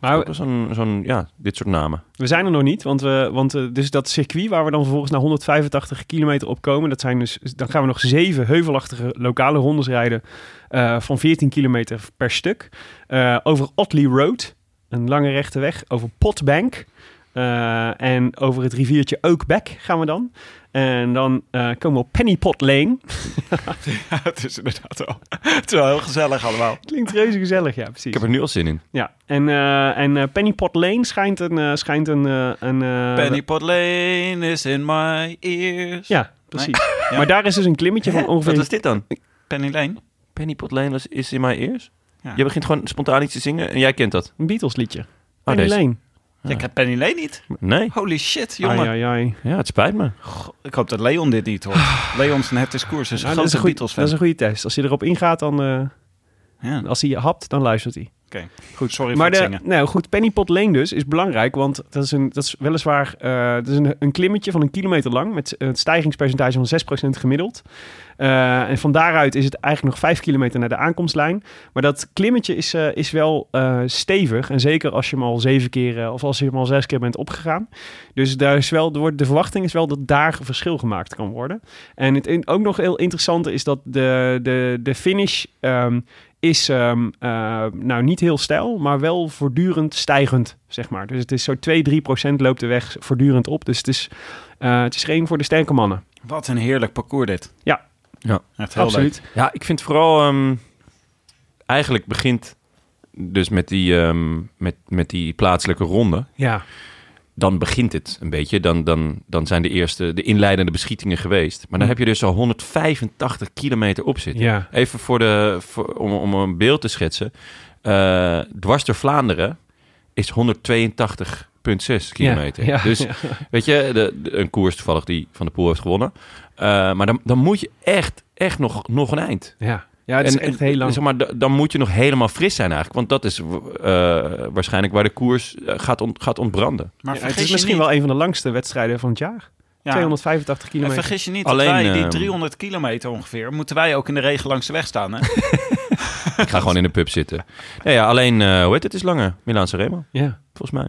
Speaker 2: Maar
Speaker 1: wel zo'n, zo'n, ja, dit soort namen.
Speaker 2: we zijn er nog niet, want, we, want eh, dus dat circuit waar we dan vervolgens na 185 kilometer op komen, dat zijn dus, dan gaan we nog zeven heuvelachtige lokale rondes rijden eh, van 14 kilometer per stuk. Eh, over Otley Road, een lange rechte weg, over Potbank eh, en over het riviertje Oakbeck gaan we dan. En dan eh, komen we op Pennypot Lane.
Speaker 3: Ja, het is inderdaad wel, het is wel heel gezellig allemaal.
Speaker 2: Klinkt reuze gezellig, ja precies.
Speaker 1: Ik heb er nu al zin in.
Speaker 2: Ja, en, eh en eh, Pennypot Lane schijnt een... eh, schijnt een, eh, een eh,
Speaker 3: Penny Pot Lane is in my ears.
Speaker 2: Ja, precies. Maar daar is dus een klimmetje van ongeveer...
Speaker 1: Wat is dit dan?
Speaker 3: Penny Lane.
Speaker 1: Penny Pot Lane was- is in my ears?
Speaker 3: Ja.
Speaker 1: Je begint gewoon spontaan iets te zingen en jij kent dat.
Speaker 2: Een Beatles liedje.
Speaker 1: Oh,
Speaker 2: Penny
Speaker 1: deze.
Speaker 2: Lane.
Speaker 3: Ik heb Penny Lane niet.
Speaker 1: Nee.
Speaker 3: Holy shit, jongen.
Speaker 2: Ai, ai, ai. Ah,
Speaker 1: Ja, het spijt me.
Speaker 3: Ik hoop dat Leon dit niet hoort. Leon van Het is Koers is een
Speaker 2: Nou, dat, is
Speaker 3: grote
Speaker 2: een goeie, dat
Speaker 3: Beatles-fan.
Speaker 2: is een goede test. Als je erop ingaat, dan... eh,
Speaker 3: Ja, oké.
Speaker 2: als hij je hapt, dan luistert hij.
Speaker 3: Goed,
Speaker 2: Maar
Speaker 3: sorry voor het
Speaker 2: de,
Speaker 3: zingen.
Speaker 2: nou goed, Pennypot Lane dus is belangrijk, want dat is, een, dat is weliswaar eh, dat is een, een klimmetje van een kilometer lang met een stijgingspercentage van 6% gemiddeld. Eh, en van daaruit is het eigenlijk nog 5 kilometer naar de aankomstlijn. Maar dat klimmetje is, eh, is wel eh, stevig en zeker als je hem al zeven keer eh, of als je hem al zes keer bent opgegaan. Dus daar is wel, er wordt- de verwachting is wel dat daar een verschil gemaakt kan worden. En het in- ook nog heel interessant is dat de, de, de finish ehm, is ehm, eh, nou niet heel stijl, maar wel voortdurend stijgend, zeg maar. Dus het is zo 2-3 procent loopt de weg voortdurend op. Dus het is, eh, het is geen voor de sterke mannen.
Speaker 3: Wat een heerlijk parcours dit.
Speaker 2: Ja.
Speaker 1: Ja.
Speaker 3: Echt heel
Speaker 2: Absoluut.
Speaker 1: Ja, ik vind vooral... ehm, eigenlijk begint dus met die, ehm, met, met die plaatselijke ronde.
Speaker 2: Ja.
Speaker 1: Dan begint het een beetje. Dan, dan, dan zijn de eerste, de inleidende beschietingen geweest. Maar dan heb je dus al 185 kilometer op zitten.
Speaker 2: Mm. Ja.
Speaker 1: Even voor de, voor- om, om een beeld te schetsen. Eh, dwars door Vlaanderen is 182,6 kilometer.
Speaker 2: ja,
Speaker 1: dus
Speaker 2: ja.
Speaker 1: weet je, de, de- een koers toevallig die Van de Poel heeft gewonnen. Eh, maar dan, dan moet je echt, echt nog, nog een eind.
Speaker 2: Ja. Ja, het is echt heel lang.
Speaker 3: dus
Speaker 1: Zeg maar, d- dan moet je nog helemaal fris zijn eigenlijk. Want dat is w- eh, waarschijnlijk waar de koers eh, gaat, ont, gaat ontbranden.
Speaker 3: Maar
Speaker 2: Ja, het
Speaker 3: vergis
Speaker 2: is misschien
Speaker 3: je niet,
Speaker 2: wel een van de langste wedstrijden van het jaar.
Speaker 3: ja,
Speaker 2: 285
Speaker 3: en
Speaker 2: kilometer.
Speaker 3: vergis je niet
Speaker 1: Alleen,
Speaker 3: dat wij die
Speaker 1: ehm,
Speaker 3: 300 kilometer ongeveer... moeten wij ook in de regen langs de weg staan, hè?
Speaker 1: Ik ga gewoon in de pub zitten. Nee, ja, alleen, eh, hoe heet het, is langer. Milaan Remo,
Speaker 2: Ja.
Speaker 1: volgens mij.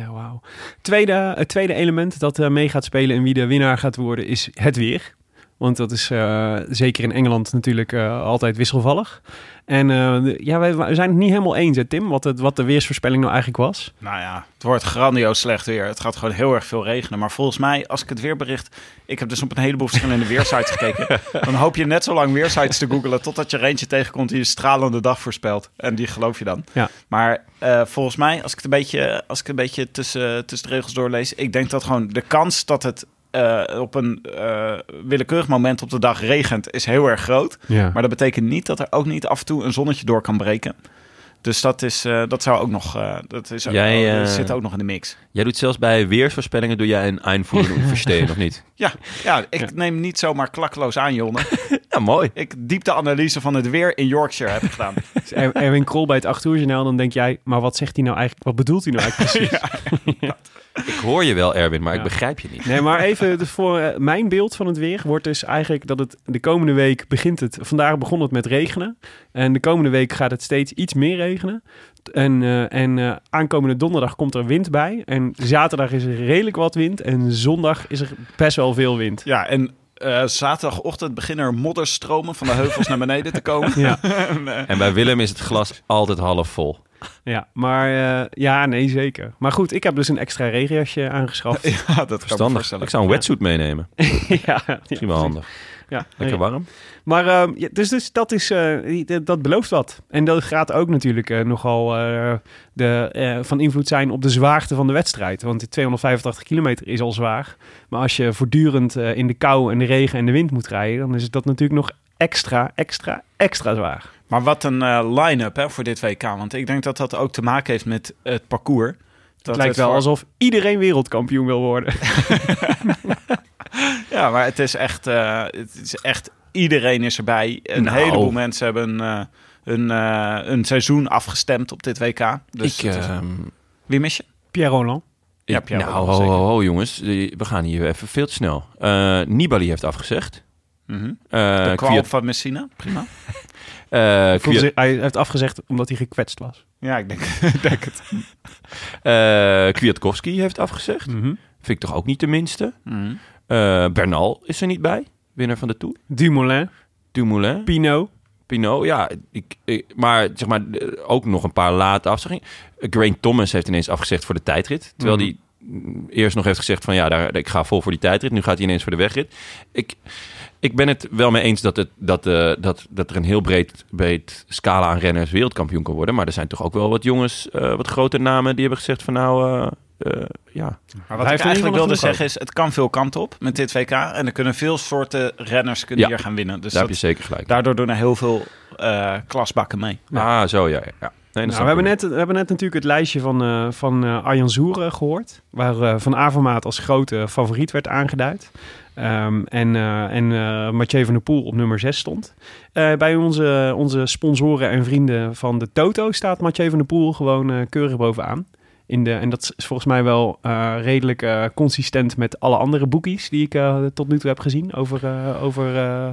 Speaker 2: Ja, wauw. Tweede, het tweede element dat eh, mee gaat spelen en wie de winnaar gaat worden is het weer. Want dat is eh, zeker in Engeland natuurlijk eh, altijd wisselvallig. En eh, de- ja, wij, wij zijn het niet helemaal eens, hè, Tim, wat, het, wat de weersvoorspelling nou eigenlijk was.
Speaker 3: Nou ja, het wordt grandioos slecht weer. Het gaat gewoon heel erg veel regenen. Maar volgens mij, als ik het weerbericht... Ik heb dus op een heleboel verschillende weersites gekeken. Dan hoop je net zo lang weersites te googelen... totdat je er eentje tegenkomt die een stralende dag voorspelt. En die geloof je dan.
Speaker 2: Ja.
Speaker 3: Maar eh, volgens mij, als ik het een beetje, als ik het een beetje tussen, tussen de regels doorlees... ik denk dat gewoon de kans dat het eh, op een eh, willekeurig moment op de dag regent... is heel erg groot.
Speaker 2: Ja.
Speaker 3: Maar dat betekent niet dat er ook niet af en toe een zonnetje door kan breken. Dus dat, is, eh, dat zou ook nog. eh, dat is,
Speaker 1: Jij,
Speaker 3: oh, dat
Speaker 1: eh,
Speaker 3: zit ook nog in de mix.
Speaker 1: Jij doet zelfs bij weersvoorspellingen doe jij een Einvoerung verstehen, of niet?
Speaker 3: Ja, ja ik neem niet zomaar klakkeloos aan, Jonne.
Speaker 1: Ja, mooi.
Speaker 3: ik diepteanalyse van het weer in Yorkshire heb gedaan.
Speaker 2: Dus Er- Erwin Krol bij het 8 uur journaal, dan denk jij, maar wat zegt hij nou eigenlijk, wat bedoelt hij nou eigenlijk precies?
Speaker 1: Ik hoor je wel, Erwin, maar
Speaker 2: Ja.
Speaker 1: ik begrijp je niet.
Speaker 2: Nee, maar even de- voor eh, mijn beeld van het weer wordt dus eigenlijk dat het de komende week begint het. Vandaag begon het met regenen en de komende week gaat het steeds iets meer regenen. En, eh, en eh, aankomende donderdag komt er wind bij en zaterdag is er redelijk wat wind en zondag is er best wel veel wind.
Speaker 3: Ja, en eh, zaterdagochtend beginnen er modderstromen van de heuvels naar beneden te komen.
Speaker 2: Ja,
Speaker 1: En bij Willem is het glas altijd half vol.
Speaker 2: ja maar eh, ja, nee, zeker. Maar goed, ik heb dus een extra regenjasje aangeschaft. Ja,
Speaker 3: Ja, dat kan ik me
Speaker 1: Verstandig.
Speaker 3: voorstellen.
Speaker 1: Ik zou een wetsuit meenemen.
Speaker 2: ja,
Speaker 1: Misschien wel handig.
Speaker 2: Ja,
Speaker 1: Lekker warm.
Speaker 2: Maar ehm, ja, dus, dus dat, is, eh, die- dat belooft wat. En dat gaat ook natuurlijk eh, nogal eh, de, eh, van invloed zijn op de zwaarte van de wedstrijd. Want die 285 kilometer is al zwaar. Maar als je voortdurend eh, in de kou en de regen en de wind moet rijden, dan is dat natuurlijk nog extra, extra, extra zwaar.
Speaker 3: Maar wat een eh, line-up hè, voor dit WK. Want ik denk dat dat ook te maken heeft met het parcours. Dat
Speaker 2: het lijkt wel
Speaker 3: voor-
Speaker 2: alsof iedereen wereldkampioen wil worden.
Speaker 3: Ja, maar het is echt, eh, het is echt iedereen is erbij. Een
Speaker 1: Nou.
Speaker 3: heleboel mensen hebben eh, hun, eh, hun seizoen afgestemd op dit WK. Dus
Speaker 1: ik,
Speaker 3: het is-
Speaker 1: ehm,
Speaker 3: wie mis je?
Speaker 2: Pierre Roland.
Speaker 3: Ja,
Speaker 1: ik-
Speaker 3: Pierre
Speaker 1: nou,
Speaker 3: wel,
Speaker 1: ho,
Speaker 3: zeker.
Speaker 1: ho, ho, jongens. Eh, We gaan hier even veel te snel. Eh, Nibali heeft afgezegd.
Speaker 3: Mhm.
Speaker 1: Eh,
Speaker 3: De kwal
Speaker 1: Kwiat-
Speaker 3: van Messina, prima.
Speaker 1: eh,
Speaker 2: Voelde
Speaker 1: Kwiat-
Speaker 2: zich- Hij heeft afgezegd omdat hij gekwetst was.
Speaker 3: Ja, ik denk, ik denk het.
Speaker 1: eh, Kwiatkowski heeft afgezegd.
Speaker 2: Hmm.
Speaker 1: Vind ik toch ook niet de minste.
Speaker 3: Mhm.
Speaker 1: Eh, Bernal is er niet bij. Winnaar van de Tour.
Speaker 2: Dumoulin,
Speaker 1: Dumoulin.
Speaker 2: Pino.
Speaker 1: Pino, ja. Ik, ik- maar zeg maar eh, ook nog een paar late afzeggingen. Eh, Geraint Thomas heeft ineens afgezegd voor de tijdrit. Terwijl
Speaker 2: Mhm.
Speaker 1: hij mm, eerst nog heeft gezegd van ja, daar, ik ga vol voor die tijdrit. Nu gaat hij ineens voor de wegrit. Ik, ik ben het wel mee eens dat, het, dat, eh, dat, dat er een heel breed, breed scala aan renners wereldkampioen kan worden. Maar er zijn toch ook wel wat jongens, eh, wat grote namen die hebben gezegd van nou, eh, eh, ja.
Speaker 2: Hij
Speaker 3: Maar wat ik
Speaker 2: heeft in ieder geval
Speaker 3: eigenlijk wilde
Speaker 2: genoeg
Speaker 3: zeggen is, het kan veel kanten op met dit WK. En er kunnen veel soorten renners kunnen
Speaker 1: Ja.
Speaker 3: hier gaan winnen. Dus
Speaker 1: daar heb
Speaker 3: dat-
Speaker 1: je zeker gelijk.
Speaker 3: daardoor doen er heel veel eh, klasbakken mee.
Speaker 1: Ah, zo, ja. ja, ja. Nee, dat
Speaker 2: Nou,
Speaker 1: snap
Speaker 2: we, hebben
Speaker 1: ik.
Speaker 2: net, we hebben net natuurlijk het lijstje van, eh, van eh, Arjan Soeren gehoord. Waar eh, Van Avermaat als grote favoriet werd aangeduid. Ehm, en eh, en eh, Mathieu van der Poel op nummer 6 stond. Eh, bij onze, onze sponsoren en vrienden van de Toto staat Mathieu van der Poel gewoon eh, keurig bovenaan. In de, en dat is volgens mij wel eh, redelijk eh, consistent met alle andere boekies die ik eh, tot nu toe heb gezien over, eh, over eh,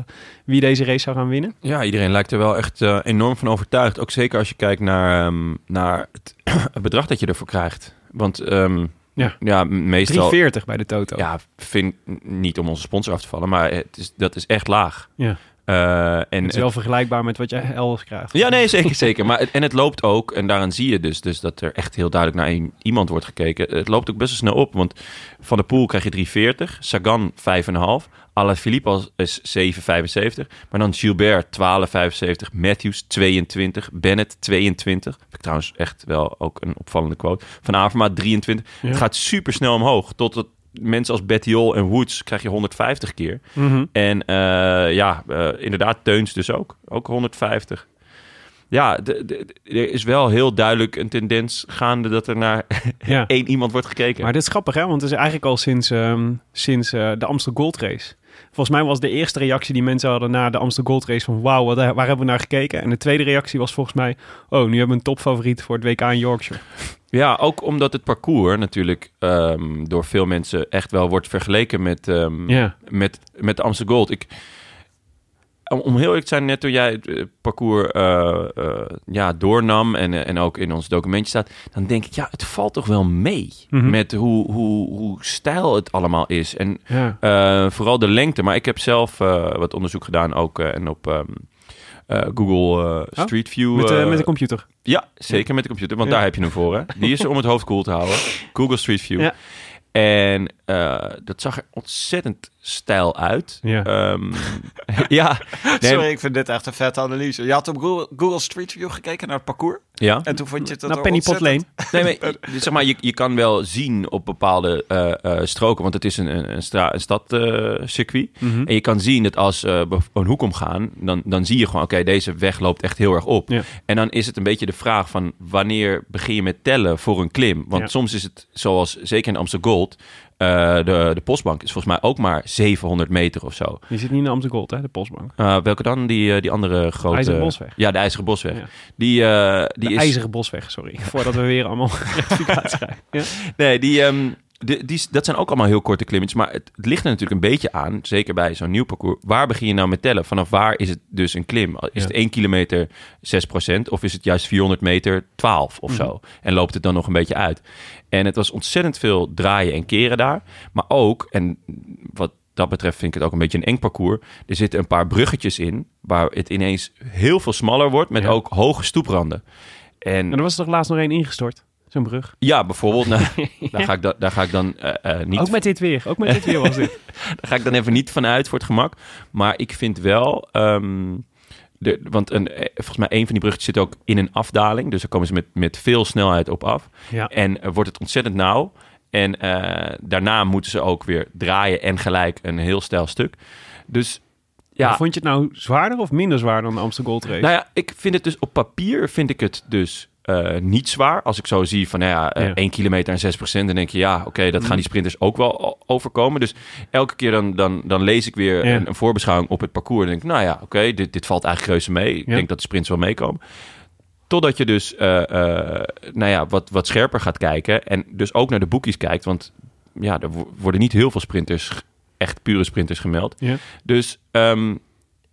Speaker 2: wie deze race zou gaan winnen.
Speaker 1: Ja, iedereen lijkt er wel echt eh, enorm van overtuigd. Ook zeker als je kijkt naar, ehm, naar het, het bedrag dat je ervoor krijgt. Want ehm,
Speaker 2: Ja.
Speaker 1: ja. meestal...
Speaker 2: 3,40 bij de Toto.
Speaker 1: Ja, vind niet om onze sponsor af te vallen, maar het is, dat is echt laag.
Speaker 2: Ja.
Speaker 1: Eh, en
Speaker 2: Het is wel vergelijkbaar met wat jij elders krijgt.
Speaker 1: ja, nee, zeker, zeker. Maar het- en het loopt ook, en daaraan zie je dus, dus dat er echt heel duidelijk naar één iemand wordt gekeken. Het loopt ook best wel snel op, want Van der Poel krijg je 3,40, Sagan 5,5, Alaphilippe als- is 7,75, maar dan Gilbert 12,75, Matthews 22, Bennett 22. Vind ik trouwens echt wel ook een opvallende quote. Van Avermaat 23.
Speaker 2: Ja.
Speaker 1: Het gaat super snel omhoog, tot het mensen als Bettiol en Woods krijg je 150 keer.
Speaker 2: Mhm.
Speaker 1: En eh, ja, eh, inderdaad, Teuns dus ook. Ook 150. Ja, de- de- de- er is wel heel duidelijk een tendens gaande dat er naar
Speaker 2: Ja.
Speaker 1: één iemand wordt gekeken.
Speaker 2: Maar dit is grappig, hè? Want het is eigenlijk al sinds, ehm, sinds eh, de Amstel Gold Race. Volgens mij was de eerste reactie die mensen hadden na de Amstel Gold Race van... wauw, wat- waar hebben we naar gekeken? En de tweede reactie was volgens mij... oh, nu hebben we een topfavoriet voor het WK in Yorkshire.
Speaker 1: Ja, ook omdat het parcours natuurlijk ehm, door veel mensen echt wel wordt vergeleken met, ehm,
Speaker 2: Ja.
Speaker 1: met, met de Amsterdam Gold. Ik, om- om heel eerlijk te zijn, net toen jij het eh, parcours eh, eh, ja, doornam en, eh, en ook in ons documentje staat, dan denk ik, ja, het valt toch wel mee
Speaker 2: Mhm.
Speaker 1: met hoe, hoe, hoe stijl het allemaal is. En
Speaker 2: ja.
Speaker 1: eh, vooral de lengte. Maar ik heb zelf eh, wat onderzoek gedaan ook eh, en op ehm, eh, Google eh,
Speaker 2: Oh,
Speaker 1: Street View.
Speaker 2: Met, eh,
Speaker 1: eh,
Speaker 2: met de computer.
Speaker 1: ja, zeker met de computer, want
Speaker 2: Ja.
Speaker 1: daar heb je hem voor. Hè? Die is er om het hoofd koel te houden. Google Street View.
Speaker 2: Ja.
Speaker 1: En eh, dat zag er ontzettend stijl uit.
Speaker 2: Ja.
Speaker 1: Ehm, ja. Nee,
Speaker 3: Sorry, ik vind dit echt een vette analyse. Je had op Google, Google Street View gekeken naar het parcours.
Speaker 1: Ja.
Speaker 3: En toen vond je dat
Speaker 2: Naar
Speaker 3: er
Speaker 2: Penny Pot
Speaker 3: ontzettend-
Speaker 2: Lane.
Speaker 1: Nee, maar, je- zeg maar je, je kan wel zien op bepaalde eh, eh, stroken, want het is een, een, een, stra- een stadcircuit.
Speaker 2: Mhm.
Speaker 1: En je kan zien dat als eh, bijv- een hoek omgaan, dan, dan zie je gewoon, oké, deze weg loopt echt heel erg op.
Speaker 2: Ja.
Speaker 1: En dan is het een beetje de vraag van wanneer begin je met tellen voor een klim? Want
Speaker 2: Ja.
Speaker 1: soms is het, zoals zeker in Amsterdam Gold, eh, de, de postbank is volgens mij ook maar 700 meter of zo.
Speaker 2: Die zit niet in Amsterdam Gold, hè, de postbank.
Speaker 1: Eh, welke dan? Die, eh, die andere grote...
Speaker 2: IJzeren Bosweg.
Speaker 1: Ja, de IJzeren Bosweg.
Speaker 2: Ja.
Speaker 1: Die, eh, die
Speaker 2: de
Speaker 1: is...
Speaker 2: IJzeren Bosweg, sorry. Voordat we weer allemaal rectificatie krijgen. Ja.
Speaker 1: Nee, die, ehm, de- die, dat zijn ook allemaal heel korte klimmetjes. Maar het, het ligt er natuurlijk een beetje aan, zeker bij zo'n nieuw parcours. Waar begin je nou met tellen? Vanaf waar is het dus een klim? Is het
Speaker 2: Ja.
Speaker 1: 1 kilometer 6% of is het juist 400 meter 12 of zo?
Speaker 2: Mhm.
Speaker 1: En loopt het dan nog een beetje uit? En het was ontzettend veel draaien en keren daar. Maar ook, en wat dat betreft vind ik het ook een beetje een eng parcours. Er zitten een paar bruggetjes in waar het ineens heel veel smaller wordt met
Speaker 2: Ja.
Speaker 1: ook hoge stoepranden.
Speaker 2: En Nou, er was er toch laatst nog één ingestort, zo'n brug.
Speaker 1: Ja, bijvoorbeeld. Nou, daar, ga ik da- daar ga ik dan eh, eh, niet,
Speaker 2: Ook met dit weer, ook met dit weer was dit.
Speaker 1: daar ga ik dan even niet van uit voor het gemak. Maar ik vind wel. ehm, de, want een, eh, volgens mij een van die bruggetjes zit ook in een afdaling. Dus daar komen ze met, met veel snelheid op af.
Speaker 2: Ja.
Speaker 1: En eh, wordt het ontzettend nauw. En eh, daarna moeten ze ook weer draaien en gelijk een heel stijl stuk. Dus ja,
Speaker 2: Maar Vond je het nou zwaarder of minder zwaar dan de Amsterdam Gold Race?
Speaker 1: nou ja, ik vind het dus op papier vind ik het dus eh, niet zwaar. Als ik zo zie van nou ja, eh,
Speaker 2: Ja. Mhm.
Speaker 1: 1 kilometer en 6 procent, dan denk je ja, oké, dat gaan die sprinters ook wel o- overkomen. Dus elke keer dan, dan, dan lees ik weer
Speaker 2: Ja.
Speaker 1: een, een voorbeschouwing op het parcours. En denk ik, nou ja, oké, dit, dit valt eigenlijk reuze mee. Ik
Speaker 2: Ja.
Speaker 1: denk dat de sprints wel meekomen. Totdat je dus eh, eh, nou ja, wat, wat scherper gaat kijken. En dus ook naar de boekies kijkt. Want ja, er wo- worden niet heel veel sprinters, g- echt pure sprinters gemeld.
Speaker 2: Ja.
Speaker 1: Dus ehm,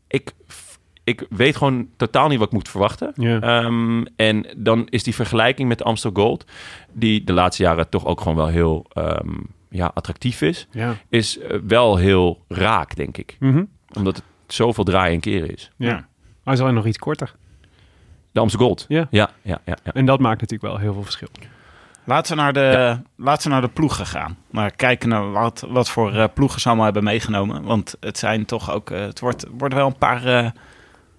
Speaker 1: ik, f- ik weet gewoon totaal niet wat ik moet verwachten.
Speaker 2: Ja.
Speaker 1: Ehm, en dan is die vergelijking met de Amstel Gold, die de laatste jaren toch ook gewoon wel heel ehm, ja, attractief is,
Speaker 2: Ja.
Speaker 1: is eh, wel heel raak, denk ik.
Speaker 2: Mhm.
Speaker 1: Omdat het zoveel draaien en keren is.
Speaker 2: ja. Hij is alleen nog iets korter.
Speaker 1: De Amstel Gold.
Speaker 2: Ja.
Speaker 1: Ja, ja, ja, ja.
Speaker 2: En dat maakt natuurlijk wel heel veel verschil.
Speaker 3: Laten we naar de, laten we naar de ploegen gaan. Maar kijken naar wat, wat voor eh, ploegen ze allemaal hebben meegenomen. Want het zijn toch ook. eh, het wordt, wordt wel een paar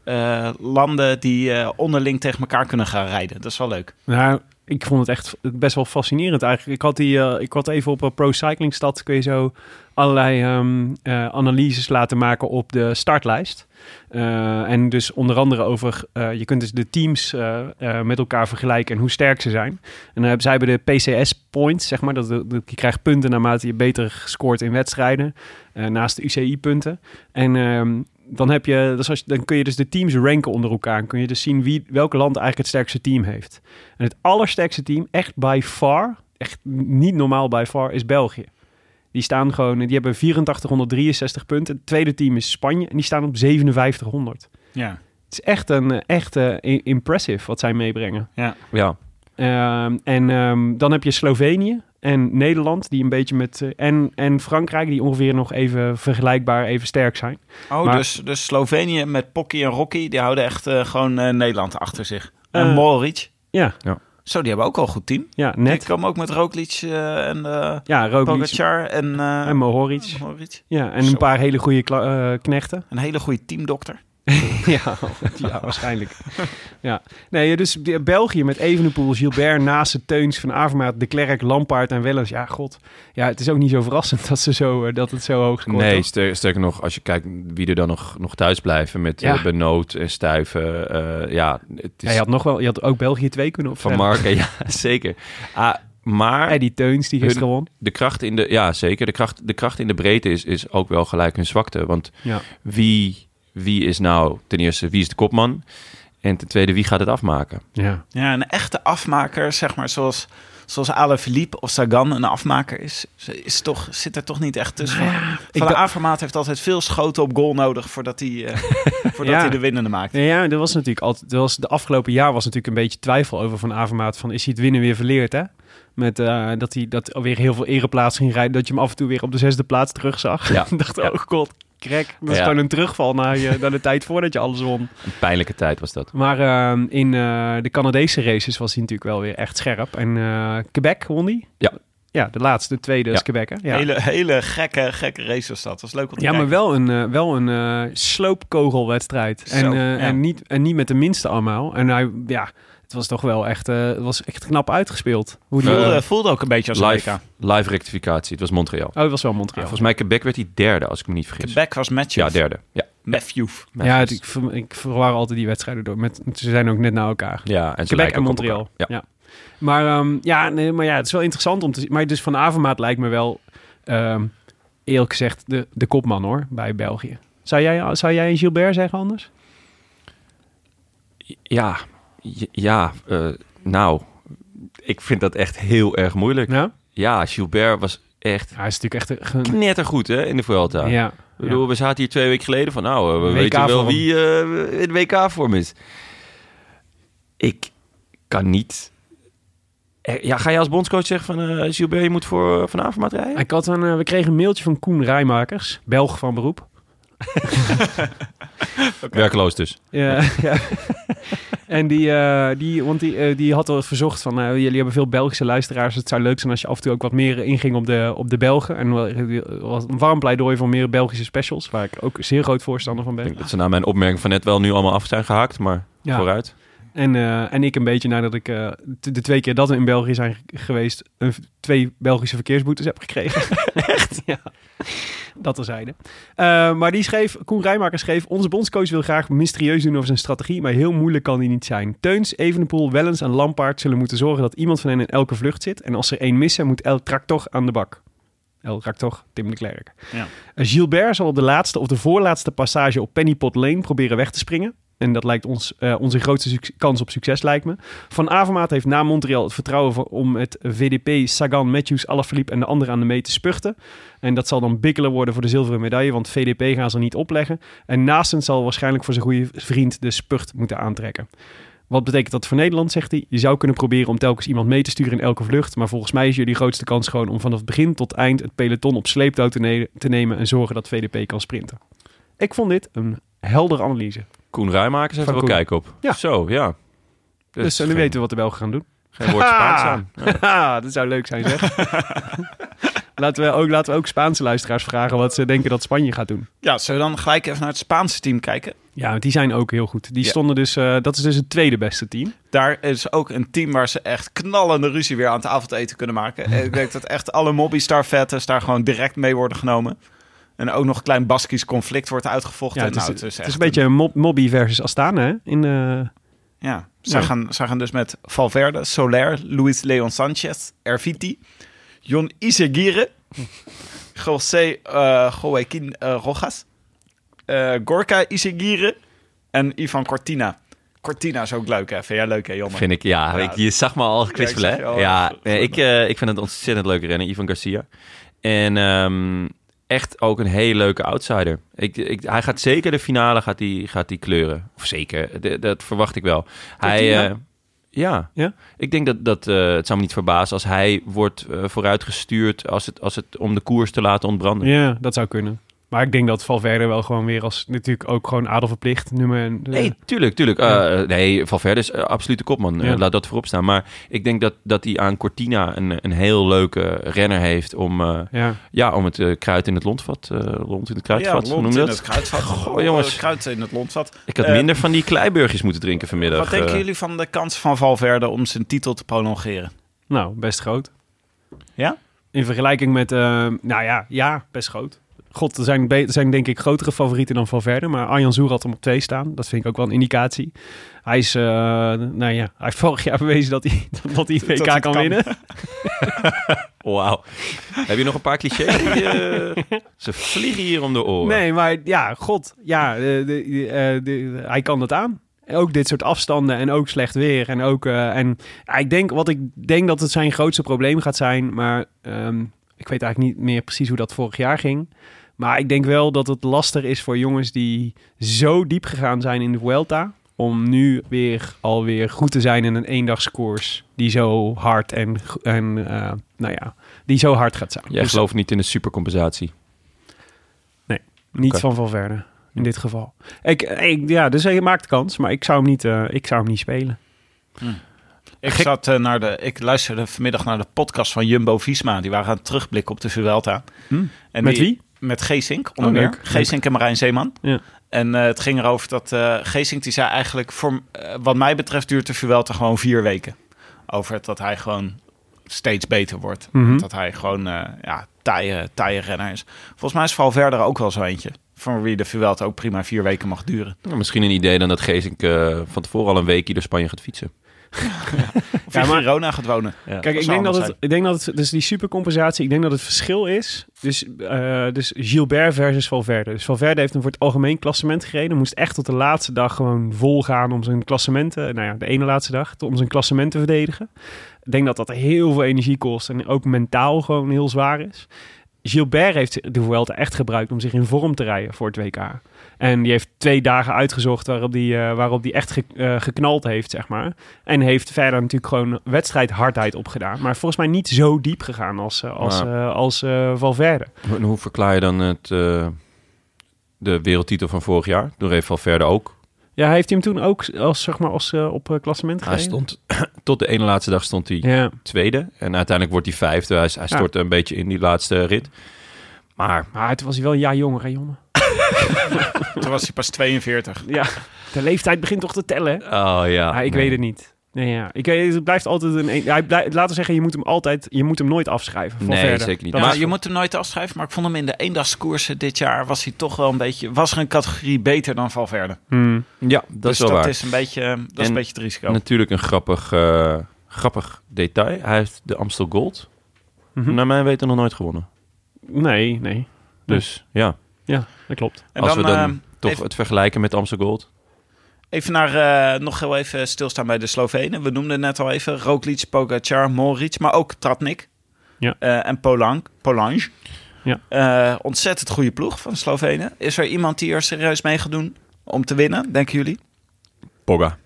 Speaker 3: eh, eh, landen die eh, onderling tegen elkaar kunnen gaan rijden. Dat is wel leuk.
Speaker 2: Nou, ik vond het echt best wel fascinerend eigenlijk. Ik had, die, eh, ik had even op eh, Pro Cycling Stad kun je zo allerlei ehm, eh, analyses laten maken op de startlijst. Eh, en dus onder andere over, eh, je kunt dus de teams eh, eh, met elkaar vergelijken en hoe sterk ze zijn. En dan hebben zij bij de PCS points, zeg maar, dat, dat- je krijgt punten naarmate je beter scoort in wedstrijden, eh, naast de UCI-punten. En ehm, dan, heb je, dus als, je- dan kun je dus de teams ranken onder elkaar. En kun je dus zien wie, welk land eigenlijk het sterkste team heeft. En het allersterkste team, echt by far, echt niet normaal by far, is België. Die staan gewoon, die hebben 8463 punten. Het tweede team is Spanje en die staan op 5700.
Speaker 3: Ja.
Speaker 2: Het is echt een eh, echt eh, i- impressive wat zij meebrengen.
Speaker 1: ja.
Speaker 2: Ehm, en ehm, dan heb je Slovenië en Nederland, die een beetje met. eh, en, en Frankrijk, die ongeveer nog even vergelijkbaar, even sterk zijn.
Speaker 3: Oh,
Speaker 2: Maar-
Speaker 3: dus, dus Slovenië met Pocky en Rocky. Die houden echt eh, gewoon eh, Nederland achter zich. En
Speaker 2: Eh,
Speaker 3: Moric.
Speaker 2: Ja,
Speaker 3: Zo, die hebben ook al een goed team.
Speaker 2: ja
Speaker 3: Die
Speaker 2: net.
Speaker 3: komen ook met Roglic eh, en eh
Speaker 2: Ja, Roglic
Speaker 3: Pogacar en, eh,
Speaker 2: en Mohoric.
Speaker 3: Mohoric.
Speaker 2: Ja, en
Speaker 3: Zo.
Speaker 2: een paar hele goede kla- eh, knechten.
Speaker 3: Een hele goede teamdokter.
Speaker 2: Ja, ja waarschijnlijk. ja. Nee, dus België met Evenepoel, Gilbert, Nase, Teuns, Van Avermaat, De Klerk, Lampaard en Wellens. Ja, god. Ja, het is ook niet zo verrassend dat, ze zo, eh, dat het zo hoog scoort.
Speaker 1: Nee,
Speaker 2: toch?
Speaker 1: ster- sterker nog, als je kijkt wie er dan nog, nog thuis blijven met
Speaker 2: Ja.
Speaker 1: eh, Benoot en Stuiven. eh, ja, het is
Speaker 2: Ja, je had nog wel, je had ook België twee kunnen
Speaker 1: van
Speaker 2: opstellen.
Speaker 1: Marken, ja, zeker. Ah, maar
Speaker 2: En die Teuns die gisteren won.
Speaker 1: de kracht in de, ja, zeker. De kracht, de kracht in de breedte is, is ook wel gelijk hun zwakte. Want
Speaker 2: Ja.
Speaker 1: wie, wie is nou ten eerste, wie is de kopman? En ten tweede, wie gaat het afmaken?
Speaker 2: Ja.
Speaker 3: Ja, een echte afmaker, zeg maar, zoals, zoals Alaphilippe of Sagan een afmaker is, ze- is toch, zit er toch niet echt tussen. Van de
Speaker 2: dacht-
Speaker 3: Avermaat heeft altijd veel schoten op goal nodig voordat hij, eh, voordat
Speaker 2: Ja.
Speaker 3: hij de winnende maakt.
Speaker 2: Nee, ja, er was natuurlijk altijd, er was, de afgelopen jaar was natuurlijk een beetje twijfel over Van Avermaat. Van is hij het winnen weer verleerd, hè? Met eh, dat hij dat alweer heel veel ereplaats ging rijden. Dat je hem af en toe weer op de zesde plaats terugzag.
Speaker 1: Ja.
Speaker 2: Ik dacht, oh god, krek. Dat is
Speaker 1: Ja.
Speaker 2: gewoon een terugval naar, je, naar de tijd voordat je alles won.
Speaker 1: Een pijnlijke tijd was dat.
Speaker 2: Maar ehm, in eh, de Canadese races was hij natuurlijk wel weer echt scherp. En eh, Quebec won hij.
Speaker 1: Ja.
Speaker 2: Ja, de laatste, de tweede
Speaker 1: Ja.
Speaker 2: is Quebec. hè? Ja.
Speaker 3: Hele, hele gekke, gekke race was dat. Dat was leuk om te
Speaker 2: Ja, maar
Speaker 3: kijken.
Speaker 2: wel een, eh, wel een eh, sloopkogelwedstrijd.
Speaker 3: Zo,
Speaker 2: en, eh,
Speaker 3: ja.
Speaker 2: en, niet, en niet met de minste allemaal. En hij, ja, het was toch wel echt, eh, het was echt knap uitgespeeld. Hoe die,
Speaker 1: wel-
Speaker 3: Voelde,
Speaker 2: oh,
Speaker 1: Eh,
Speaker 3: voelde ook een beetje als
Speaker 1: Live,
Speaker 3: Amerika.
Speaker 1: live rectificatie. Het was Montreal.
Speaker 2: het was wel Montreal.
Speaker 1: Volgens mij Quebec werd hij derde, als ik me niet vergis.
Speaker 3: Quebec was match.
Speaker 1: Ja, derde. Ja,
Speaker 3: Matthew.
Speaker 2: ja, het- ik, ver- ik verwar altijd die wedstrijden door. Met, ze zijn ook net na elkaar.
Speaker 1: ja en ze
Speaker 2: Quebec
Speaker 1: lijken
Speaker 2: en
Speaker 1: ook op elkaar.
Speaker 2: Montreal. Ja.
Speaker 1: Ja.
Speaker 2: Maar, ehm, ja, nee, maar ja, het is wel interessant om te zien. Maar dus Van Avermaat lijkt me wel, ehm, eerlijk gezegd, de, de kopman hoor, bij België. Zou jij, zou jij Gilbert zeggen anders?
Speaker 1: Ja, j- ja eh, nou, ik vind dat echt heel erg moeilijk. Ja,
Speaker 2: Ja?
Speaker 1: Gilbert was echt
Speaker 2: Hij is natuurlijk echt... een ge-
Speaker 1: knettergoed hè, in de Vuelta. Ik
Speaker 2: ja.
Speaker 1: bedoel, We zaten hier twee weken geleden van, nou, eh, we
Speaker 2: WK
Speaker 1: weten wel
Speaker 2: vorm.
Speaker 1: wie eh, in WK-vorm is. Ik kan niet... Eh, Ja, ga je als bondscoach zeggen van, eh, Gilbert, je moet voor eh, Van Avermaat rijden?
Speaker 2: Ik had een, eh, we kregen een mailtje van Koen Rijmakers, Belg van beroep.
Speaker 1: Werkloos
Speaker 2: Eh,
Speaker 1: dus.
Speaker 2: Ja, ja. en die, eh, die, want die, eh, die had al verzocht van, eh, jullie hebben veel Belgische luisteraars. Het zou leuk zijn als je af en toe ook wat meer inging op de, op de Belgen. En wel- eh, was een warm pleidooi voor meer Belgische specials, waar ik ook zeer groot voorstander van
Speaker 1: Ik
Speaker 2: ben.
Speaker 1: denk dat ze na mijn opmerking van net wel nu allemaal af zijn gehaakt, maar
Speaker 2: ah. Ja.
Speaker 1: vooruit.
Speaker 2: En, eh, en ik een beetje nadat ik eh, t- de twee keer dat we in België zijn g- geweest, een, v- twee Belgische verkeersboetes heb gekregen. Echt? Ja. Dat terzijde. Eh maar die schreef, Koen Rijmaker schreef, onze bondscoach wil graag mysterieus doen over zijn strategie, maar heel moeilijk kan die niet zijn. Teuns, Evenepoel, Wellens en Lampaard zullen moeten zorgen dat iemand van hen in elke vlucht zit. En als er één missen, moet El Tractor aan de bak. El Tractor, Tim de Klerk.
Speaker 3: Ja.
Speaker 2: Eh, Gilbert zal op de laatste of de voorlaatste passage op Pennypot Lane proberen weg te springen. En dat lijkt ons eh, onze grootste suc- kans op succes, lijkt me. Van Avermaat heeft na Montreal het vertrouwen voor- om het VDP, Sagan, Matthews, Alaphilippe en de anderen aan de mee te spuchten. En dat zal dan bikkelen worden voor de zilveren medaille, want VDP gaan ze niet opleggen. En Naastens zal waarschijnlijk voor zijn goede vriend de spucht moeten aantrekken. Wat betekent dat voor Nederland, zegt hij? Je zou kunnen proberen om telkens iemand mee te sturen in elke vlucht. Maar volgens mij is jullie grootste kans gewoon om vanaf begin tot eind het peloton op sleeptouw te, ne- te nemen en zorgen dat VDP kan sprinten. Ik vond dit een heldere analyse.
Speaker 1: Koen Rijmakers heeft
Speaker 2: Van
Speaker 1: er wel
Speaker 2: Koen.
Speaker 1: kijk op.
Speaker 2: Ja.
Speaker 1: Zo, ja. Dat
Speaker 2: Dus
Speaker 1: is
Speaker 2: eh, nu
Speaker 1: geen-
Speaker 2: weten we wat de Belgen gaan doen.
Speaker 1: Geen woord Spaans aan.
Speaker 2: Haha, dat zou leuk zijn, zeg. laten, we ook, laten we ook Spaanse luisteraars vragen wat ze denken dat Spanje gaat doen.
Speaker 3: Ja, zullen we dan gelijk even naar het Spaanse team kijken?
Speaker 2: Ja, want die zijn ook heel goed. Die
Speaker 3: Ja.
Speaker 2: stonden dus, eh, dat is dus het tweede beste team.
Speaker 3: Daar is ook een team waar ze echt knallende ruzie weer aan het avondeten kunnen maken. En Ik denk dat echt alle mobbystarvettes daar gewoon direct mee worden genomen. En ook nog een klein Baskisch conflict wordt uitgevochten.
Speaker 2: Ja, het is,
Speaker 3: Nou,
Speaker 2: het is,
Speaker 3: echt
Speaker 2: een beetje mob, Mobby versus Astana, hè? In, eh,
Speaker 3: Ja, zij,
Speaker 2: Ja.
Speaker 3: Gaan, zij gaan dus met Valverde, Soler, Luis Leon Sanchez, Erviti, Jon Iseguirre, José eh Joaquín eh, Rojas, eh, Gorka Iseguirre en Ivan Cortina. Cortina is ook leuk, hè? Vind jij leuk, hè, Jonne?
Speaker 1: Vind ik, ja.
Speaker 3: Ja.
Speaker 1: Ik, je zag me al
Speaker 3: Ja,
Speaker 1: kwispelen,
Speaker 3: ik zag
Speaker 1: hè?
Speaker 3: je al.
Speaker 1: Ja, nee, ik, eh, ik vind het ontzettend leuk rennen, Ivan Garcia. En ehm, echt ook een hele leuke outsider. Ik, ik, hij gaat zeker de finale gaat die, gaat die kleuren. Of zeker, d- dat verwacht ik wel. Hij,
Speaker 2: Cortina?
Speaker 1: eh, ja.
Speaker 2: Ja?
Speaker 1: ik denk dat, dat eh, het zou me niet verbazen als hij wordt eh, vooruitgestuurd als het, als het om de koers te laten ontbranden.
Speaker 2: ja, dat zou kunnen. Maar ik denk dat Valverde wel gewoon weer als natuurlijk ook gewoon adel verplicht nummer. en-
Speaker 1: Nee, tuurlijk, tuurlijk. Eh, nee, Valverde is eh, absoluut de kopman. Eh,
Speaker 2: Ja.
Speaker 1: laat dat voorop staan. Maar ik denk dat, dat hij aan Cortina een, een heel leuke renner heeft om, eh,
Speaker 2: Ja,
Speaker 1: ja, om het eh, kruid in het lontvat, eh lont in het
Speaker 3: ja,
Speaker 1: kruidvat, hoe
Speaker 3: lont
Speaker 1: noem
Speaker 3: in
Speaker 1: je
Speaker 3: het
Speaker 1: dat?
Speaker 3: kruidvat.
Speaker 1: Goh, jongens.
Speaker 3: Kruid in het lontvat.
Speaker 1: Ik had
Speaker 3: Eh,
Speaker 1: minder van die kleiburgjes moeten drinken vanmiddag.
Speaker 3: Wat denken
Speaker 1: eh.
Speaker 3: jullie van de kans van Valverde om zijn titel te prolongeren?
Speaker 2: nou, best groot.
Speaker 3: Ja?
Speaker 2: In vergelijking met, eh, nou ja, ja, best groot. God, er zijn, be- er zijn denk ik grotere favorieten dan Valverde. Maar Arjan Zoer had hem op twee staan. Dat vind ik ook wel een indicatie. Hij is, eh, nou ja, hij heeft vorig jaar bewezen dat hij, dat hij het WK
Speaker 3: Dat
Speaker 2: kan,
Speaker 3: het kan.
Speaker 2: winnen.
Speaker 1: Wauw. Heb je nog een paar clichés? Die, eh, ze vliegen hier om de oren.
Speaker 2: Nee, maar ja, god, ja, eh, de, de- eh, de- hij kan dat aan. Ook dit soort afstanden en ook slecht weer. En ook, eh, en ja, ik denk, wat ik denk dat het zijn grootste probleem gaat zijn, maar ehm, ik weet eigenlijk niet meer precies hoe dat vorig jaar ging. Maar ik denk wel dat het lastig is voor jongens die zo diep gegaan zijn in de Vuelta. Om nu weer alweer goed te zijn in een eendagskoers die zo hard en, go- en eh, nou ja, die zo hard gaat zijn.
Speaker 1: Jij
Speaker 2: Dus
Speaker 1: gelooft niet in de supercompensatie.
Speaker 2: niet
Speaker 1: Oké.
Speaker 2: van Valverde, in dit geval. Ik, ik, ja, dus hij maakt kans, maar ik zou hem niet, eh, ik zou hem niet spelen.
Speaker 3: Ik,
Speaker 1: Gek-
Speaker 3: zat, eh, naar de, ik luisterde vanmiddag naar de podcast van Jumbo Visma. Die waren aan het terugblikken op de Vuelta.
Speaker 1: Hm.
Speaker 3: En
Speaker 2: Met
Speaker 3: die-
Speaker 2: wie?
Speaker 3: Met Geesink,
Speaker 1: Oh,
Speaker 3: onder meer.
Speaker 2: leuk.
Speaker 3: Geesink en Marijn Zeeman.
Speaker 2: Ja.
Speaker 3: En eh, het ging erover dat eh Geesink die zei eigenlijk... Voor, eh, wat mij betreft duurt de Vuelta gewoon vier weken. Over het dat hij gewoon steeds beter wordt.
Speaker 1: Hm?
Speaker 2: Mhm.
Speaker 3: Dat hij gewoon eh ja, taaie, taaie renner is. Volgens mij is Valverde ook wel zo eentje. Van wie de Vuelta ook prima vier weken mag duren.
Speaker 1: Nou, misschien een idee dan dat Geesink eh, van tevoren al een weekje door Spanje gaat fietsen.
Speaker 3: Of
Speaker 2: Ja,
Speaker 3: in
Speaker 2: maar-
Speaker 3: Girona gaat wonen.
Speaker 2: Kijk,
Speaker 3: Dat
Speaker 2: ik
Speaker 3: zou
Speaker 2: denk, dat
Speaker 3: anders
Speaker 2: het, ik denk dat het, dus die supercompensatie, ik denk dat het verschil is. Dus, eh, dus Gilbert versus Valverde. Dus Valverde heeft hem voor het algemeen klassement gereden. Moest echt tot de laatste dag gewoon vol gaan om zijn klassementen. Nou ja, de ene laatste dag, om zijn klassement te verdedigen. Ik denk dat dat heel veel energie kost en ook mentaal gewoon heel zwaar is. Gilbert heeft de Vuelta echt gebruikt om zich in vorm te rijden voor het WK. En die heeft twee dagen uitgezocht waarop die, eh, waarop die echt ge- eh, geknald heeft, zeg maar. En heeft verder natuurlijk gewoon wedstrijdhardheid opgedaan. Maar volgens mij niet zo diep gegaan als, eh, als,
Speaker 1: Ja.
Speaker 2: eh, als eh, Valverde.
Speaker 1: En hoe verklaar je dan het, eh, de wereldtitel van vorig jaar? Door even verder ook.
Speaker 2: Ja, heeft hij hem toen ook als, zeg maar, als, eh, op eh, klassement
Speaker 1: Hij
Speaker 2: gereden?
Speaker 1: stond, tot de ene laatste dag stond hij
Speaker 2: Ja,
Speaker 1: tweede. En uiteindelijk wordt hij vijfde. Hij, hij stortte een beetje in die laatste rit. Maar
Speaker 2: maar toen was hij wel een jaar jonger, hè, jongen?
Speaker 3: zijn. Toen was hij pas 42.
Speaker 2: Ja, de leeftijd begint toch te tellen, hè?
Speaker 1: Oh ja.
Speaker 2: Ah, ik weet het niet. Nee, ja. ik, weet- het blijft altijd een... een- Hij blijft, laten we zeggen, je moet hem altijd... Je moet hem nooit afschrijven. Van
Speaker 1: Nee,
Speaker 2: verder.
Speaker 1: zeker niet.
Speaker 2: Dat
Speaker 3: maar
Speaker 2: is-
Speaker 3: je moet hem nooit afschrijven. Maar ik vond hem in de eendagskoersen dit jaar was hij toch wel een beetje... Was er een categorie beter dan Valverde.
Speaker 2: Hmm.
Speaker 1: Ja, dat
Speaker 3: dus
Speaker 1: is wel
Speaker 3: dat
Speaker 1: waar.
Speaker 3: is een beetje, eh, dat is
Speaker 1: En-
Speaker 3: een beetje het risico.
Speaker 1: Natuurlijk een grappig, eh, grappig detail. Hij heeft de Amstel Gold,
Speaker 2: Mhm.
Speaker 1: naar mijn weten, nog nooit gewonnen.
Speaker 2: Nee, nee.
Speaker 1: Dus ja,
Speaker 2: Ja, dat klopt.
Speaker 3: En
Speaker 1: als
Speaker 3: dan,
Speaker 1: we dan
Speaker 3: eh,
Speaker 1: toch
Speaker 3: even-
Speaker 1: het vergelijken met Amstel Gold.
Speaker 3: Even naar, eh, nog heel even stilstaan bij de Slovenen. We noemden net al even Roglic, Pogacar, Moric, maar ook Tratnik.
Speaker 2: Ja.
Speaker 3: Eh, en Polank, Polange.
Speaker 2: Ja.
Speaker 3: Eh, ontzettend goede ploeg van de Slovenen. Is er iemand die er serieus mee gaat doen om te winnen, denken jullie?
Speaker 1: Pogga.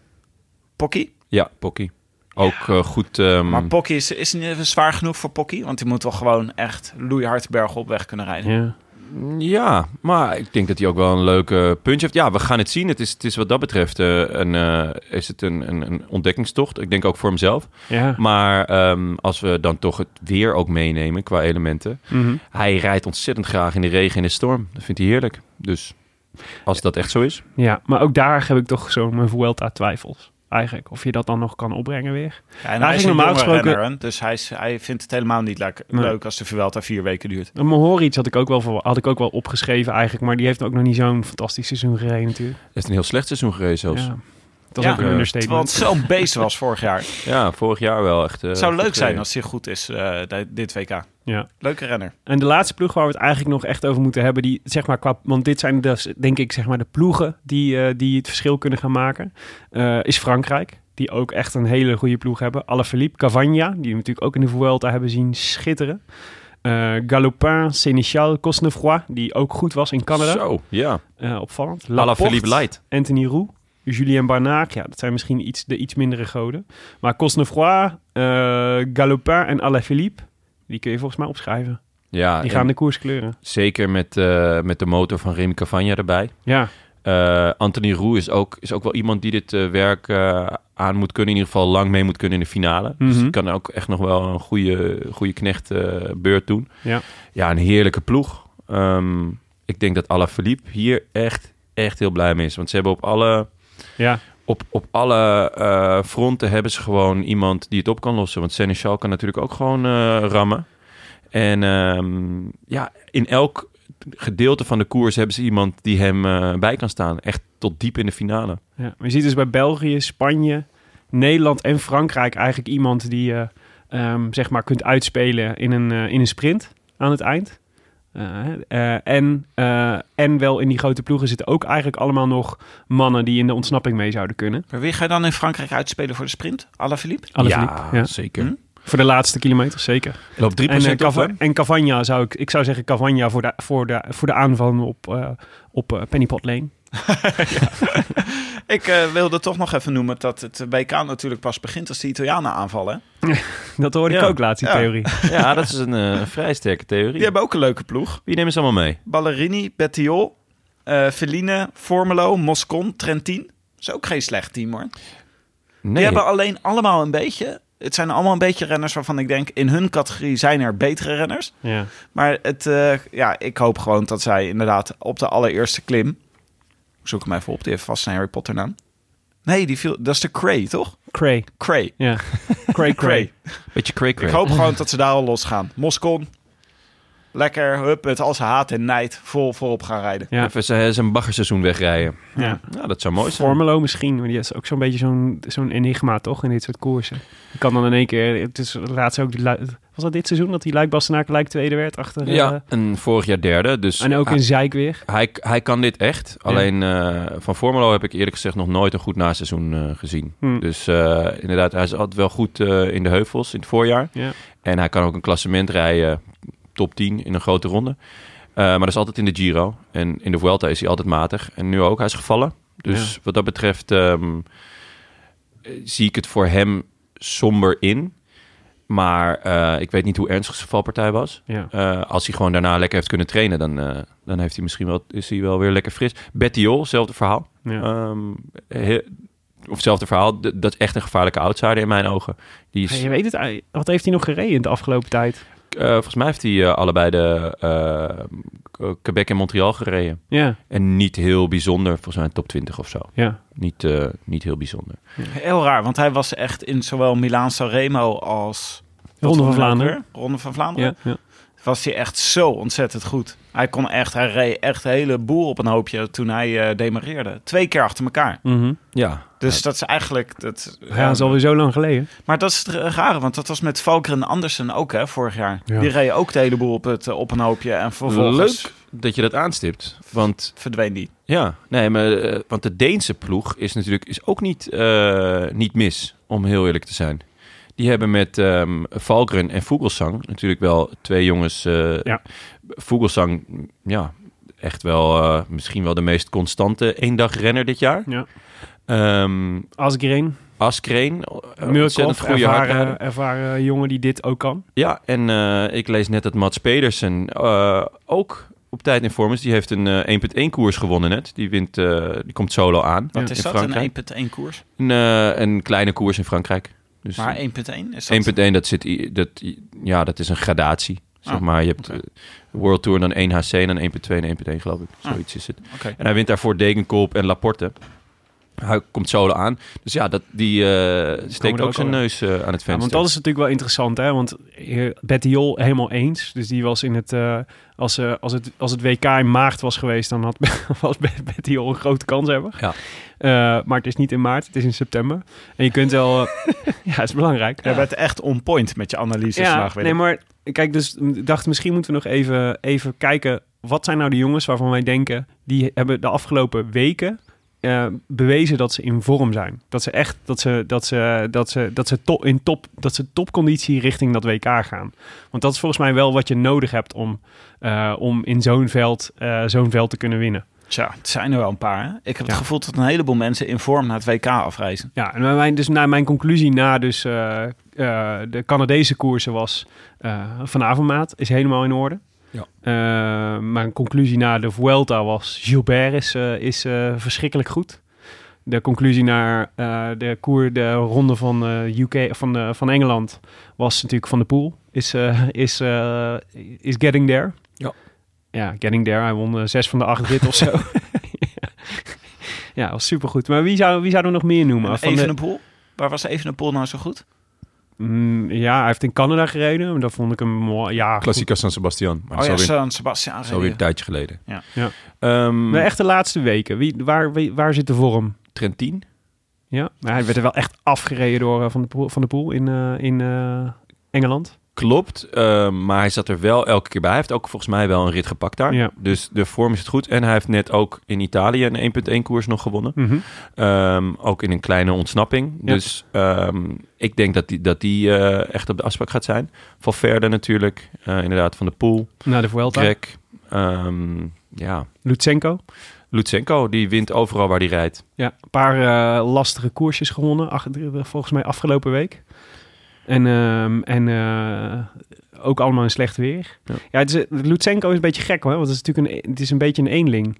Speaker 3: Pocky?
Speaker 1: Ja, Pocky. Ook eh, goed. ehm,
Speaker 3: Maar Pocky is, is niet even zwaar genoeg voor Pocky, want die moet wel gewoon echt loeihard berg op weg kunnen rijden.
Speaker 2: Ja.
Speaker 1: Ja, maar ik denk dat hij ook wel een leuke punch heeft. Ja, we gaan het zien. Het is, het is wat dat betreft eh, een, eh, is het een, een, een ontdekkingstocht. Ik denk ook voor hemzelf.
Speaker 2: Ja.
Speaker 1: Maar ehm, als we dan toch het weer ook meenemen qua elementen.
Speaker 2: Mhm.
Speaker 1: Hij rijdt ontzettend graag in de regen en de storm. Dat vindt hij heerlijk. Dus als dat echt zo is.
Speaker 2: ja, maar ook daar heb ik toch zo'n mijn Vuelta-twijfels. Eigenlijk. Of je dat dan nog kan opbrengen weer.
Speaker 3: Ja, en
Speaker 2: Eigenlijk
Speaker 3: hij is
Speaker 2: normaal
Speaker 3: normaal
Speaker 2: gesproken-
Speaker 3: gesproken. dus hij, is, hij vindt het helemaal niet leuk,
Speaker 2: Nee.
Speaker 3: leuk als de Vuelta vier weken duurt.
Speaker 2: Een Mohoric had ik ook wel, voor, had ik ook wel opgeschreven eigenlijk. Maar die heeft ook nog niet zo'n fantastisch seizoen gereden natuurlijk.
Speaker 1: Hij heeft een heel slecht seizoen gereden zelfs.
Speaker 2: Ja.
Speaker 1: Ja,
Speaker 2: Dat is
Speaker 3: Ja,
Speaker 2: ook een
Speaker 1: eh,
Speaker 3: Terwijl
Speaker 2: understatement.
Speaker 3: het zo'n beest was vorig jaar.
Speaker 1: vorig jaar wel echt. eh,
Speaker 3: Het zou
Speaker 1: goed
Speaker 3: leuk zijn
Speaker 1: gereden.
Speaker 3: als hij goed is, eh, di- dit WK.
Speaker 2: Ja.
Speaker 3: Leuke renner.
Speaker 2: En de laatste ploeg waar we het eigenlijk nog echt over moeten hebben, die, zeg maar, qua, want dit zijn dus, denk ik zeg maar, de ploegen die, eh, die het verschil kunnen gaan maken, eh, is Frankrijk. Die ook echt een hele goede ploeg hebben. Alaphilippe, Cavagna, die we natuurlijk ook in de Vuelta hebben zien schitteren. Eh Galopin, Sénéchal, Cosnefroid, die ook goed was in Canada.
Speaker 1: Zo, ja.
Speaker 2: Eh, opvallend.
Speaker 1: Alaphilippe
Speaker 2: Laporte.
Speaker 1: Light.
Speaker 2: Anthony Roux, Julien Barnaak. Ja, dat zijn misschien iets, de iets mindere goden. Maar Cosnefroid, eh Galopin en Alaphilippe, die kun je volgens mij opschrijven.
Speaker 1: Ja,
Speaker 2: Die
Speaker 1: en
Speaker 2: gaan de koers kleuren.
Speaker 1: zeker met, eh, met de motor van Remy Cavagna erbij.
Speaker 2: Ja,
Speaker 1: Eh, Anthony Roux is ook, is ook wel iemand die dit eh, werk eh, aan moet kunnen. In ieder geval lang mee moet kunnen in de finale. Dus
Speaker 2: Mhm.
Speaker 1: die kan ook echt nog wel een goede, goede knecht eh, beurt doen.
Speaker 2: Ja.
Speaker 1: ja, een heerlijke ploeg. Ehm, ik denk dat Alaphilippe hier echt, echt heel blij mee is. Want ze hebben op alle,
Speaker 2: ja.
Speaker 1: op, op alle eh, fronten hebben ze gewoon iemand die het op kan lossen. Want Seneschal kan natuurlijk ook gewoon eh, rammen. En ehm, ja, in elk gedeelte van de koers hebben ze iemand die hem eh, bij kan staan. Echt tot diep in de finale.
Speaker 2: ja. Maar je ziet dus bij België, Spanje, Nederland en Frankrijk eigenlijk iemand die je ehm, zeg maar kunt uitspelen in een, eh, in een sprint aan het eind. Eh, eh, en, eh, en wel in die grote ploegen zitten ook eigenlijk allemaal nog mannen die in de ontsnapping mee zouden kunnen.
Speaker 3: Maar wie ga je dan in Frankrijk uitspelen voor de sprint? Alaphilippe?
Speaker 2: Alaphilippe,
Speaker 1: ja,
Speaker 2: ja.
Speaker 1: zeker.
Speaker 3: Hm?
Speaker 2: Voor de laatste kilometer, zeker.
Speaker 1: Loopt 3%
Speaker 2: En, eh,
Speaker 1: op,
Speaker 2: Cava-
Speaker 1: hè?
Speaker 2: en Cavagna zou ik, ik zou zeggen Cavagna voor de, voor de, voor de aanval op, eh, op eh, Pennypot Lane.
Speaker 3: Ik eh, wilde toch nog even noemen dat het WK natuurlijk pas begint als de Italianen aanvallen. hè?
Speaker 2: Dat hoorde
Speaker 1: Ja.
Speaker 2: ik ook laatst, die
Speaker 3: Ja.
Speaker 2: theorie.
Speaker 1: Ja, dat is een eh, vrij sterke theorie.
Speaker 3: Die hebben ook een leuke ploeg.
Speaker 1: Wie nemen ze allemaal mee?
Speaker 3: Ballerini, Bettiol, eh Feline, Formelo, Moscon, Trentin. Dat is ook geen slecht team hoor.
Speaker 1: Nee.
Speaker 3: Die hebben alleen allemaal een beetje. Het zijn allemaal een beetje renners waarvan ik denk... in hun categorie zijn er betere renners.
Speaker 2: Ja.
Speaker 3: Maar het, eh, ja, ik hoop gewoon dat zij inderdaad op de allereerste klim... Ik Zoek hem even op, die heeft vast zijn Harry Potter naam. Nee, die viel, dat is de Cray, toch?
Speaker 2: Cray.
Speaker 3: Cray.
Speaker 2: Ja. Cray,
Speaker 3: Cray.
Speaker 2: cray.
Speaker 1: Beetje cray cray.
Speaker 3: Ik hoop gewoon dat ze daar al los gaan. Moscon, lekker, hup, met al zijn haat en nijd vol voorop gaan rijden.
Speaker 2: Ja.
Speaker 1: Even zijn zijn baggerseizoen wegrijden.
Speaker 2: Ja.
Speaker 1: Nou, dat zou mooi zijn.
Speaker 2: Formelo misschien, maar die is ook zo'n beetje zo'n zo'n enigma toch in dit soort koersen. Die kan dan in één keer, het is laatst ook, die Lu- was dat dit seizoen dat die Luik Bastenaak Luik tweede werd achter? eh,
Speaker 1: Ja, en vorig jaar derde. Dus
Speaker 2: en ook
Speaker 1: hij,
Speaker 2: in Zijk weer.
Speaker 1: hij, hij kan dit echt. Alleen eh, van Formelo heb ik eerlijk gezegd nog nooit een goed naseizoen eh, gezien.
Speaker 2: Hm.
Speaker 1: Dus eh, inderdaad, hij is altijd wel goed eh, in de heuvels in het voorjaar.
Speaker 2: Ja.
Speaker 1: En hij kan ook een klassement rijden, top 10 in een grote ronde. Eh, maar dat is altijd in de Giro. En in de Vuelta is hij altijd matig. En nu ook, hij is gevallen. Dus wat dat betreft ehm, eh, zie ik het voor hem somber in. Maar eh, ik weet niet hoe ernstig zijn valpartij was.
Speaker 2: Ja.
Speaker 1: Eh, als hij gewoon daarna lekker heeft kunnen trainen, dan, eh, dan heeft hij misschien wel, is hij wel weer lekker fris. Bettiol, hetzelfde verhaal.
Speaker 2: Ja.
Speaker 1: Ehm, he- of hetzelfde verhaal. D- dat is echt een gevaarlijke outsider in mijn ogen. Die is,
Speaker 2: Ja, je weet het, eh, wat heeft hij nog gereden in de afgelopen tijd?
Speaker 1: eh, volgens mij heeft hij eh, allebei de eh, Quebec en Montreal gereden.
Speaker 2: Ja,
Speaker 1: En niet heel bijzonder, volgens mij top 20 of zo.
Speaker 2: ja.
Speaker 1: Niet, eh, niet heel bijzonder.
Speaker 3: Heel raar, want hij was echt in zowel Milaan Sanremo als...
Speaker 2: Ronde van
Speaker 3: Wat vond je nou
Speaker 2: Vlaanderen.
Speaker 3: weer? Ronde van Vlaanderen.
Speaker 2: Ja, ja.
Speaker 3: Was hij echt zo ontzettend goed. Hij kon echt, hij reed echt een heleboel op een hoopje toen hij eh, demareerde. Twee keer achter elkaar.
Speaker 2: Mhm.
Speaker 1: Ja,
Speaker 3: Dus dat is eigenlijk... Dat,
Speaker 2: ja, dat is alweer zo lang geleden.
Speaker 3: Maar dat is het rare, want dat was met Valker en Andersen ook hè, vorig jaar.
Speaker 2: Ja.
Speaker 3: Die reed ook de hele boel op, het, eh, op een hoopje en vervolgens
Speaker 1: leuk dat je dat aanstipt. Want
Speaker 3: verdween die.
Speaker 1: Ja, nee, maar, eh, want de Deense ploeg is natuurlijk is ook niet, eh, niet mis, om heel eerlijk te zijn. Die hebben met ehm Valgren en Vogelsang natuurlijk wel twee jongens. eh
Speaker 2: Ja.
Speaker 1: Vogelsang, ja, echt wel eh, misschien wel de meest constante eendagrenner dit jaar.
Speaker 2: Ja.
Speaker 1: Ehm
Speaker 2: Asgreen,
Speaker 1: Askreen, eh, ontzettend
Speaker 2: Murkoff,
Speaker 1: goede hardrijder.
Speaker 2: ervaren, ervaren jongen die dit ook kan.
Speaker 1: Ja, en eh, ik lees net dat Mats Pedersen eh, ook op tijd in vorm is. Die heeft een eh, 1.1 koers gewonnen net. Die, wint, eh, die komt solo aan
Speaker 3: Wat
Speaker 1: in
Speaker 3: is dat,
Speaker 1: Frankrijk.
Speaker 3: een 1.1 koers?
Speaker 1: Een, eh, een kleine koers in Frankrijk. Dus
Speaker 3: Maar 1.1
Speaker 1: 1.1,
Speaker 3: is dat...
Speaker 1: dat, zit, i- dat, i- ja, dat is een gradatie. Zeg
Speaker 3: Ah,
Speaker 1: maar, je hebt
Speaker 3: oké.
Speaker 1: eh, World Tour, dan 1 HC, dan 1.2 en 1.1 geloof ik. Zoiets is het.
Speaker 3: Oké.
Speaker 1: En hij wint daarvoor Degenkolb en Laporte. Hij komt solo aan. Dus ja, dat, die eh, steekt
Speaker 2: er
Speaker 1: ook
Speaker 2: ook
Speaker 1: zijn
Speaker 2: al, hè?
Speaker 1: neus eh, aan het venster.
Speaker 2: Ja, want dat is natuurlijk wel interessant, hè? Want eh, Betty Jol helemaal eens. Dus die was in het, eh, als, eh, als het. Als het WK in maart was geweest, dan had was Be- Betty Jol een grote kans hebben.
Speaker 1: Ja.
Speaker 2: Eh, maar het is niet in maart, het is in september. En je kunt wel. eh, ja, het is belangrijk.
Speaker 3: Jij bent echt on point met je analyse vandaag weer.
Speaker 2: nee, maar kijk, dus ik dacht misschien moeten we nog even, even kijken. Wat zijn nou de jongens waarvan wij denken, die hebben de afgelopen weken eh, bewezen dat ze in vorm zijn. Dat ze echt, dat ze, dat ze, dat ze, dat ze top, in top, dat ze topconditie richting dat WK gaan. Want dat is volgens mij wel wat je nodig hebt om, eh, om in zo'n veld, eh, zo'n veld te kunnen winnen.
Speaker 3: Tja, het zijn er wel een paar. Hè? Ik
Speaker 2: Ja.
Speaker 3: heb het gevoel dat een heleboel mensen in vorm naar het WK afreizen.
Speaker 2: Ja, en mijn, dus naar mijn conclusie na dus, eh, eh, de Canadese koersen was eh Van Avermaat is helemaal in orde.
Speaker 1: Ja.
Speaker 2: Eh, mijn conclusie na de Vuelta was Gilbert is, eh, is eh, verschrikkelijk goed. De conclusie naar eh, de koer, de ronde van, eh, UK, van, eh, van Engeland was natuurlijk Van de Poel. Is, eh, is, eh, is getting there.
Speaker 1: Ja.
Speaker 2: Ja, getting there. Hij won eh, zes van de acht rit of zo. ja, was supergoed. Maar wie, zou, wie zouden we nog meer noemen?
Speaker 3: Maar
Speaker 2: Van de-
Speaker 3: Evenepoel? Waar was Evenepoel nou zo goed?
Speaker 2: Mm, ja, hij heeft in Canada gereden. maar Dat vond ik hem mooi. Ja, goed.
Speaker 1: Klassieker San Sebastian. Maar
Speaker 3: oh ja,
Speaker 1: dat is alweer-
Speaker 3: San Sebastian.
Speaker 1: is alweer een
Speaker 3: reden.
Speaker 1: tijdje geleden.
Speaker 3: Ja.
Speaker 2: Ja.
Speaker 1: Ehm,
Speaker 2: Maar echt de laatste weken. Wie, waar, wie- waar zit de vorm?
Speaker 1: Trentin.
Speaker 2: Ja, maar hij werd er wel echt afgereden door eh, Van de Poel, van de Poel in, eh, in eh, Engeland.
Speaker 1: Klopt, eh, maar hij zat er wel elke keer bij. Hij heeft ook volgens mij wel een rit gepakt daar.
Speaker 2: Ja.
Speaker 1: Dus de vorm is het goed. En hij heeft net ook in Italië een 1.1 koers nog gewonnen.
Speaker 2: Mhm.
Speaker 1: Ehm, ook in een kleine ontsnapping.
Speaker 2: Ja.
Speaker 1: Dus ehm, ik denk dat die, dat die eh, echt op de afspraak gaat zijn. Valverde natuurlijk, eh, inderdaad van de Poel,
Speaker 2: Na de Vuelta.
Speaker 1: Greg. Ehm, ja,
Speaker 2: Lutsenko.
Speaker 1: Lutsenko, die wint overal waar hij rijdt.
Speaker 2: Ja, een paar eh, lastige koersjes gewonnen. ach- volgens mij afgelopen week. En, ehm, en eh, ook allemaal in slecht weer.
Speaker 1: Ja.
Speaker 2: Ja, het is, Lutsenko is een beetje gek hoor. Want het is natuurlijk een, het is een beetje een eenling.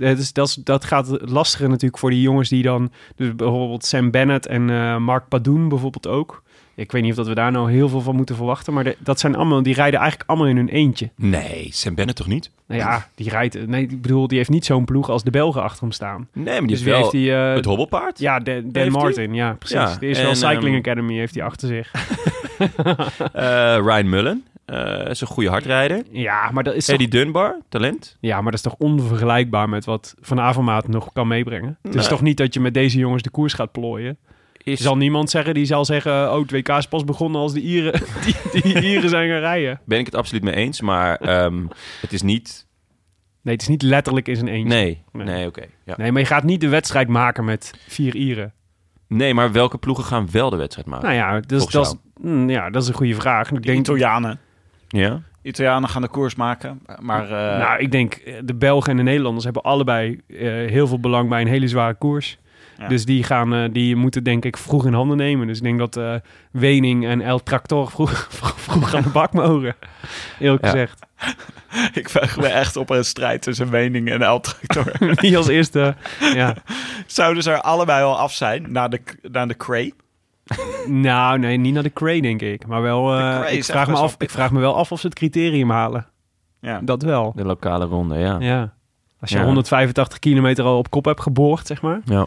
Speaker 2: Eh, dus dat, is- dat gaat lastiger natuurlijk voor die jongens die dan... Dus bijvoorbeeld Sam Bennett en eh, Mark Padoen bijvoorbeeld ook. Ik weet niet of dat we daar nou heel veel van moeten verwachten. Maar de- dat zijn allemaal, die rijden eigenlijk allemaal in hun eentje.
Speaker 1: Nee, Sam Bennett toch niet?
Speaker 2: Nou ja, die rijdt... Nee, ik bedoel, die heeft niet zo'n ploeg als de Belgen achter hem staan.
Speaker 1: Nee, maar die
Speaker 2: Dus
Speaker 1: is
Speaker 2: wie
Speaker 1: wel
Speaker 2: heeft die... eh,
Speaker 1: het hobbelpaard.
Speaker 2: ja, Dan, Dan
Speaker 1: heeft die?
Speaker 2: Martin. Ja, precies.
Speaker 1: Ja,
Speaker 2: de Israel
Speaker 1: en,
Speaker 2: Cycling
Speaker 1: ehm,
Speaker 2: Academy heeft die achter zich.
Speaker 1: Eh, Ryan Mullen eh, is een goede hardrijder.
Speaker 2: Ja, maar dat is toch
Speaker 1: Eddie Dunbar, talent.
Speaker 2: Ja, maar dat is toch onvergelijkbaar met wat Van Avermaat nog kan meebrengen? Het is
Speaker 1: Nee.
Speaker 2: toch niet dat je met deze jongens de koers gaat plooien?
Speaker 1: Is,
Speaker 2: Zal niemand zeggen, die zal zeggen... Oh, het WK is pas begonnen als de Ieren, die, die Ieren zijn gaan rijden.
Speaker 1: Ben ik het absoluut mee eens, maar ehm, het is niet...
Speaker 2: Nee, het is niet letterlijk in zijn eentje.
Speaker 1: Nee,
Speaker 2: Nee.
Speaker 1: nee, oké. ja.
Speaker 2: Nee, maar je gaat niet de wedstrijd maken met vier Ieren.
Speaker 1: Nee, maar welke ploegen gaan wel de wedstrijd maken?
Speaker 2: Nou ja, dus,
Speaker 1: Ah, Volgens
Speaker 2: dat, is, mm, ja dat is een goede vraag. Ik
Speaker 3: De
Speaker 2: denk,
Speaker 3: Italianen.
Speaker 1: Ja?
Speaker 3: Italianen gaan de koers maken, maar... eh,
Speaker 2: nou, ik denk eh, de Belgen en de Nederlanders hebben allebei eh, heel veel belang bij een hele zware koers.
Speaker 3: Ja.
Speaker 2: Dus die, gaan, eh, die moeten denk ik vroeg in handen nemen. Dus ik denk dat eh, Wening en El Tractor vroeg, vroeg, vroeg aan de bak mogen. Eerlijk
Speaker 1: Ja.
Speaker 2: gezegd.
Speaker 3: Ik vraag me echt op een strijd tussen Wening en El Tractor.
Speaker 2: Die als eerste, ja.
Speaker 3: Zouden ze er allebei al af zijn, na de, na de Cray?
Speaker 2: Nou, nee, niet naar de Cray denk ik. Maar wel, eh,
Speaker 3: De Cray
Speaker 2: ik,
Speaker 3: is
Speaker 2: vraag
Speaker 3: echt
Speaker 2: me
Speaker 3: best
Speaker 2: af,
Speaker 3: wel
Speaker 2: ik vraag me wel af of ze het criterium halen.
Speaker 3: Ja.
Speaker 2: Dat wel,
Speaker 1: De lokale ronde, ja. ja.
Speaker 2: ja. Als je
Speaker 1: Ja.
Speaker 2: 185 kilometer al op kop hebt geboord, zeg maar. Ja.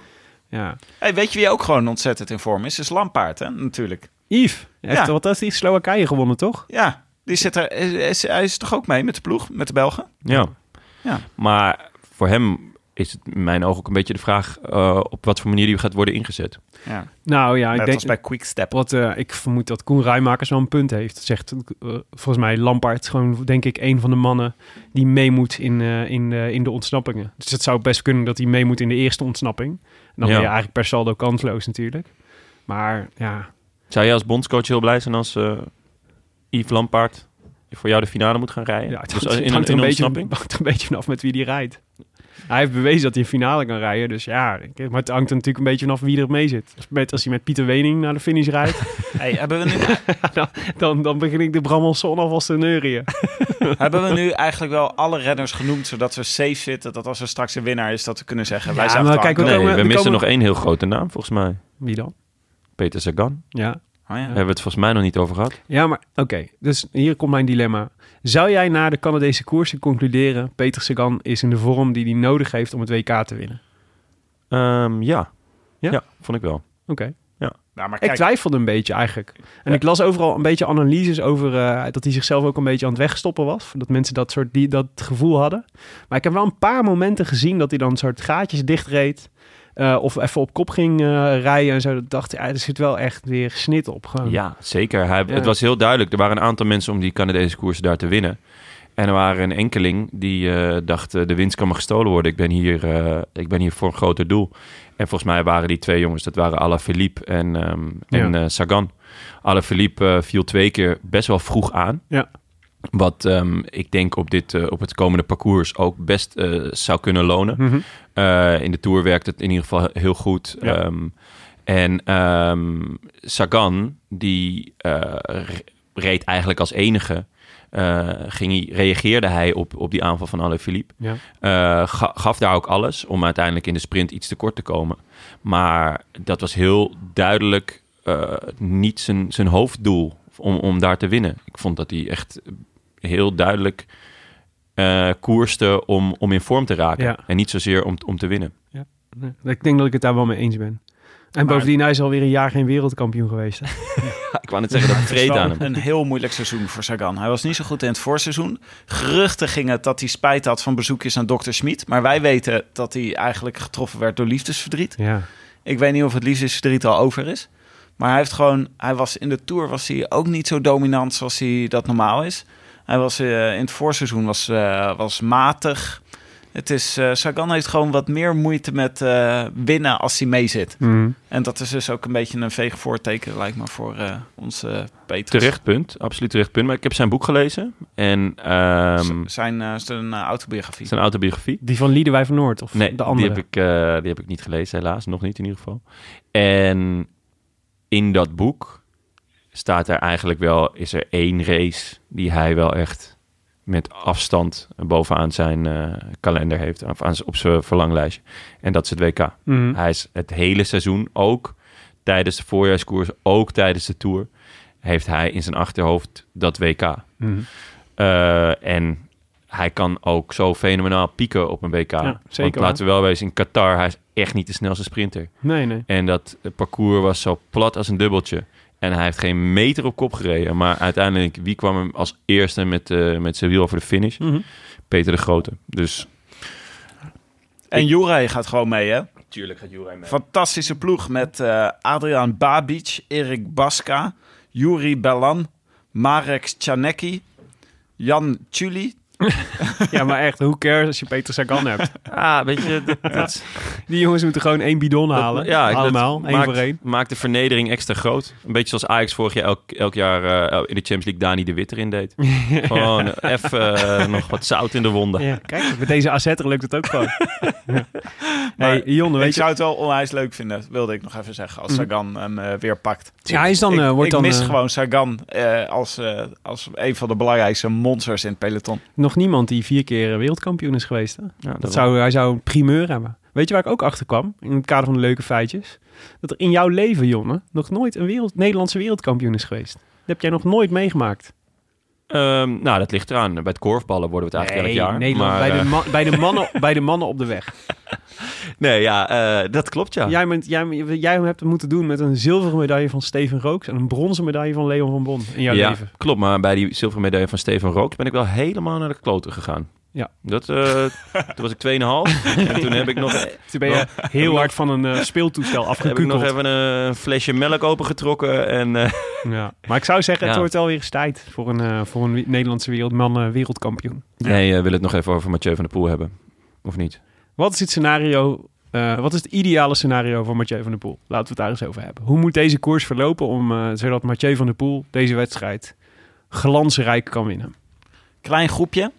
Speaker 3: Hey, weet je wie ook gewoon ontzettend in vorm is? Is Lampaard, hè? Natuurlijk.
Speaker 2: Yves, echt,
Speaker 3: Ja.
Speaker 2: wat is die Slowakije gewonnen, toch?
Speaker 3: Ja, die zit er, is, is- hij is toch ook mee met de ploeg, met de Belgen? Ja.
Speaker 1: Maar voor hem is het in mijn ogen ook een beetje de vraag... eh, op wat voor manier die gaat worden ingezet.
Speaker 3: Ja.
Speaker 2: Nou ja, ik
Speaker 3: Net
Speaker 2: denk...
Speaker 3: als bij Quickstep.
Speaker 2: Wat, eh, ik vermoed dat Koen Rijmakers wel een punt heeft. Zegt eh, volgens mij Lampaard is gewoon, denk ik, een van de mannen die mee moet in, eh, in, eh, in de ontsnappingen. Dus het zou best kunnen dat hij mee moet in de eerste ontsnapping. En dan
Speaker 1: Ja.
Speaker 2: ben je eigenlijk per saldo kansloos natuurlijk. Maar ja,
Speaker 1: Zou jij als bondscoach heel blij zijn als eh Yves Lampaard... voor jou de finale moet gaan rijden?
Speaker 2: ja het
Speaker 1: Dus
Speaker 2: hangt, het
Speaker 1: in,
Speaker 2: hangt er
Speaker 1: in
Speaker 2: een beetje,
Speaker 1: ontsnapping?
Speaker 2: hangt er een beetje vanaf met wie die rijdt. Hij heeft bewezen dat hij in finale kan rijden. Dus ja, ik- maar het hangt er natuurlijk een beetje vanaf wie er mee zit. Als, met, als hij met Pieter Wening naar de finish rijdt,
Speaker 3: Hey, hebben, we nu,
Speaker 2: dan, dan begin ik de Brammelson alvast te neurien.
Speaker 3: hebben we nu eigenlijk wel alle renners genoemd, zodat we safe zitten, dat als er straks een winnaar is, dat we kunnen zeggen... wij
Speaker 2: Ja,
Speaker 3: zijn
Speaker 2: maar
Speaker 3: het
Speaker 2: kijk,
Speaker 3: wel-
Speaker 2: we
Speaker 1: Nee,
Speaker 2: komen-
Speaker 1: we
Speaker 2: we
Speaker 1: missen
Speaker 2: komen-
Speaker 1: nog één heel grote naam, volgens mij.
Speaker 2: Wie dan?
Speaker 1: Peter Sagan.
Speaker 2: Ja,
Speaker 3: Oh, ja.
Speaker 1: Daar hebben we het volgens mij nog niet over gehad.
Speaker 2: Ja, maar oké. Dus hier komt mijn dilemma. Zou jij na de Canadese koersen concluderen... Peter Sagan is in de vorm die hij nodig heeft om het WK te winnen?
Speaker 1: Ehm, ja.
Speaker 2: Ja?
Speaker 1: ja. vond ik wel.
Speaker 2: Oké.
Speaker 3: Nou, maar
Speaker 2: Ik
Speaker 3: kijk,
Speaker 2: twijfelde een beetje eigenlijk. En ik las overal een beetje analyses over... eh, dat hij zichzelf ook een beetje aan het wegstoppen was. Dat mensen dat soort die, dat gevoel hadden. Maar ik heb wel een paar momenten gezien... dat hij dan soort gaatjes dichtreed... eh, of even op kop ging eh, rijden en zo. Dat dacht ik, ja, er zit wel echt weer snit op. Gewoon.
Speaker 1: Ja, zeker. Hij,
Speaker 2: Ja.
Speaker 1: Het was heel duidelijk. Er waren een aantal mensen om die Canadese koersen daar te winnen. En er waren een enkeling die eh, dacht, eh, de winst kan me gestolen worden. Ik ben, hier, eh, ik ben hier voor een groter doel. En volgens mij waren die twee jongens, dat waren Alaphilippe en, ehm,
Speaker 2: Ja.
Speaker 1: en eh, Sagan. Alaphilippe eh, viel twee keer best wel vroeg aan.
Speaker 2: Ja.
Speaker 1: Wat ehm, ik denk op, dit, eh, op het komende parcours ook best eh, zou kunnen lonen.
Speaker 2: Mhm.
Speaker 1: Eh, in de Tour werkt het in ieder geval heel goed.
Speaker 2: Ja.
Speaker 1: Ehm, en ehm, Sagan, die eh, re- reed eigenlijk als enige... eh, ging hij, reageerde hij op, op die aanval van Alaphilippe.
Speaker 2: Ja.
Speaker 1: Eh, ga- gaf daar ook alles om uiteindelijk in de sprint iets tekort te komen. Maar dat was heel duidelijk eh, niet zijn, zijn hoofddoel om, om daar te winnen. Ik vond dat hij echt heel duidelijk eh, koerste om, om in vorm te raken.
Speaker 2: Ja.
Speaker 1: En niet zozeer om, om te winnen.
Speaker 2: Nee, Ik denk dat ik het daar wel mee eens ben. En bovendien, hij is alweer een jaar geen wereldkampioen geweest. hè?
Speaker 1: ik wou net zeggen, dat
Speaker 3: Het is
Speaker 1: vreet
Speaker 3: wel
Speaker 1: aan hem.
Speaker 3: een heel moeilijk seizoen voor Sagan. Hij was niet zo goed in het voorseizoen. Geruchten gingen het dat hij spijt had van bezoekjes aan dokter Schmid. Maar wij weten dat hij eigenlijk getroffen werd door liefdesverdriet.
Speaker 2: Ja.
Speaker 3: Ik weet niet of het liefdesverdriet al over is. Maar hij heeft gewoon, hij was in de Tour was hij ook niet zo dominant zoals hij dat normaal is. Hij was eh, in het voorseizoen was, eh, was matig. Het is, eh, Sagan heeft gewoon wat meer moeite met eh, winnen als hij mee zit.
Speaker 1: Mhm.
Speaker 3: En dat is dus ook een beetje een veeg voorteken, lijkt me, voor eh, onze Peter.
Speaker 1: Terecht punt, absoluut terecht punt. Maar ik heb zijn boek gelezen en ehm,
Speaker 3: Z- zijn, eh, zijn eh, autobiografie.
Speaker 1: zijn autobiografie.
Speaker 2: Die van Liedewij van Noord of
Speaker 1: Nee,
Speaker 2: de andere?
Speaker 1: Die, heb ik, eh, die heb ik niet gelezen, helaas. Nog niet in ieder geval. En in dat boek staat er eigenlijk wel... is er één race die hij wel echt met afstand bovenaan zijn eh, kalender heeft, of aan, z- op zijn verlanglijstje. En dat is het WK.
Speaker 2: Mhm.
Speaker 1: Hij is het hele seizoen ook tijdens de voorjaarskoers, ook tijdens de Tour, heeft hij in zijn achterhoofd dat WK.
Speaker 2: Mhm.
Speaker 1: Eh, en hij kan ook zo fenomenaal pieken op een WK.
Speaker 2: zeker
Speaker 1: Want
Speaker 2: waar.
Speaker 1: laten we wel wezen, in Qatar, hij is echt niet de snelste sprinter.
Speaker 2: Nee, nee.
Speaker 1: En dat parcours was zo plat als een dubbeltje. En hij heeft geen meter op kop gereden. Maar uiteindelijk, wie kwam hem als eerste met, eh, met zijn wiel over de finish?
Speaker 2: Mhm.
Speaker 1: Peter de Grote. Dus
Speaker 3: En Juraj gaat gewoon mee, hè?
Speaker 1: Tuurlijk gaat Jurij mee.
Speaker 3: Fantastische ploeg met eh, Adriaan Babic, Erik Baska, Juri Belan, Marek Czanecki, Jan Tjuli.
Speaker 2: Ja, maar echt, hoe cares als je Peter Sagan hebt?
Speaker 1: Ah, weet je, dat, dat-
Speaker 2: Die jongens moeten gewoon één bidon
Speaker 1: dat-
Speaker 2: halen.
Speaker 1: ja, dat
Speaker 2: Allemaal, één
Speaker 1: maakt,
Speaker 2: voor één.
Speaker 1: Maakt de vernedering extra groot. Een beetje zoals Ajax vorig jaar elk, elk jaar eh, in de Champions League Dani de Witter in deed. Gewoon eh, even eh, nog wat zout in de wonden.
Speaker 2: Ja, kijk, met deze assetter lukt het ook gewoon. Ja. hey, Jon,
Speaker 3: Ik
Speaker 2: weet je...
Speaker 3: zou het wel onwijs leuk vinden, wilde ik nog even zeggen, als Sagan hem eh, weer pakt.
Speaker 2: Ja, hij is dan,
Speaker 3: ik,
Speaker 2: eh, wordt
Speaker 3: ik
Speaker 2: dan,
Speaker 3: mis
Speaker 2: eh,
Speaker 3: gewoon Sagan eh, als, eh, als een van de belangrijkste monsters in het peloton.
Speaker 2: Nog niemand die vier keer eh, wereldkampioen is geweest. Hè?
Speaker 1: Ja,
Speaker 2: Dat zou, hij zou een primeur hebben. Weet je waar ik ook achter kwam? In het kader van de leuke feitjes. Dat er in jouw leven, Jonne, nog nooit een wereld, Nederlandse wereldkampioen is geweest. Dat heb jij nog nooit meegemaakt.
Speaker 1: Ehm, nou, dat ligt eraan. Bij het korfballen worden we het eigenlijk elk jaar.
Speaker 2: Nederland,
Speaker 1: Maar,
Speaker 2: bij,
Speaker 1: eh,
Speaker 2: de ma- bij, de mannen, bij de mannen op de weg.
Speaker 1: nee, ja, eh, dat klopt ja.
Speaker 2: Jij, bent, jij, jij hebt het moeten doen met een zilveren medaille van Steven Rooks en een bronzen medaille van Leon van Bon in jouw
Speaker 1: ja,
Speaker 2: leven.
Speaker 1: klopt. Maar bij die zilveren medaille van Steven Rooks ben ik wel helemaal naar de kloten gegaan.
Speaker 2: Ja.
Speaker 1: Dat, eh, toen was ik 2,5. en toen heb ik nog,
Speaker 2: Toen ben je heel hard van een eh, speeltoestel
Speaker 1: heb ik nog
Speaker 2: afgekukeld.
Speaker 1: even een flesje melk opengetrokken. En, eh,
Speaker 2: Ja. Maar ik zou zeggen, het
Speaker 1: Ja.
Speaker 2: wordt alweer eens tijd voor een, eh, voor een wi- Nederlandse wereldman eh, wereldkampioen.
Speaker 1: Nee, eh, wil het nog even over Mathieu van der Poel hebben. Of niet?
Speaker 2: Wat is het scenario? eh, wat is het ideale scenario voor Mathieu van der Poel? Laten we het daar eens over hebben. Hoe moet deze koers verlopen om, eh, zodat Mathieu van der Poel deze wedstrijd glansrijk kan winnen?
Speaker 3: Klein groepje,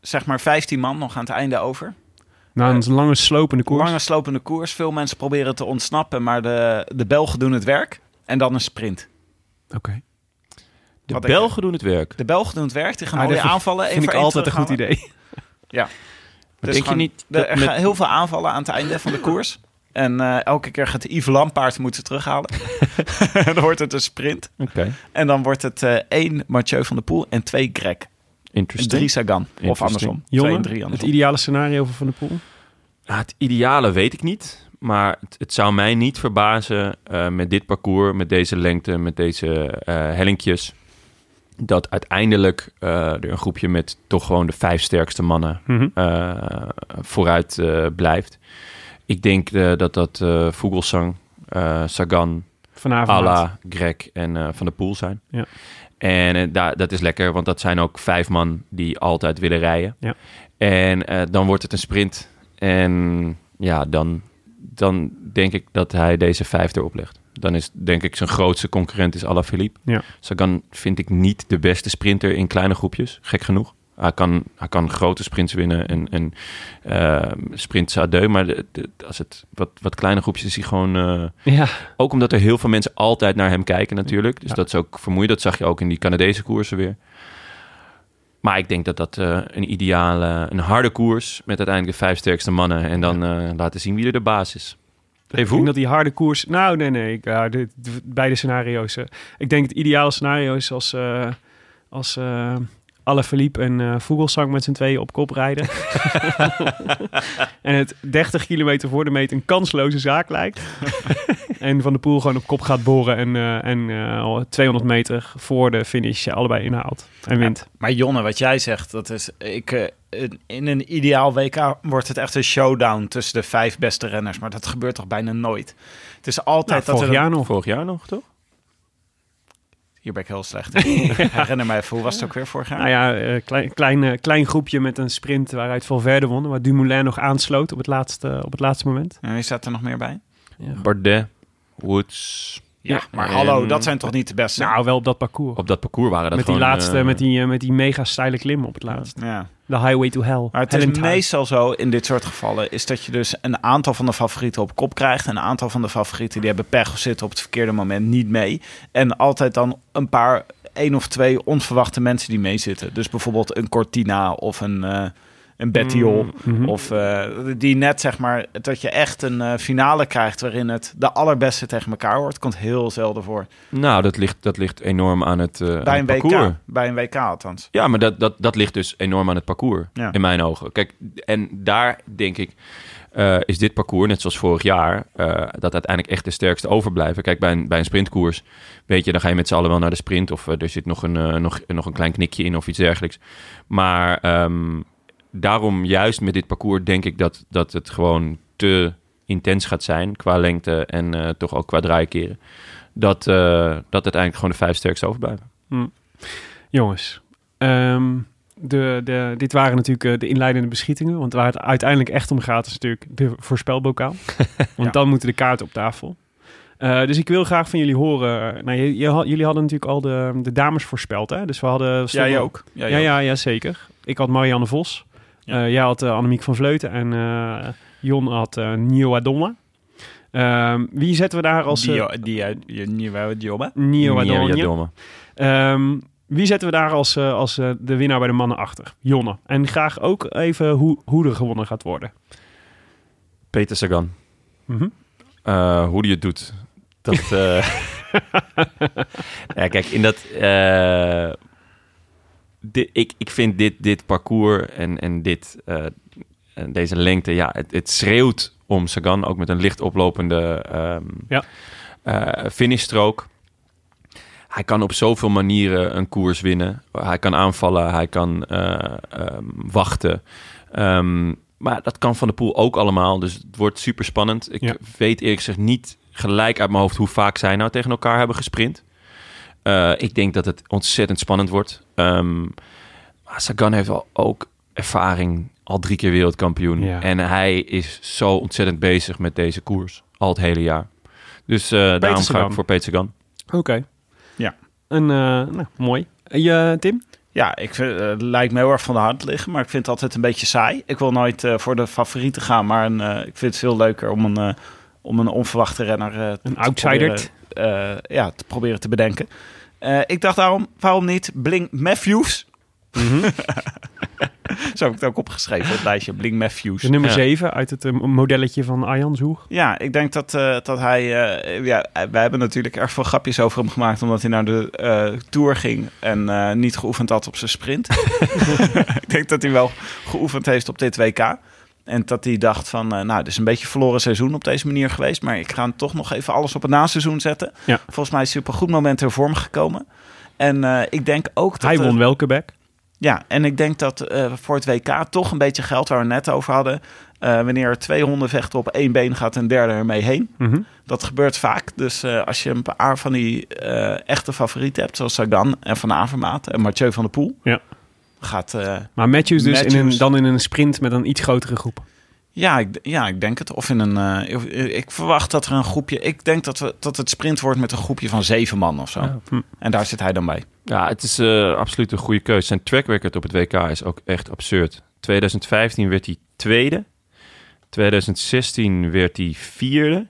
Speaker 3: zeg maar 15 man nog aan het einde over.
Speaker 2: Na een lange slopende koers.
Speaker 3: Eh, Lange slopende koers, veel mensen proberen te ontsnappen, maar de, de Belgen doen het werk. En dan een sprint.
Speaker 2: Oké.
Speaker 1: De
Speaker 3: Wat denk je?
Speaker 1: Belgen doen het werk.
Speaker 3: De Belgen doen het werk, die gaan
Speaker 2: Ah,
Speaker 3: alweer
Speaker 2: dat vind-
Speaker 3: aanvallen. één
Speaker 2: Vind ik
Speaker 3: voor één
Speaker 2: altijd een goed
Speaker 3: teruggaan.
Speaker 2: idee.
Speaker 1: Maar denk je
Speaker 3: Dus gewoon-
Speaker 1: niet
Speaker 3: de-
Speaker 1: dat
Speaker 3: er
Speaker 1: met-
Speaker 3: gaan heel veel aanvallen aan het einde van de koers. En eh, elke keer gaat Yves Lampaard moeten terughalen. dan wordt het een sprint.
Speaker 1: Oké,
Speaker 3: En dan wordt het eh één Mathieu van der Poel en twee Greg. En
Speaker 1: interesting.
Speaker 3: drie Sagan. Of
Speaker 1: Interesting.
Speaker 3: andersom. twee en drie
Speaker 2: Jongen, het
Speaker 3: andersom.
Speaker 2: ideale scenario voor Van der Poel.
Speaker 1: Ah, het ideale weet ik niet. Maar het, het zou mij niet verbazen eh, met dit parcours, met deze lengte, met deze eh, hellinkjes. Dat uiteindelijk eh, er een groepje met toch gewoon de vijf sterkste mannen
Speaker 3: Mhm.
Speaker 1: eh, vooruit eh, blijft. Ik denk eh, dat dat eh Vogelsang, eh, Sagan,
Speaker 2: Vanavond.
Speaker 1: Alla, Greg en eh, Van der Poel zijn.
Speaker 2: Ja.
Speaker 1: En eh, da- dat is lekker, want dat zijn ook vijf man die altijd willen rijden.
Speaker 2: Ja.
Speaker 1: En eh, dan wordt het een sprint. En ja, dan, dan denk ik dat hij deze vijf erop legt. Dan is denk ik zijn grootste concurrent is Alaphilippe.
Speaker 2: Ja.
Speaker 1: Sagan vind ik niet de beste sprinter in kleine groepjes, gek genoeg. Hij kan, hij kan grote sprints winnen en, en eh, sprints à deux. Maar de- de- als het wat, wat kleine groepjes is hij gewoon... eh,
Speaker 2: Ja.
Speaker 1: ook omdat er heel veel mensen altijd naar hem kijken natuurlijk. Dus
Speaker 2: Ja.
Speaker 1: dat is ook vermoeiend. Dat zag je ook in die Canadese koersen weer. Maar ik denk dat dat eh, een ideale, een harde koers... met uiteindelijk de vijf sterkste mannen... en dan eh, laten zien wie er de baas is.
Speaker 2: Ik
Speaker 1: Even
Speaker 2: denk dat die harde koers... Nou, nee, nee. Ik, ja, dit, d- beide scenario's. eh. ik denk het ideale scenario is als... eh als eh Alaphilippe en eh Vogelsang met z'n tweeën op kop rijden. en het 30 kilometer voor de meet een kansloze zaak lijkt. en Van der Poel gewoon op kop gaat boren. En, eh, en eh, al 200 meter voor de finish eh, allebei inhaalt. En wint.
Speaker 3: Maar Jonne, wat jij zegt, dat is... Ik, eh, in- in een ideaal WK wordt het echt een showdown tussen de vijf beste renners. Maar dat gebeurt toch bijna nooit? Het is altijd dat
Speaker 2: Nou, vorig
Speaker 3: er... een-
Speaker 2: jaar nog.
Speaker 1: Vorig jaar nog, toch?
Speaker 3: Hier ben ik heel slecht in. Herinner mij even, hoe was het ook weer vorig jaar?
Speaker 2: Nou ja, eh, klein, klein, eh, klein groepje met een sprint waaruit Valverde won. Waar Dumoulin nog aansloot op het laatste, op het laatste moment.
Speaker 3: En wie staat Eh, er nog meer bij?
Speaker 1: Bardet, Woods.
Speaker 3: Ja, Ehm, maar
Speaker 1: En-
Speaker 3: hallo, dat zijn toch niet de beste?
Speaker 2: Nou, wel op dat parcours.
Speaker 1: Op dat parcours waren dat
Speaker 2: met, die
Speaker 1: gewoon,
Speaker 2: laatste,
Speaker 1: eh,
Speaker 2: met, die, eh, met die mega steile klim op het laatst.
Speaker 3: ja.
Speaker 2: De highway to hell.
Speaker 3: Maar het
Speaker 2: Hell in
Speaker 3: is
Speaker 2: time.
Speaker 3: meestal zo in dit soort gevallen, is dat je dus een aantal van de favorieten op kop krijgt. En een aantal van de favorieten die hebben pech of zitten op het verkeerde moment niet mee. En altijd dan een paar één of twee onverwachte mensen die meezitten. Dus bijvoorbeeld een Cortina of een, eh een Bettiol. Of eh, die net zeg maar, dat je echt een eh, finale krijgt waarin het de allerbeste tegen elkaar wordt. Komt heel zelden voor.
Speaker 1: Nou, dat ligt, dat ligt enorm aan het, eh, aan
Speaker 3: Bij
Speaker 1: het
Speaker 3: een
Speaker 1: parcours.
Speaker 3: WK. Bij een WK althans.
Speaker 1: Ja, maar dat, dat, dat ligt dus enorm aan het parcours,
Speaker 3: Ja.
Speaker 1: in mijn ogen. Kijk, en daar denk ik, eh, is dit parcours, net zoals vorig jaar, eh, dat uiteindelijk echt de sterkste overblijven. Kijk, bij een, bij een sprintkoers, weet je, dan ga je met z'n allen wel naar de sprint. Of eh, er zit nog een, eh, nog, nog een klein knikje in of iets dergelijks. Maar ehm, daarom juist met dit parcours denk ik dat, dat het gewoon te intens gaat zijn qua lengte en eh, toch ook qua draaikeren. Dat, eh, dat uiteindelijk gewoon de vijf sterkste overblijven.
Speaker 2: Jongens, ehm, de, de, dit waren natuurlijk eh, de inleidende beschietingen. Want waar het uiteindelijk echt om gaat, is natuurlijk de voorspelbokaal. Want dan moeten de kaarten op tafel. Eh, dus ik wil graag van jullie horen. eh, Nou, je, je had- jullie hadden natuurlijk al de, de dames voorspeld, hè? Dus we hadden...
Speaker 3: Jij ook. Jij
Speaker 2: Ja,
Speaker 3: ook.
Speaker 2: ja, ja, zeker. Ik had Marianne Vos.
Speaker 3: Ja.
Speaker 2: Eh, jij had eh, Annemiek van Vleuten. En eh, Jon had eh Nio Adoma. Ehm, wie zetten we daar als... eh,
Speaker 3: Die, die, die, die, die, die,
Speaker 2: Nio
Speaker 1: Nia
Speaker 2: Adoma.
Speaker 1: Jadoma.
Speaker 2: Ehm, wie zetten we daar als, eh, als eh, de winnaar bij de mannen achter? Jonne. En graag ook even hoe, hoe er gewonnen gaat worden.
Speaker 1: Peter Sagan.
Speaker 2: Mhm.
Speaker 1: Eh, hoe die het doet. Dat, eh, ja, kijk, in dat... eh, di- ik, ik vind dit, dit parcours en, en dit, eh, en deze lengte... Ja, het, het schreeuwt om Sagan. Ook met een licht oplopende ehm
Speaker 2: Ja.
Speaker 1: eh, finishstrook. Hij kan op zoveel manieren een koers winnen. Hij kan aanvallen, hij kan eh, ehm, wachten. Ehm, maar dat kan Van de Poel ook allemaal. Dus het wordt super spannend. Ik
Speaker 2: Ja.
Speaker 1: weet eerlijk gezegd niet gelijk uit mijn hoofd hoe vaak zij nou tegen elkaar hebben gesprint. Eh, ik denk dat het ontzettend spannend wordt. Ehm, maar Sagan heeft al ook ervaring. Al drie keer wereldkampioen.
Speaker 2: Ja.
Speaker 1: En hij is zo ontzettend bezig met deze koers. Al het hele jaar. Dus eh, daarom ga
Speaker 2: Sagan.
Speaker 1: ik voor Peter Sagan.
Speaker 2: Oké.
Speaker 3: Ja.
Speaker 2: En, eh, nou, mooi. Eh, je, Tim?
Speaker 3: Ja, ik vind, eh, het lijkt me heel erg van de hand liggen, maar ik vind het altijd een beetje saai. Ik wil nooit eh, voor de favorieten gaan, maar een, eh, ik vind het veel leuker om een, eh, om een onverwachte renner eh, te- te
Speaker 2: outsider.
Speaker 3: proberen, eh, ja, te proberen te bedenken. Eh, ik dacht daarom, waarom niet Bling Matthews?
Speaker 2: Mhm.
Speaker 3: Zo heb ik het ook opgeschreven, het lijstje Bling Matthews.
Speaker 2: De nummer
Speaker 1: Ja.
Speaker 2: 7 uit het eh, modelletje van Arjan Zoeg.
Speaker 3: Ja, ik denk dat, eh, dat hij... eh, ja, wij hebben natuurlijk erg veel grapjes over hem gemaakt... omdat hij naar de eh, Tour ging en eh, niet geoefend had op zijn sprint. ik denk dat hij wel geoefend heeft op dit WK. En dat hij dacht van, eh, nou, het is een beetje verloren seizoen op deze manier geweest... maar ik ga toch nog even alles op het naseizoen zetten.
Speaker 2: Ja.
Speaker 3: Volgens mij is hij op een goed moment in vorm gekomen. En eh, ik denk ook dat...
Speaker 2: Hij
Speaker 3: eh,
Speaker 2: won wel Quebec.
Speaker 3: ja, en ik denk dat eh, voor het WK toch een beetje geld waar we het net over hadden. Eh, wanneer er twee honden vechten op één been, gaat een derde ermee heen.
Speaker 2: Mhm.
Speaker 3: Dat gebeurt vaak. Dus eh, als je een paar van die eh, echte favorieten hebt, zoals Sagan en Van Avermaat en Mathieu van der Poel,
Speaker 2: Ja.
Speaker 3: gaat... eh,
Speaker 2: Maar Matthews dus In een,
Speaker 3: Matthews.
Speaker 2: dan in een sprint met een iets grotere groep.
Speaker 3: ja, ik, ja, ik denk het. Of in een... eh, ik, ik verwacht dat er een groepje... Ik denk dat, we, dat het sprint wordt met een groepje van zeven man of zo.
Speaker 2: Hm.
Speaker 3: En daar zit hij dan bij.
Speaker 1: Ja, het is eh, absoluut een goede keuze. Zijn track record op het WK is ook echt absurd. 2015 werd hij tweede. 2016 werd hij vierde.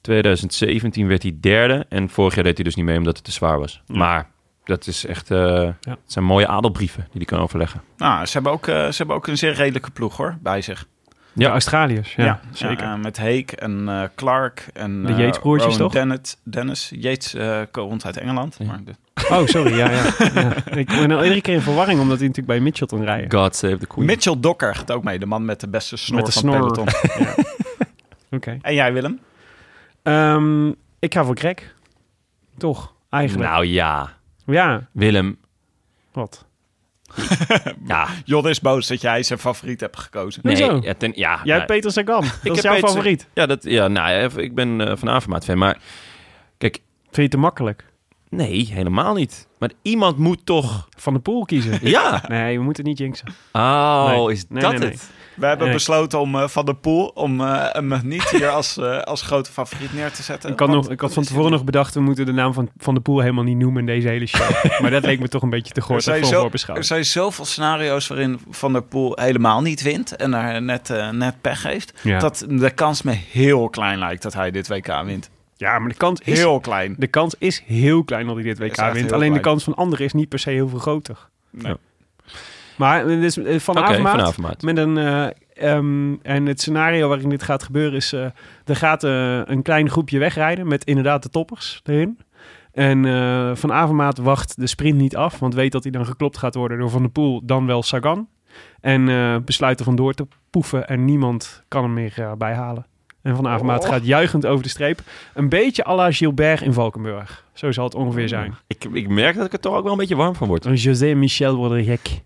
Speaker 1: 2017 werd hij derde. En vorig jaar deed hij dus niet mee omdat het te zwaar was. Maar dat is echt, eh, het zijn mooie adelbrieven die hij kan overleggen.
Speaker 3: Nou, ze hebben ook, eh, ze hebben ook een zeer redelijke ploeg hoor, bij zich.
Speaker 2: Ja, Australiërs. Ja, zeker.
Speaker 3: Ja, eh, met Heek en eh, Clark en
Speaker 2: De
Speaker 3: eh,
Speaker 2: Yates-broertjes,
Speaker 3: Rowan
Speaker 2: toch?
Speaker 3: Dennett, Dennis. Yates eh, komt uit Engeland. Maar de-
Speaker 2: Oh, sorry. Ja, ja. ja. Ik ben al iedere keer in verwarring omdat hij natuurlijk bij Mitchelton rijden.
Speaker 1: God save the queen.
Speaker 3: Mitchell Docker gaat ook mee, de man met de beste snor
Speaker 2: Met de
Speaker 3: van het
Speaker 2: snor.
Speaker 3: peloton.
Speaker 2: Oké.
Speaker 3: en jij Willem?
Speaker 2: Ehm, ik ga voor Greg. Toch? Eigenlijk.
Speaker 1: nou ja,
Speaker 2: Ja,
Speaker 1: Willem.
Speaker 2: wat?
Speaker 1: Ja,
Speaker 3: Jod is boos dat jij zijn favoriet hebt gekozen.
Speaker 1: nee,
Speaker 2: Hoezo?
Speaker 1: ja, ten- ja,
Speaker 2: Jij
Speaker 1: nou,
Speaker 2: hebt Peter Sagan. Dat is
Speaker 1: heb
Speaker 2: jouw
Speaker 1: Peter-
Speaker 2: favoriet.
Speaker 1: ja, dat, ja, nou, ja, ik ben eh, van Avermaat fan, maar kijk,
Speaker 2: Vind je het te makkelijk?
Speaker 1: nee, helemaal niet. Maar iemand moet toch,
Speaker 2: Van de pool kiezen.
Speaker 1: ja.
Speaker 2: Nee, we moeten niet jinxen.
Speaker 1: Oh,
Speaker 2: Nee.
Speaker 1: is
Speaker 2: Nee,
Speaker 1: dat
Speaker 2: nee, nee.
Speaker 1: het?
Speaker 3: We hebben
Speaker 2: Nee.
Speaker 3: besloten om eh, Van der Poel om, eh, hem niet hier als, eh, als grote favoriet neer te zetten.
Speaker 2: Ik had,
Speaker 3: Want-
Speaker 2: nog, ik had van tevoren nog bedacht, we moeten de naam van Van de Poel helemaal niet noemen in deze hele show. maar dat leek me toch een beetje te
Speaker 3: Er
Speaker 2: goor
Speaker 3: zijn,
Speaker 2: voor
Speaker 3: zo, er
Speaker 2: voorbeschouwing.
Speaker 3: zijn zoveel scenario's waarin Van der Poel helemaal niet wint en daar net, eh, net pech heeft.
Speaker 2: Ja.
Speaker 3: Dat de kans me heel klein lijkt dat hij dit WK wint.
Speaker 2: Ja, maar de kans is
Speaker 3: Heel klein.
Speaker 2: De kans is heel klein dat hij dit
Speaker 3: Is
Speaker 2: WK
Speaker 3: echt
Speaker 2: wint.
Speaker 3: heel
Speaker 2: Alleen de
Speaker 3: klein.
Speaker 2: kans van anderen is niet per se heel veel groter.
Speaker 3: Nee.
Speaker 2: Maar het is eh, van
Speaker 1: Oké,
Speaker 2: Avermaat
Speaker 1: Van Avermaat.
Speaker 2: Met een, eh, ehm, en het scenario waarin dit gaat gebeuren is... eh, er gaat eh, een klein groepje wegrijden met inderdaad de toppers erin. En eh, Van Avermaat wacht de sprint niet af... want weet dat hij dan geklopt gaat worden door Van der Poel, dan wel Sagan. En eh, besluit er vandoor te poeven en niemand kan hem meer eh, bijhalen. En Van Avermaat gaat juichend over de streep. Een beetje à la Gilbert in Valkenburg. Zo zal het ongeveer zijn.
Speaker 1: Ik, ik merk dat ik er toch ook wel een beetje warm van word.
Speaker 2: Oh. Een José en Michel worden gek.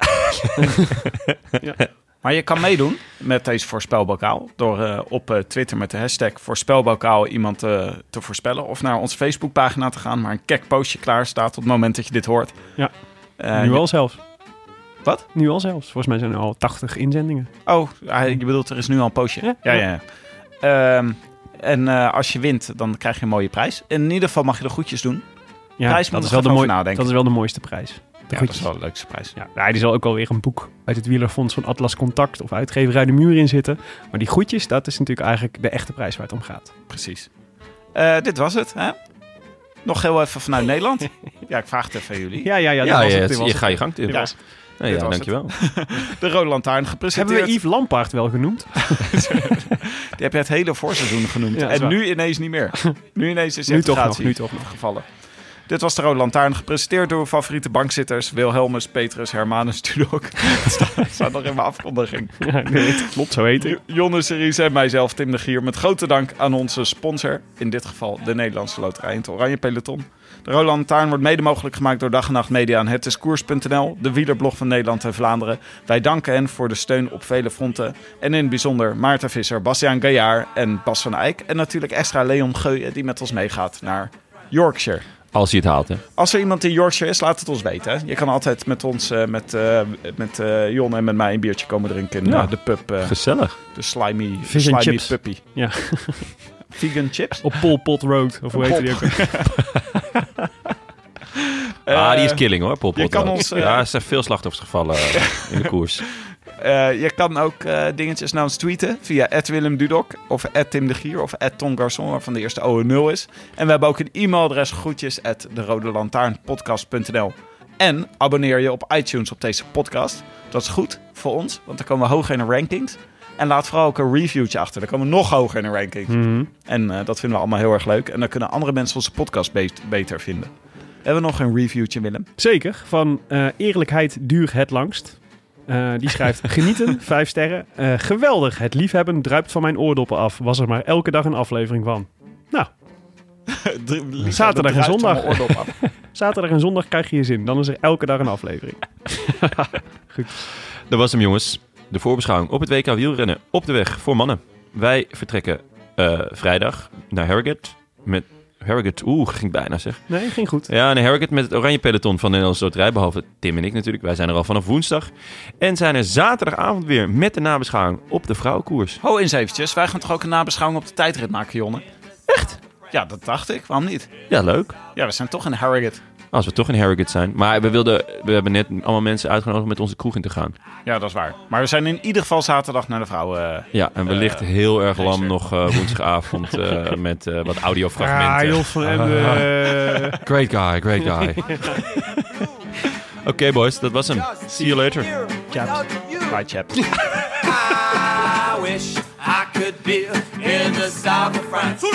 Speaker 3: Maar je kan meedoen met deze voorspelbokaal door eh, op eh, Twitter met de hashtag voorspelbokaal iemand eh, te voorspellen. Of naar onze Facebookpagina te gaan, maar een kek postje klaar staat tot het moment dat je dit hoort.
Speaker 2: Ja.
Speaker 3: Eh,
Speaker 2: nu al zelfs.
Speaker 3: Wat?
Speaker 2: Nu al zelfs. Volgens mij zijn er al 80 inzendingen.
Speaker 3: Oh, ah, je bedoelt er is nu al een postje.
Speaker 2: Ja,
Speaker 3: Ja, ja.
Speaker 2: ja.
Speaker 3: ja. Ehm, en eh, als je wint, dan krijg je een mooie prijs. In ieder geval mag je de goedjes doen.
Speaker 2: Ja,
Speaker 3: Prijs moet
Speaker 2: dat, is wel
Speaker 3: nog
Speaker 2: de
Speaker 3: even
Speaker 2: mooi-
Speaker 3: over nadenken.
Speaker 2: dat is wel de mooiste prijs. De
Speaker 3: Ja, dat
Speaker 2: goedjes.
Speaker 3: is wel een leuke prijs.
Speaker 2: Ja, nou, er zal ook alweer een boek uit het wielerfonds van Atlas Contact of uitgeverij De Muur in zitten. Maar die goedjes, dat is natuurlijk eigenlijk de echte prijs waar het om gaat.
Speaker 3: Precies. Eh, dit was het, hè? Nog heel even vanuit Nederland. Ja, ik vraag het even aan jullie.
Speaker 2: Ja, ja, ja.
Speaker 1: Ja,
Speaker 2: dat
Speaker 1: ja,
Speaker 2: was het,
Speaker 1: het-
Speaker 2: dit was
Speaker 1: je
Speaker 2: het.
Speaker 1: ga je gang, Tim.
Speaker 2: Dit
Speaker 1: Ja,
Speaker 2: was het.
Speaker 1: ja,
Speaker 3: dit was
Speaker 1: dankjewel.
Speaker 3: De Rode Lantaarn
Speaker 2: Hebben
Speaker 3: gepresenteerd.
Speaker 2: we Yves Lampaard wel genoemd?
Speaker 3: Die heb je het hele voorseizoen genoemd.
Speaker 2: Ja, dat is
Speaker 3: en
Speaker 2: waar.
Speaker 3: nu ineens niet meer. Nu ineens is de
Speaker 2: Nu toch nog,
Speaker 3: integratie
Speaker 2: nu toch nog.
Speaker 3: gevallen. Dit was de Rode Lantaarn, gepresenteerd door uw favoriete bankzitters... Wilhelmus, Petrus, Hermanus, Tudok. Het staat- het staat nog in mijn afkondiging.
Speaker 2: Ja, nee, het klopt, zo heet ik.
Speaker 3: Jo- Jonne Series en mijzelf, Tim de Gier. Met grote dank aan onze sponsor. In dit geval de Nederlandse Loterij en het Oranje Peloton. De Roland Taarn wordt mede mogelijk gemaakt door Dag en Nacht Media en Het is Koers.nl, de wielerblog van Nederland en Vlaanderen. Wij danken hen voor de steun op vele fronten. En in het bijzonder Maarten Visser, Bastiaan Gaillard en Bas van Eyck. En natuurlijk extra Leon Geuyen die met ons meegaat naar Yorkshire.
Speaker 1: Als hij het haalt, hè.
Speaker 3: Als er iemand in Yorkshire is, laat het ons weten. hè. Je kan altijd met ons, eh, met, eh met eh, Jon en met mij een biertje komen drinken in
Speaker 1: Ja.
Speaker 3: eh, de pub. eh,
Speaker 1: Gezellig.
Speaker 3: de slimy,
Speaker 2: Fish
Speaker 3: slimy
Speaker 2: and chips.
Speaker 3: puppy.
Speaker 2: Ja.
Speaker 3: Vegan chips?
Speaker 2: Op Pol Pot Road, of hoe heet
Speaker 3: Pol-
Speaker 2: die ook? alweer?
Speaker 1: ah, die is
Speaker 3: Eh,
Speaker 1: killing, hoor, Pol
Speaker 3: je
Speaker 1: Pot
Speaker 3: kan
Speaker 1: ook.
Speaker 3: ons, eh,
Speaker 1: Ja, er zijn veel slachtoffers gevallen eh, in de koers.
Speaker 3: Eh, je kan ook eh, dingetjes naar ons tweeten via Willem Dudok of Tim de Gier of Tom Garçon, waarvan de eerste O 0 is. En we hebben ook een e-mailadres groetjes at derodelantaarnpodcast.nl. En abonneer je op iTunes op deze podcast. Dat is goed voor ons, want dan komen we hoger in de rankings. En laat vooral ook een reviewtje achter. Dan komen we nog hoger in de rankings.
Speaker 2: Hm. Mhm.
Speaker 3: En eh, dat vinden we allemaal heel erg leuk. En dan kunnen andere mensen onze podcast be- beter vinden. Hebben we nog een reviewtje, Willem?
Speaker 2: Zeker, van eh, Eerlijkheid duur het langst. Eh, die schrijft, genieten, vijf sterren. Eh, geweldig, het liefhebben druipt van mijn oordoppen af. Was er maar elke dag een aflevering van. Zaterdag en zondag. Zaterdag en zondag krijg je je zin. Dan is er elke dag een aflevering.
Speaker 1: Dat was hem, jongens. De voorbeschouwing op het WK wielrennen op de weg voor mannen. Wij vertrekken eh, vrijdag naar Harrogate. Met Harrogate, oeh, ging bijna zeg.
Speaker 2: Nee, ging goed.
Speaker 1: Ja, en Harrogate met het oranje peloton van de Nederlandse Loterij. Behalve Tim en ik natuurlijk. Wij zijn er al vanaf woensdag. En zijn er zaterdagavond weer met de nabeschouwing op de vrouwenkoers.
Speaker 3: Ho eens eventjes, wij gaan toch ook een nabeschouwing op de tijdrit maken, Jonne? Echt? Ja, dat dacht ik. Waarom niet?
Speaker 1: Ja, leuk.
Speaker 3: Ja, we zijn toch in Harrogate.
Speaker 1: Als we toch in Harrogate zijn. Maar we, wilden, we hebben net allemaal mensen uitgenodigd om met onze kroeg in te gaan.
Speaker 3: Ja, dat is waar. Maar we zijn in ieder geval zaterdag naar de vrouwen. eh,
Speaker 1: Ja, en wellicht
Speaker 3: Eh,
Speaker 1: heel erg lam
Speaker 3: racer.
Speaker 1: nog eh, woensdagavond eh, met eh, wat audiofragmenten.
Speaker 2: van Emden.
Speaker 1: Ah. Great guy, great guy. Oké boys, dat was hem. See you later.
Speaker 3: bij Chap.
Speaker 5: I wish I could be in the south of France.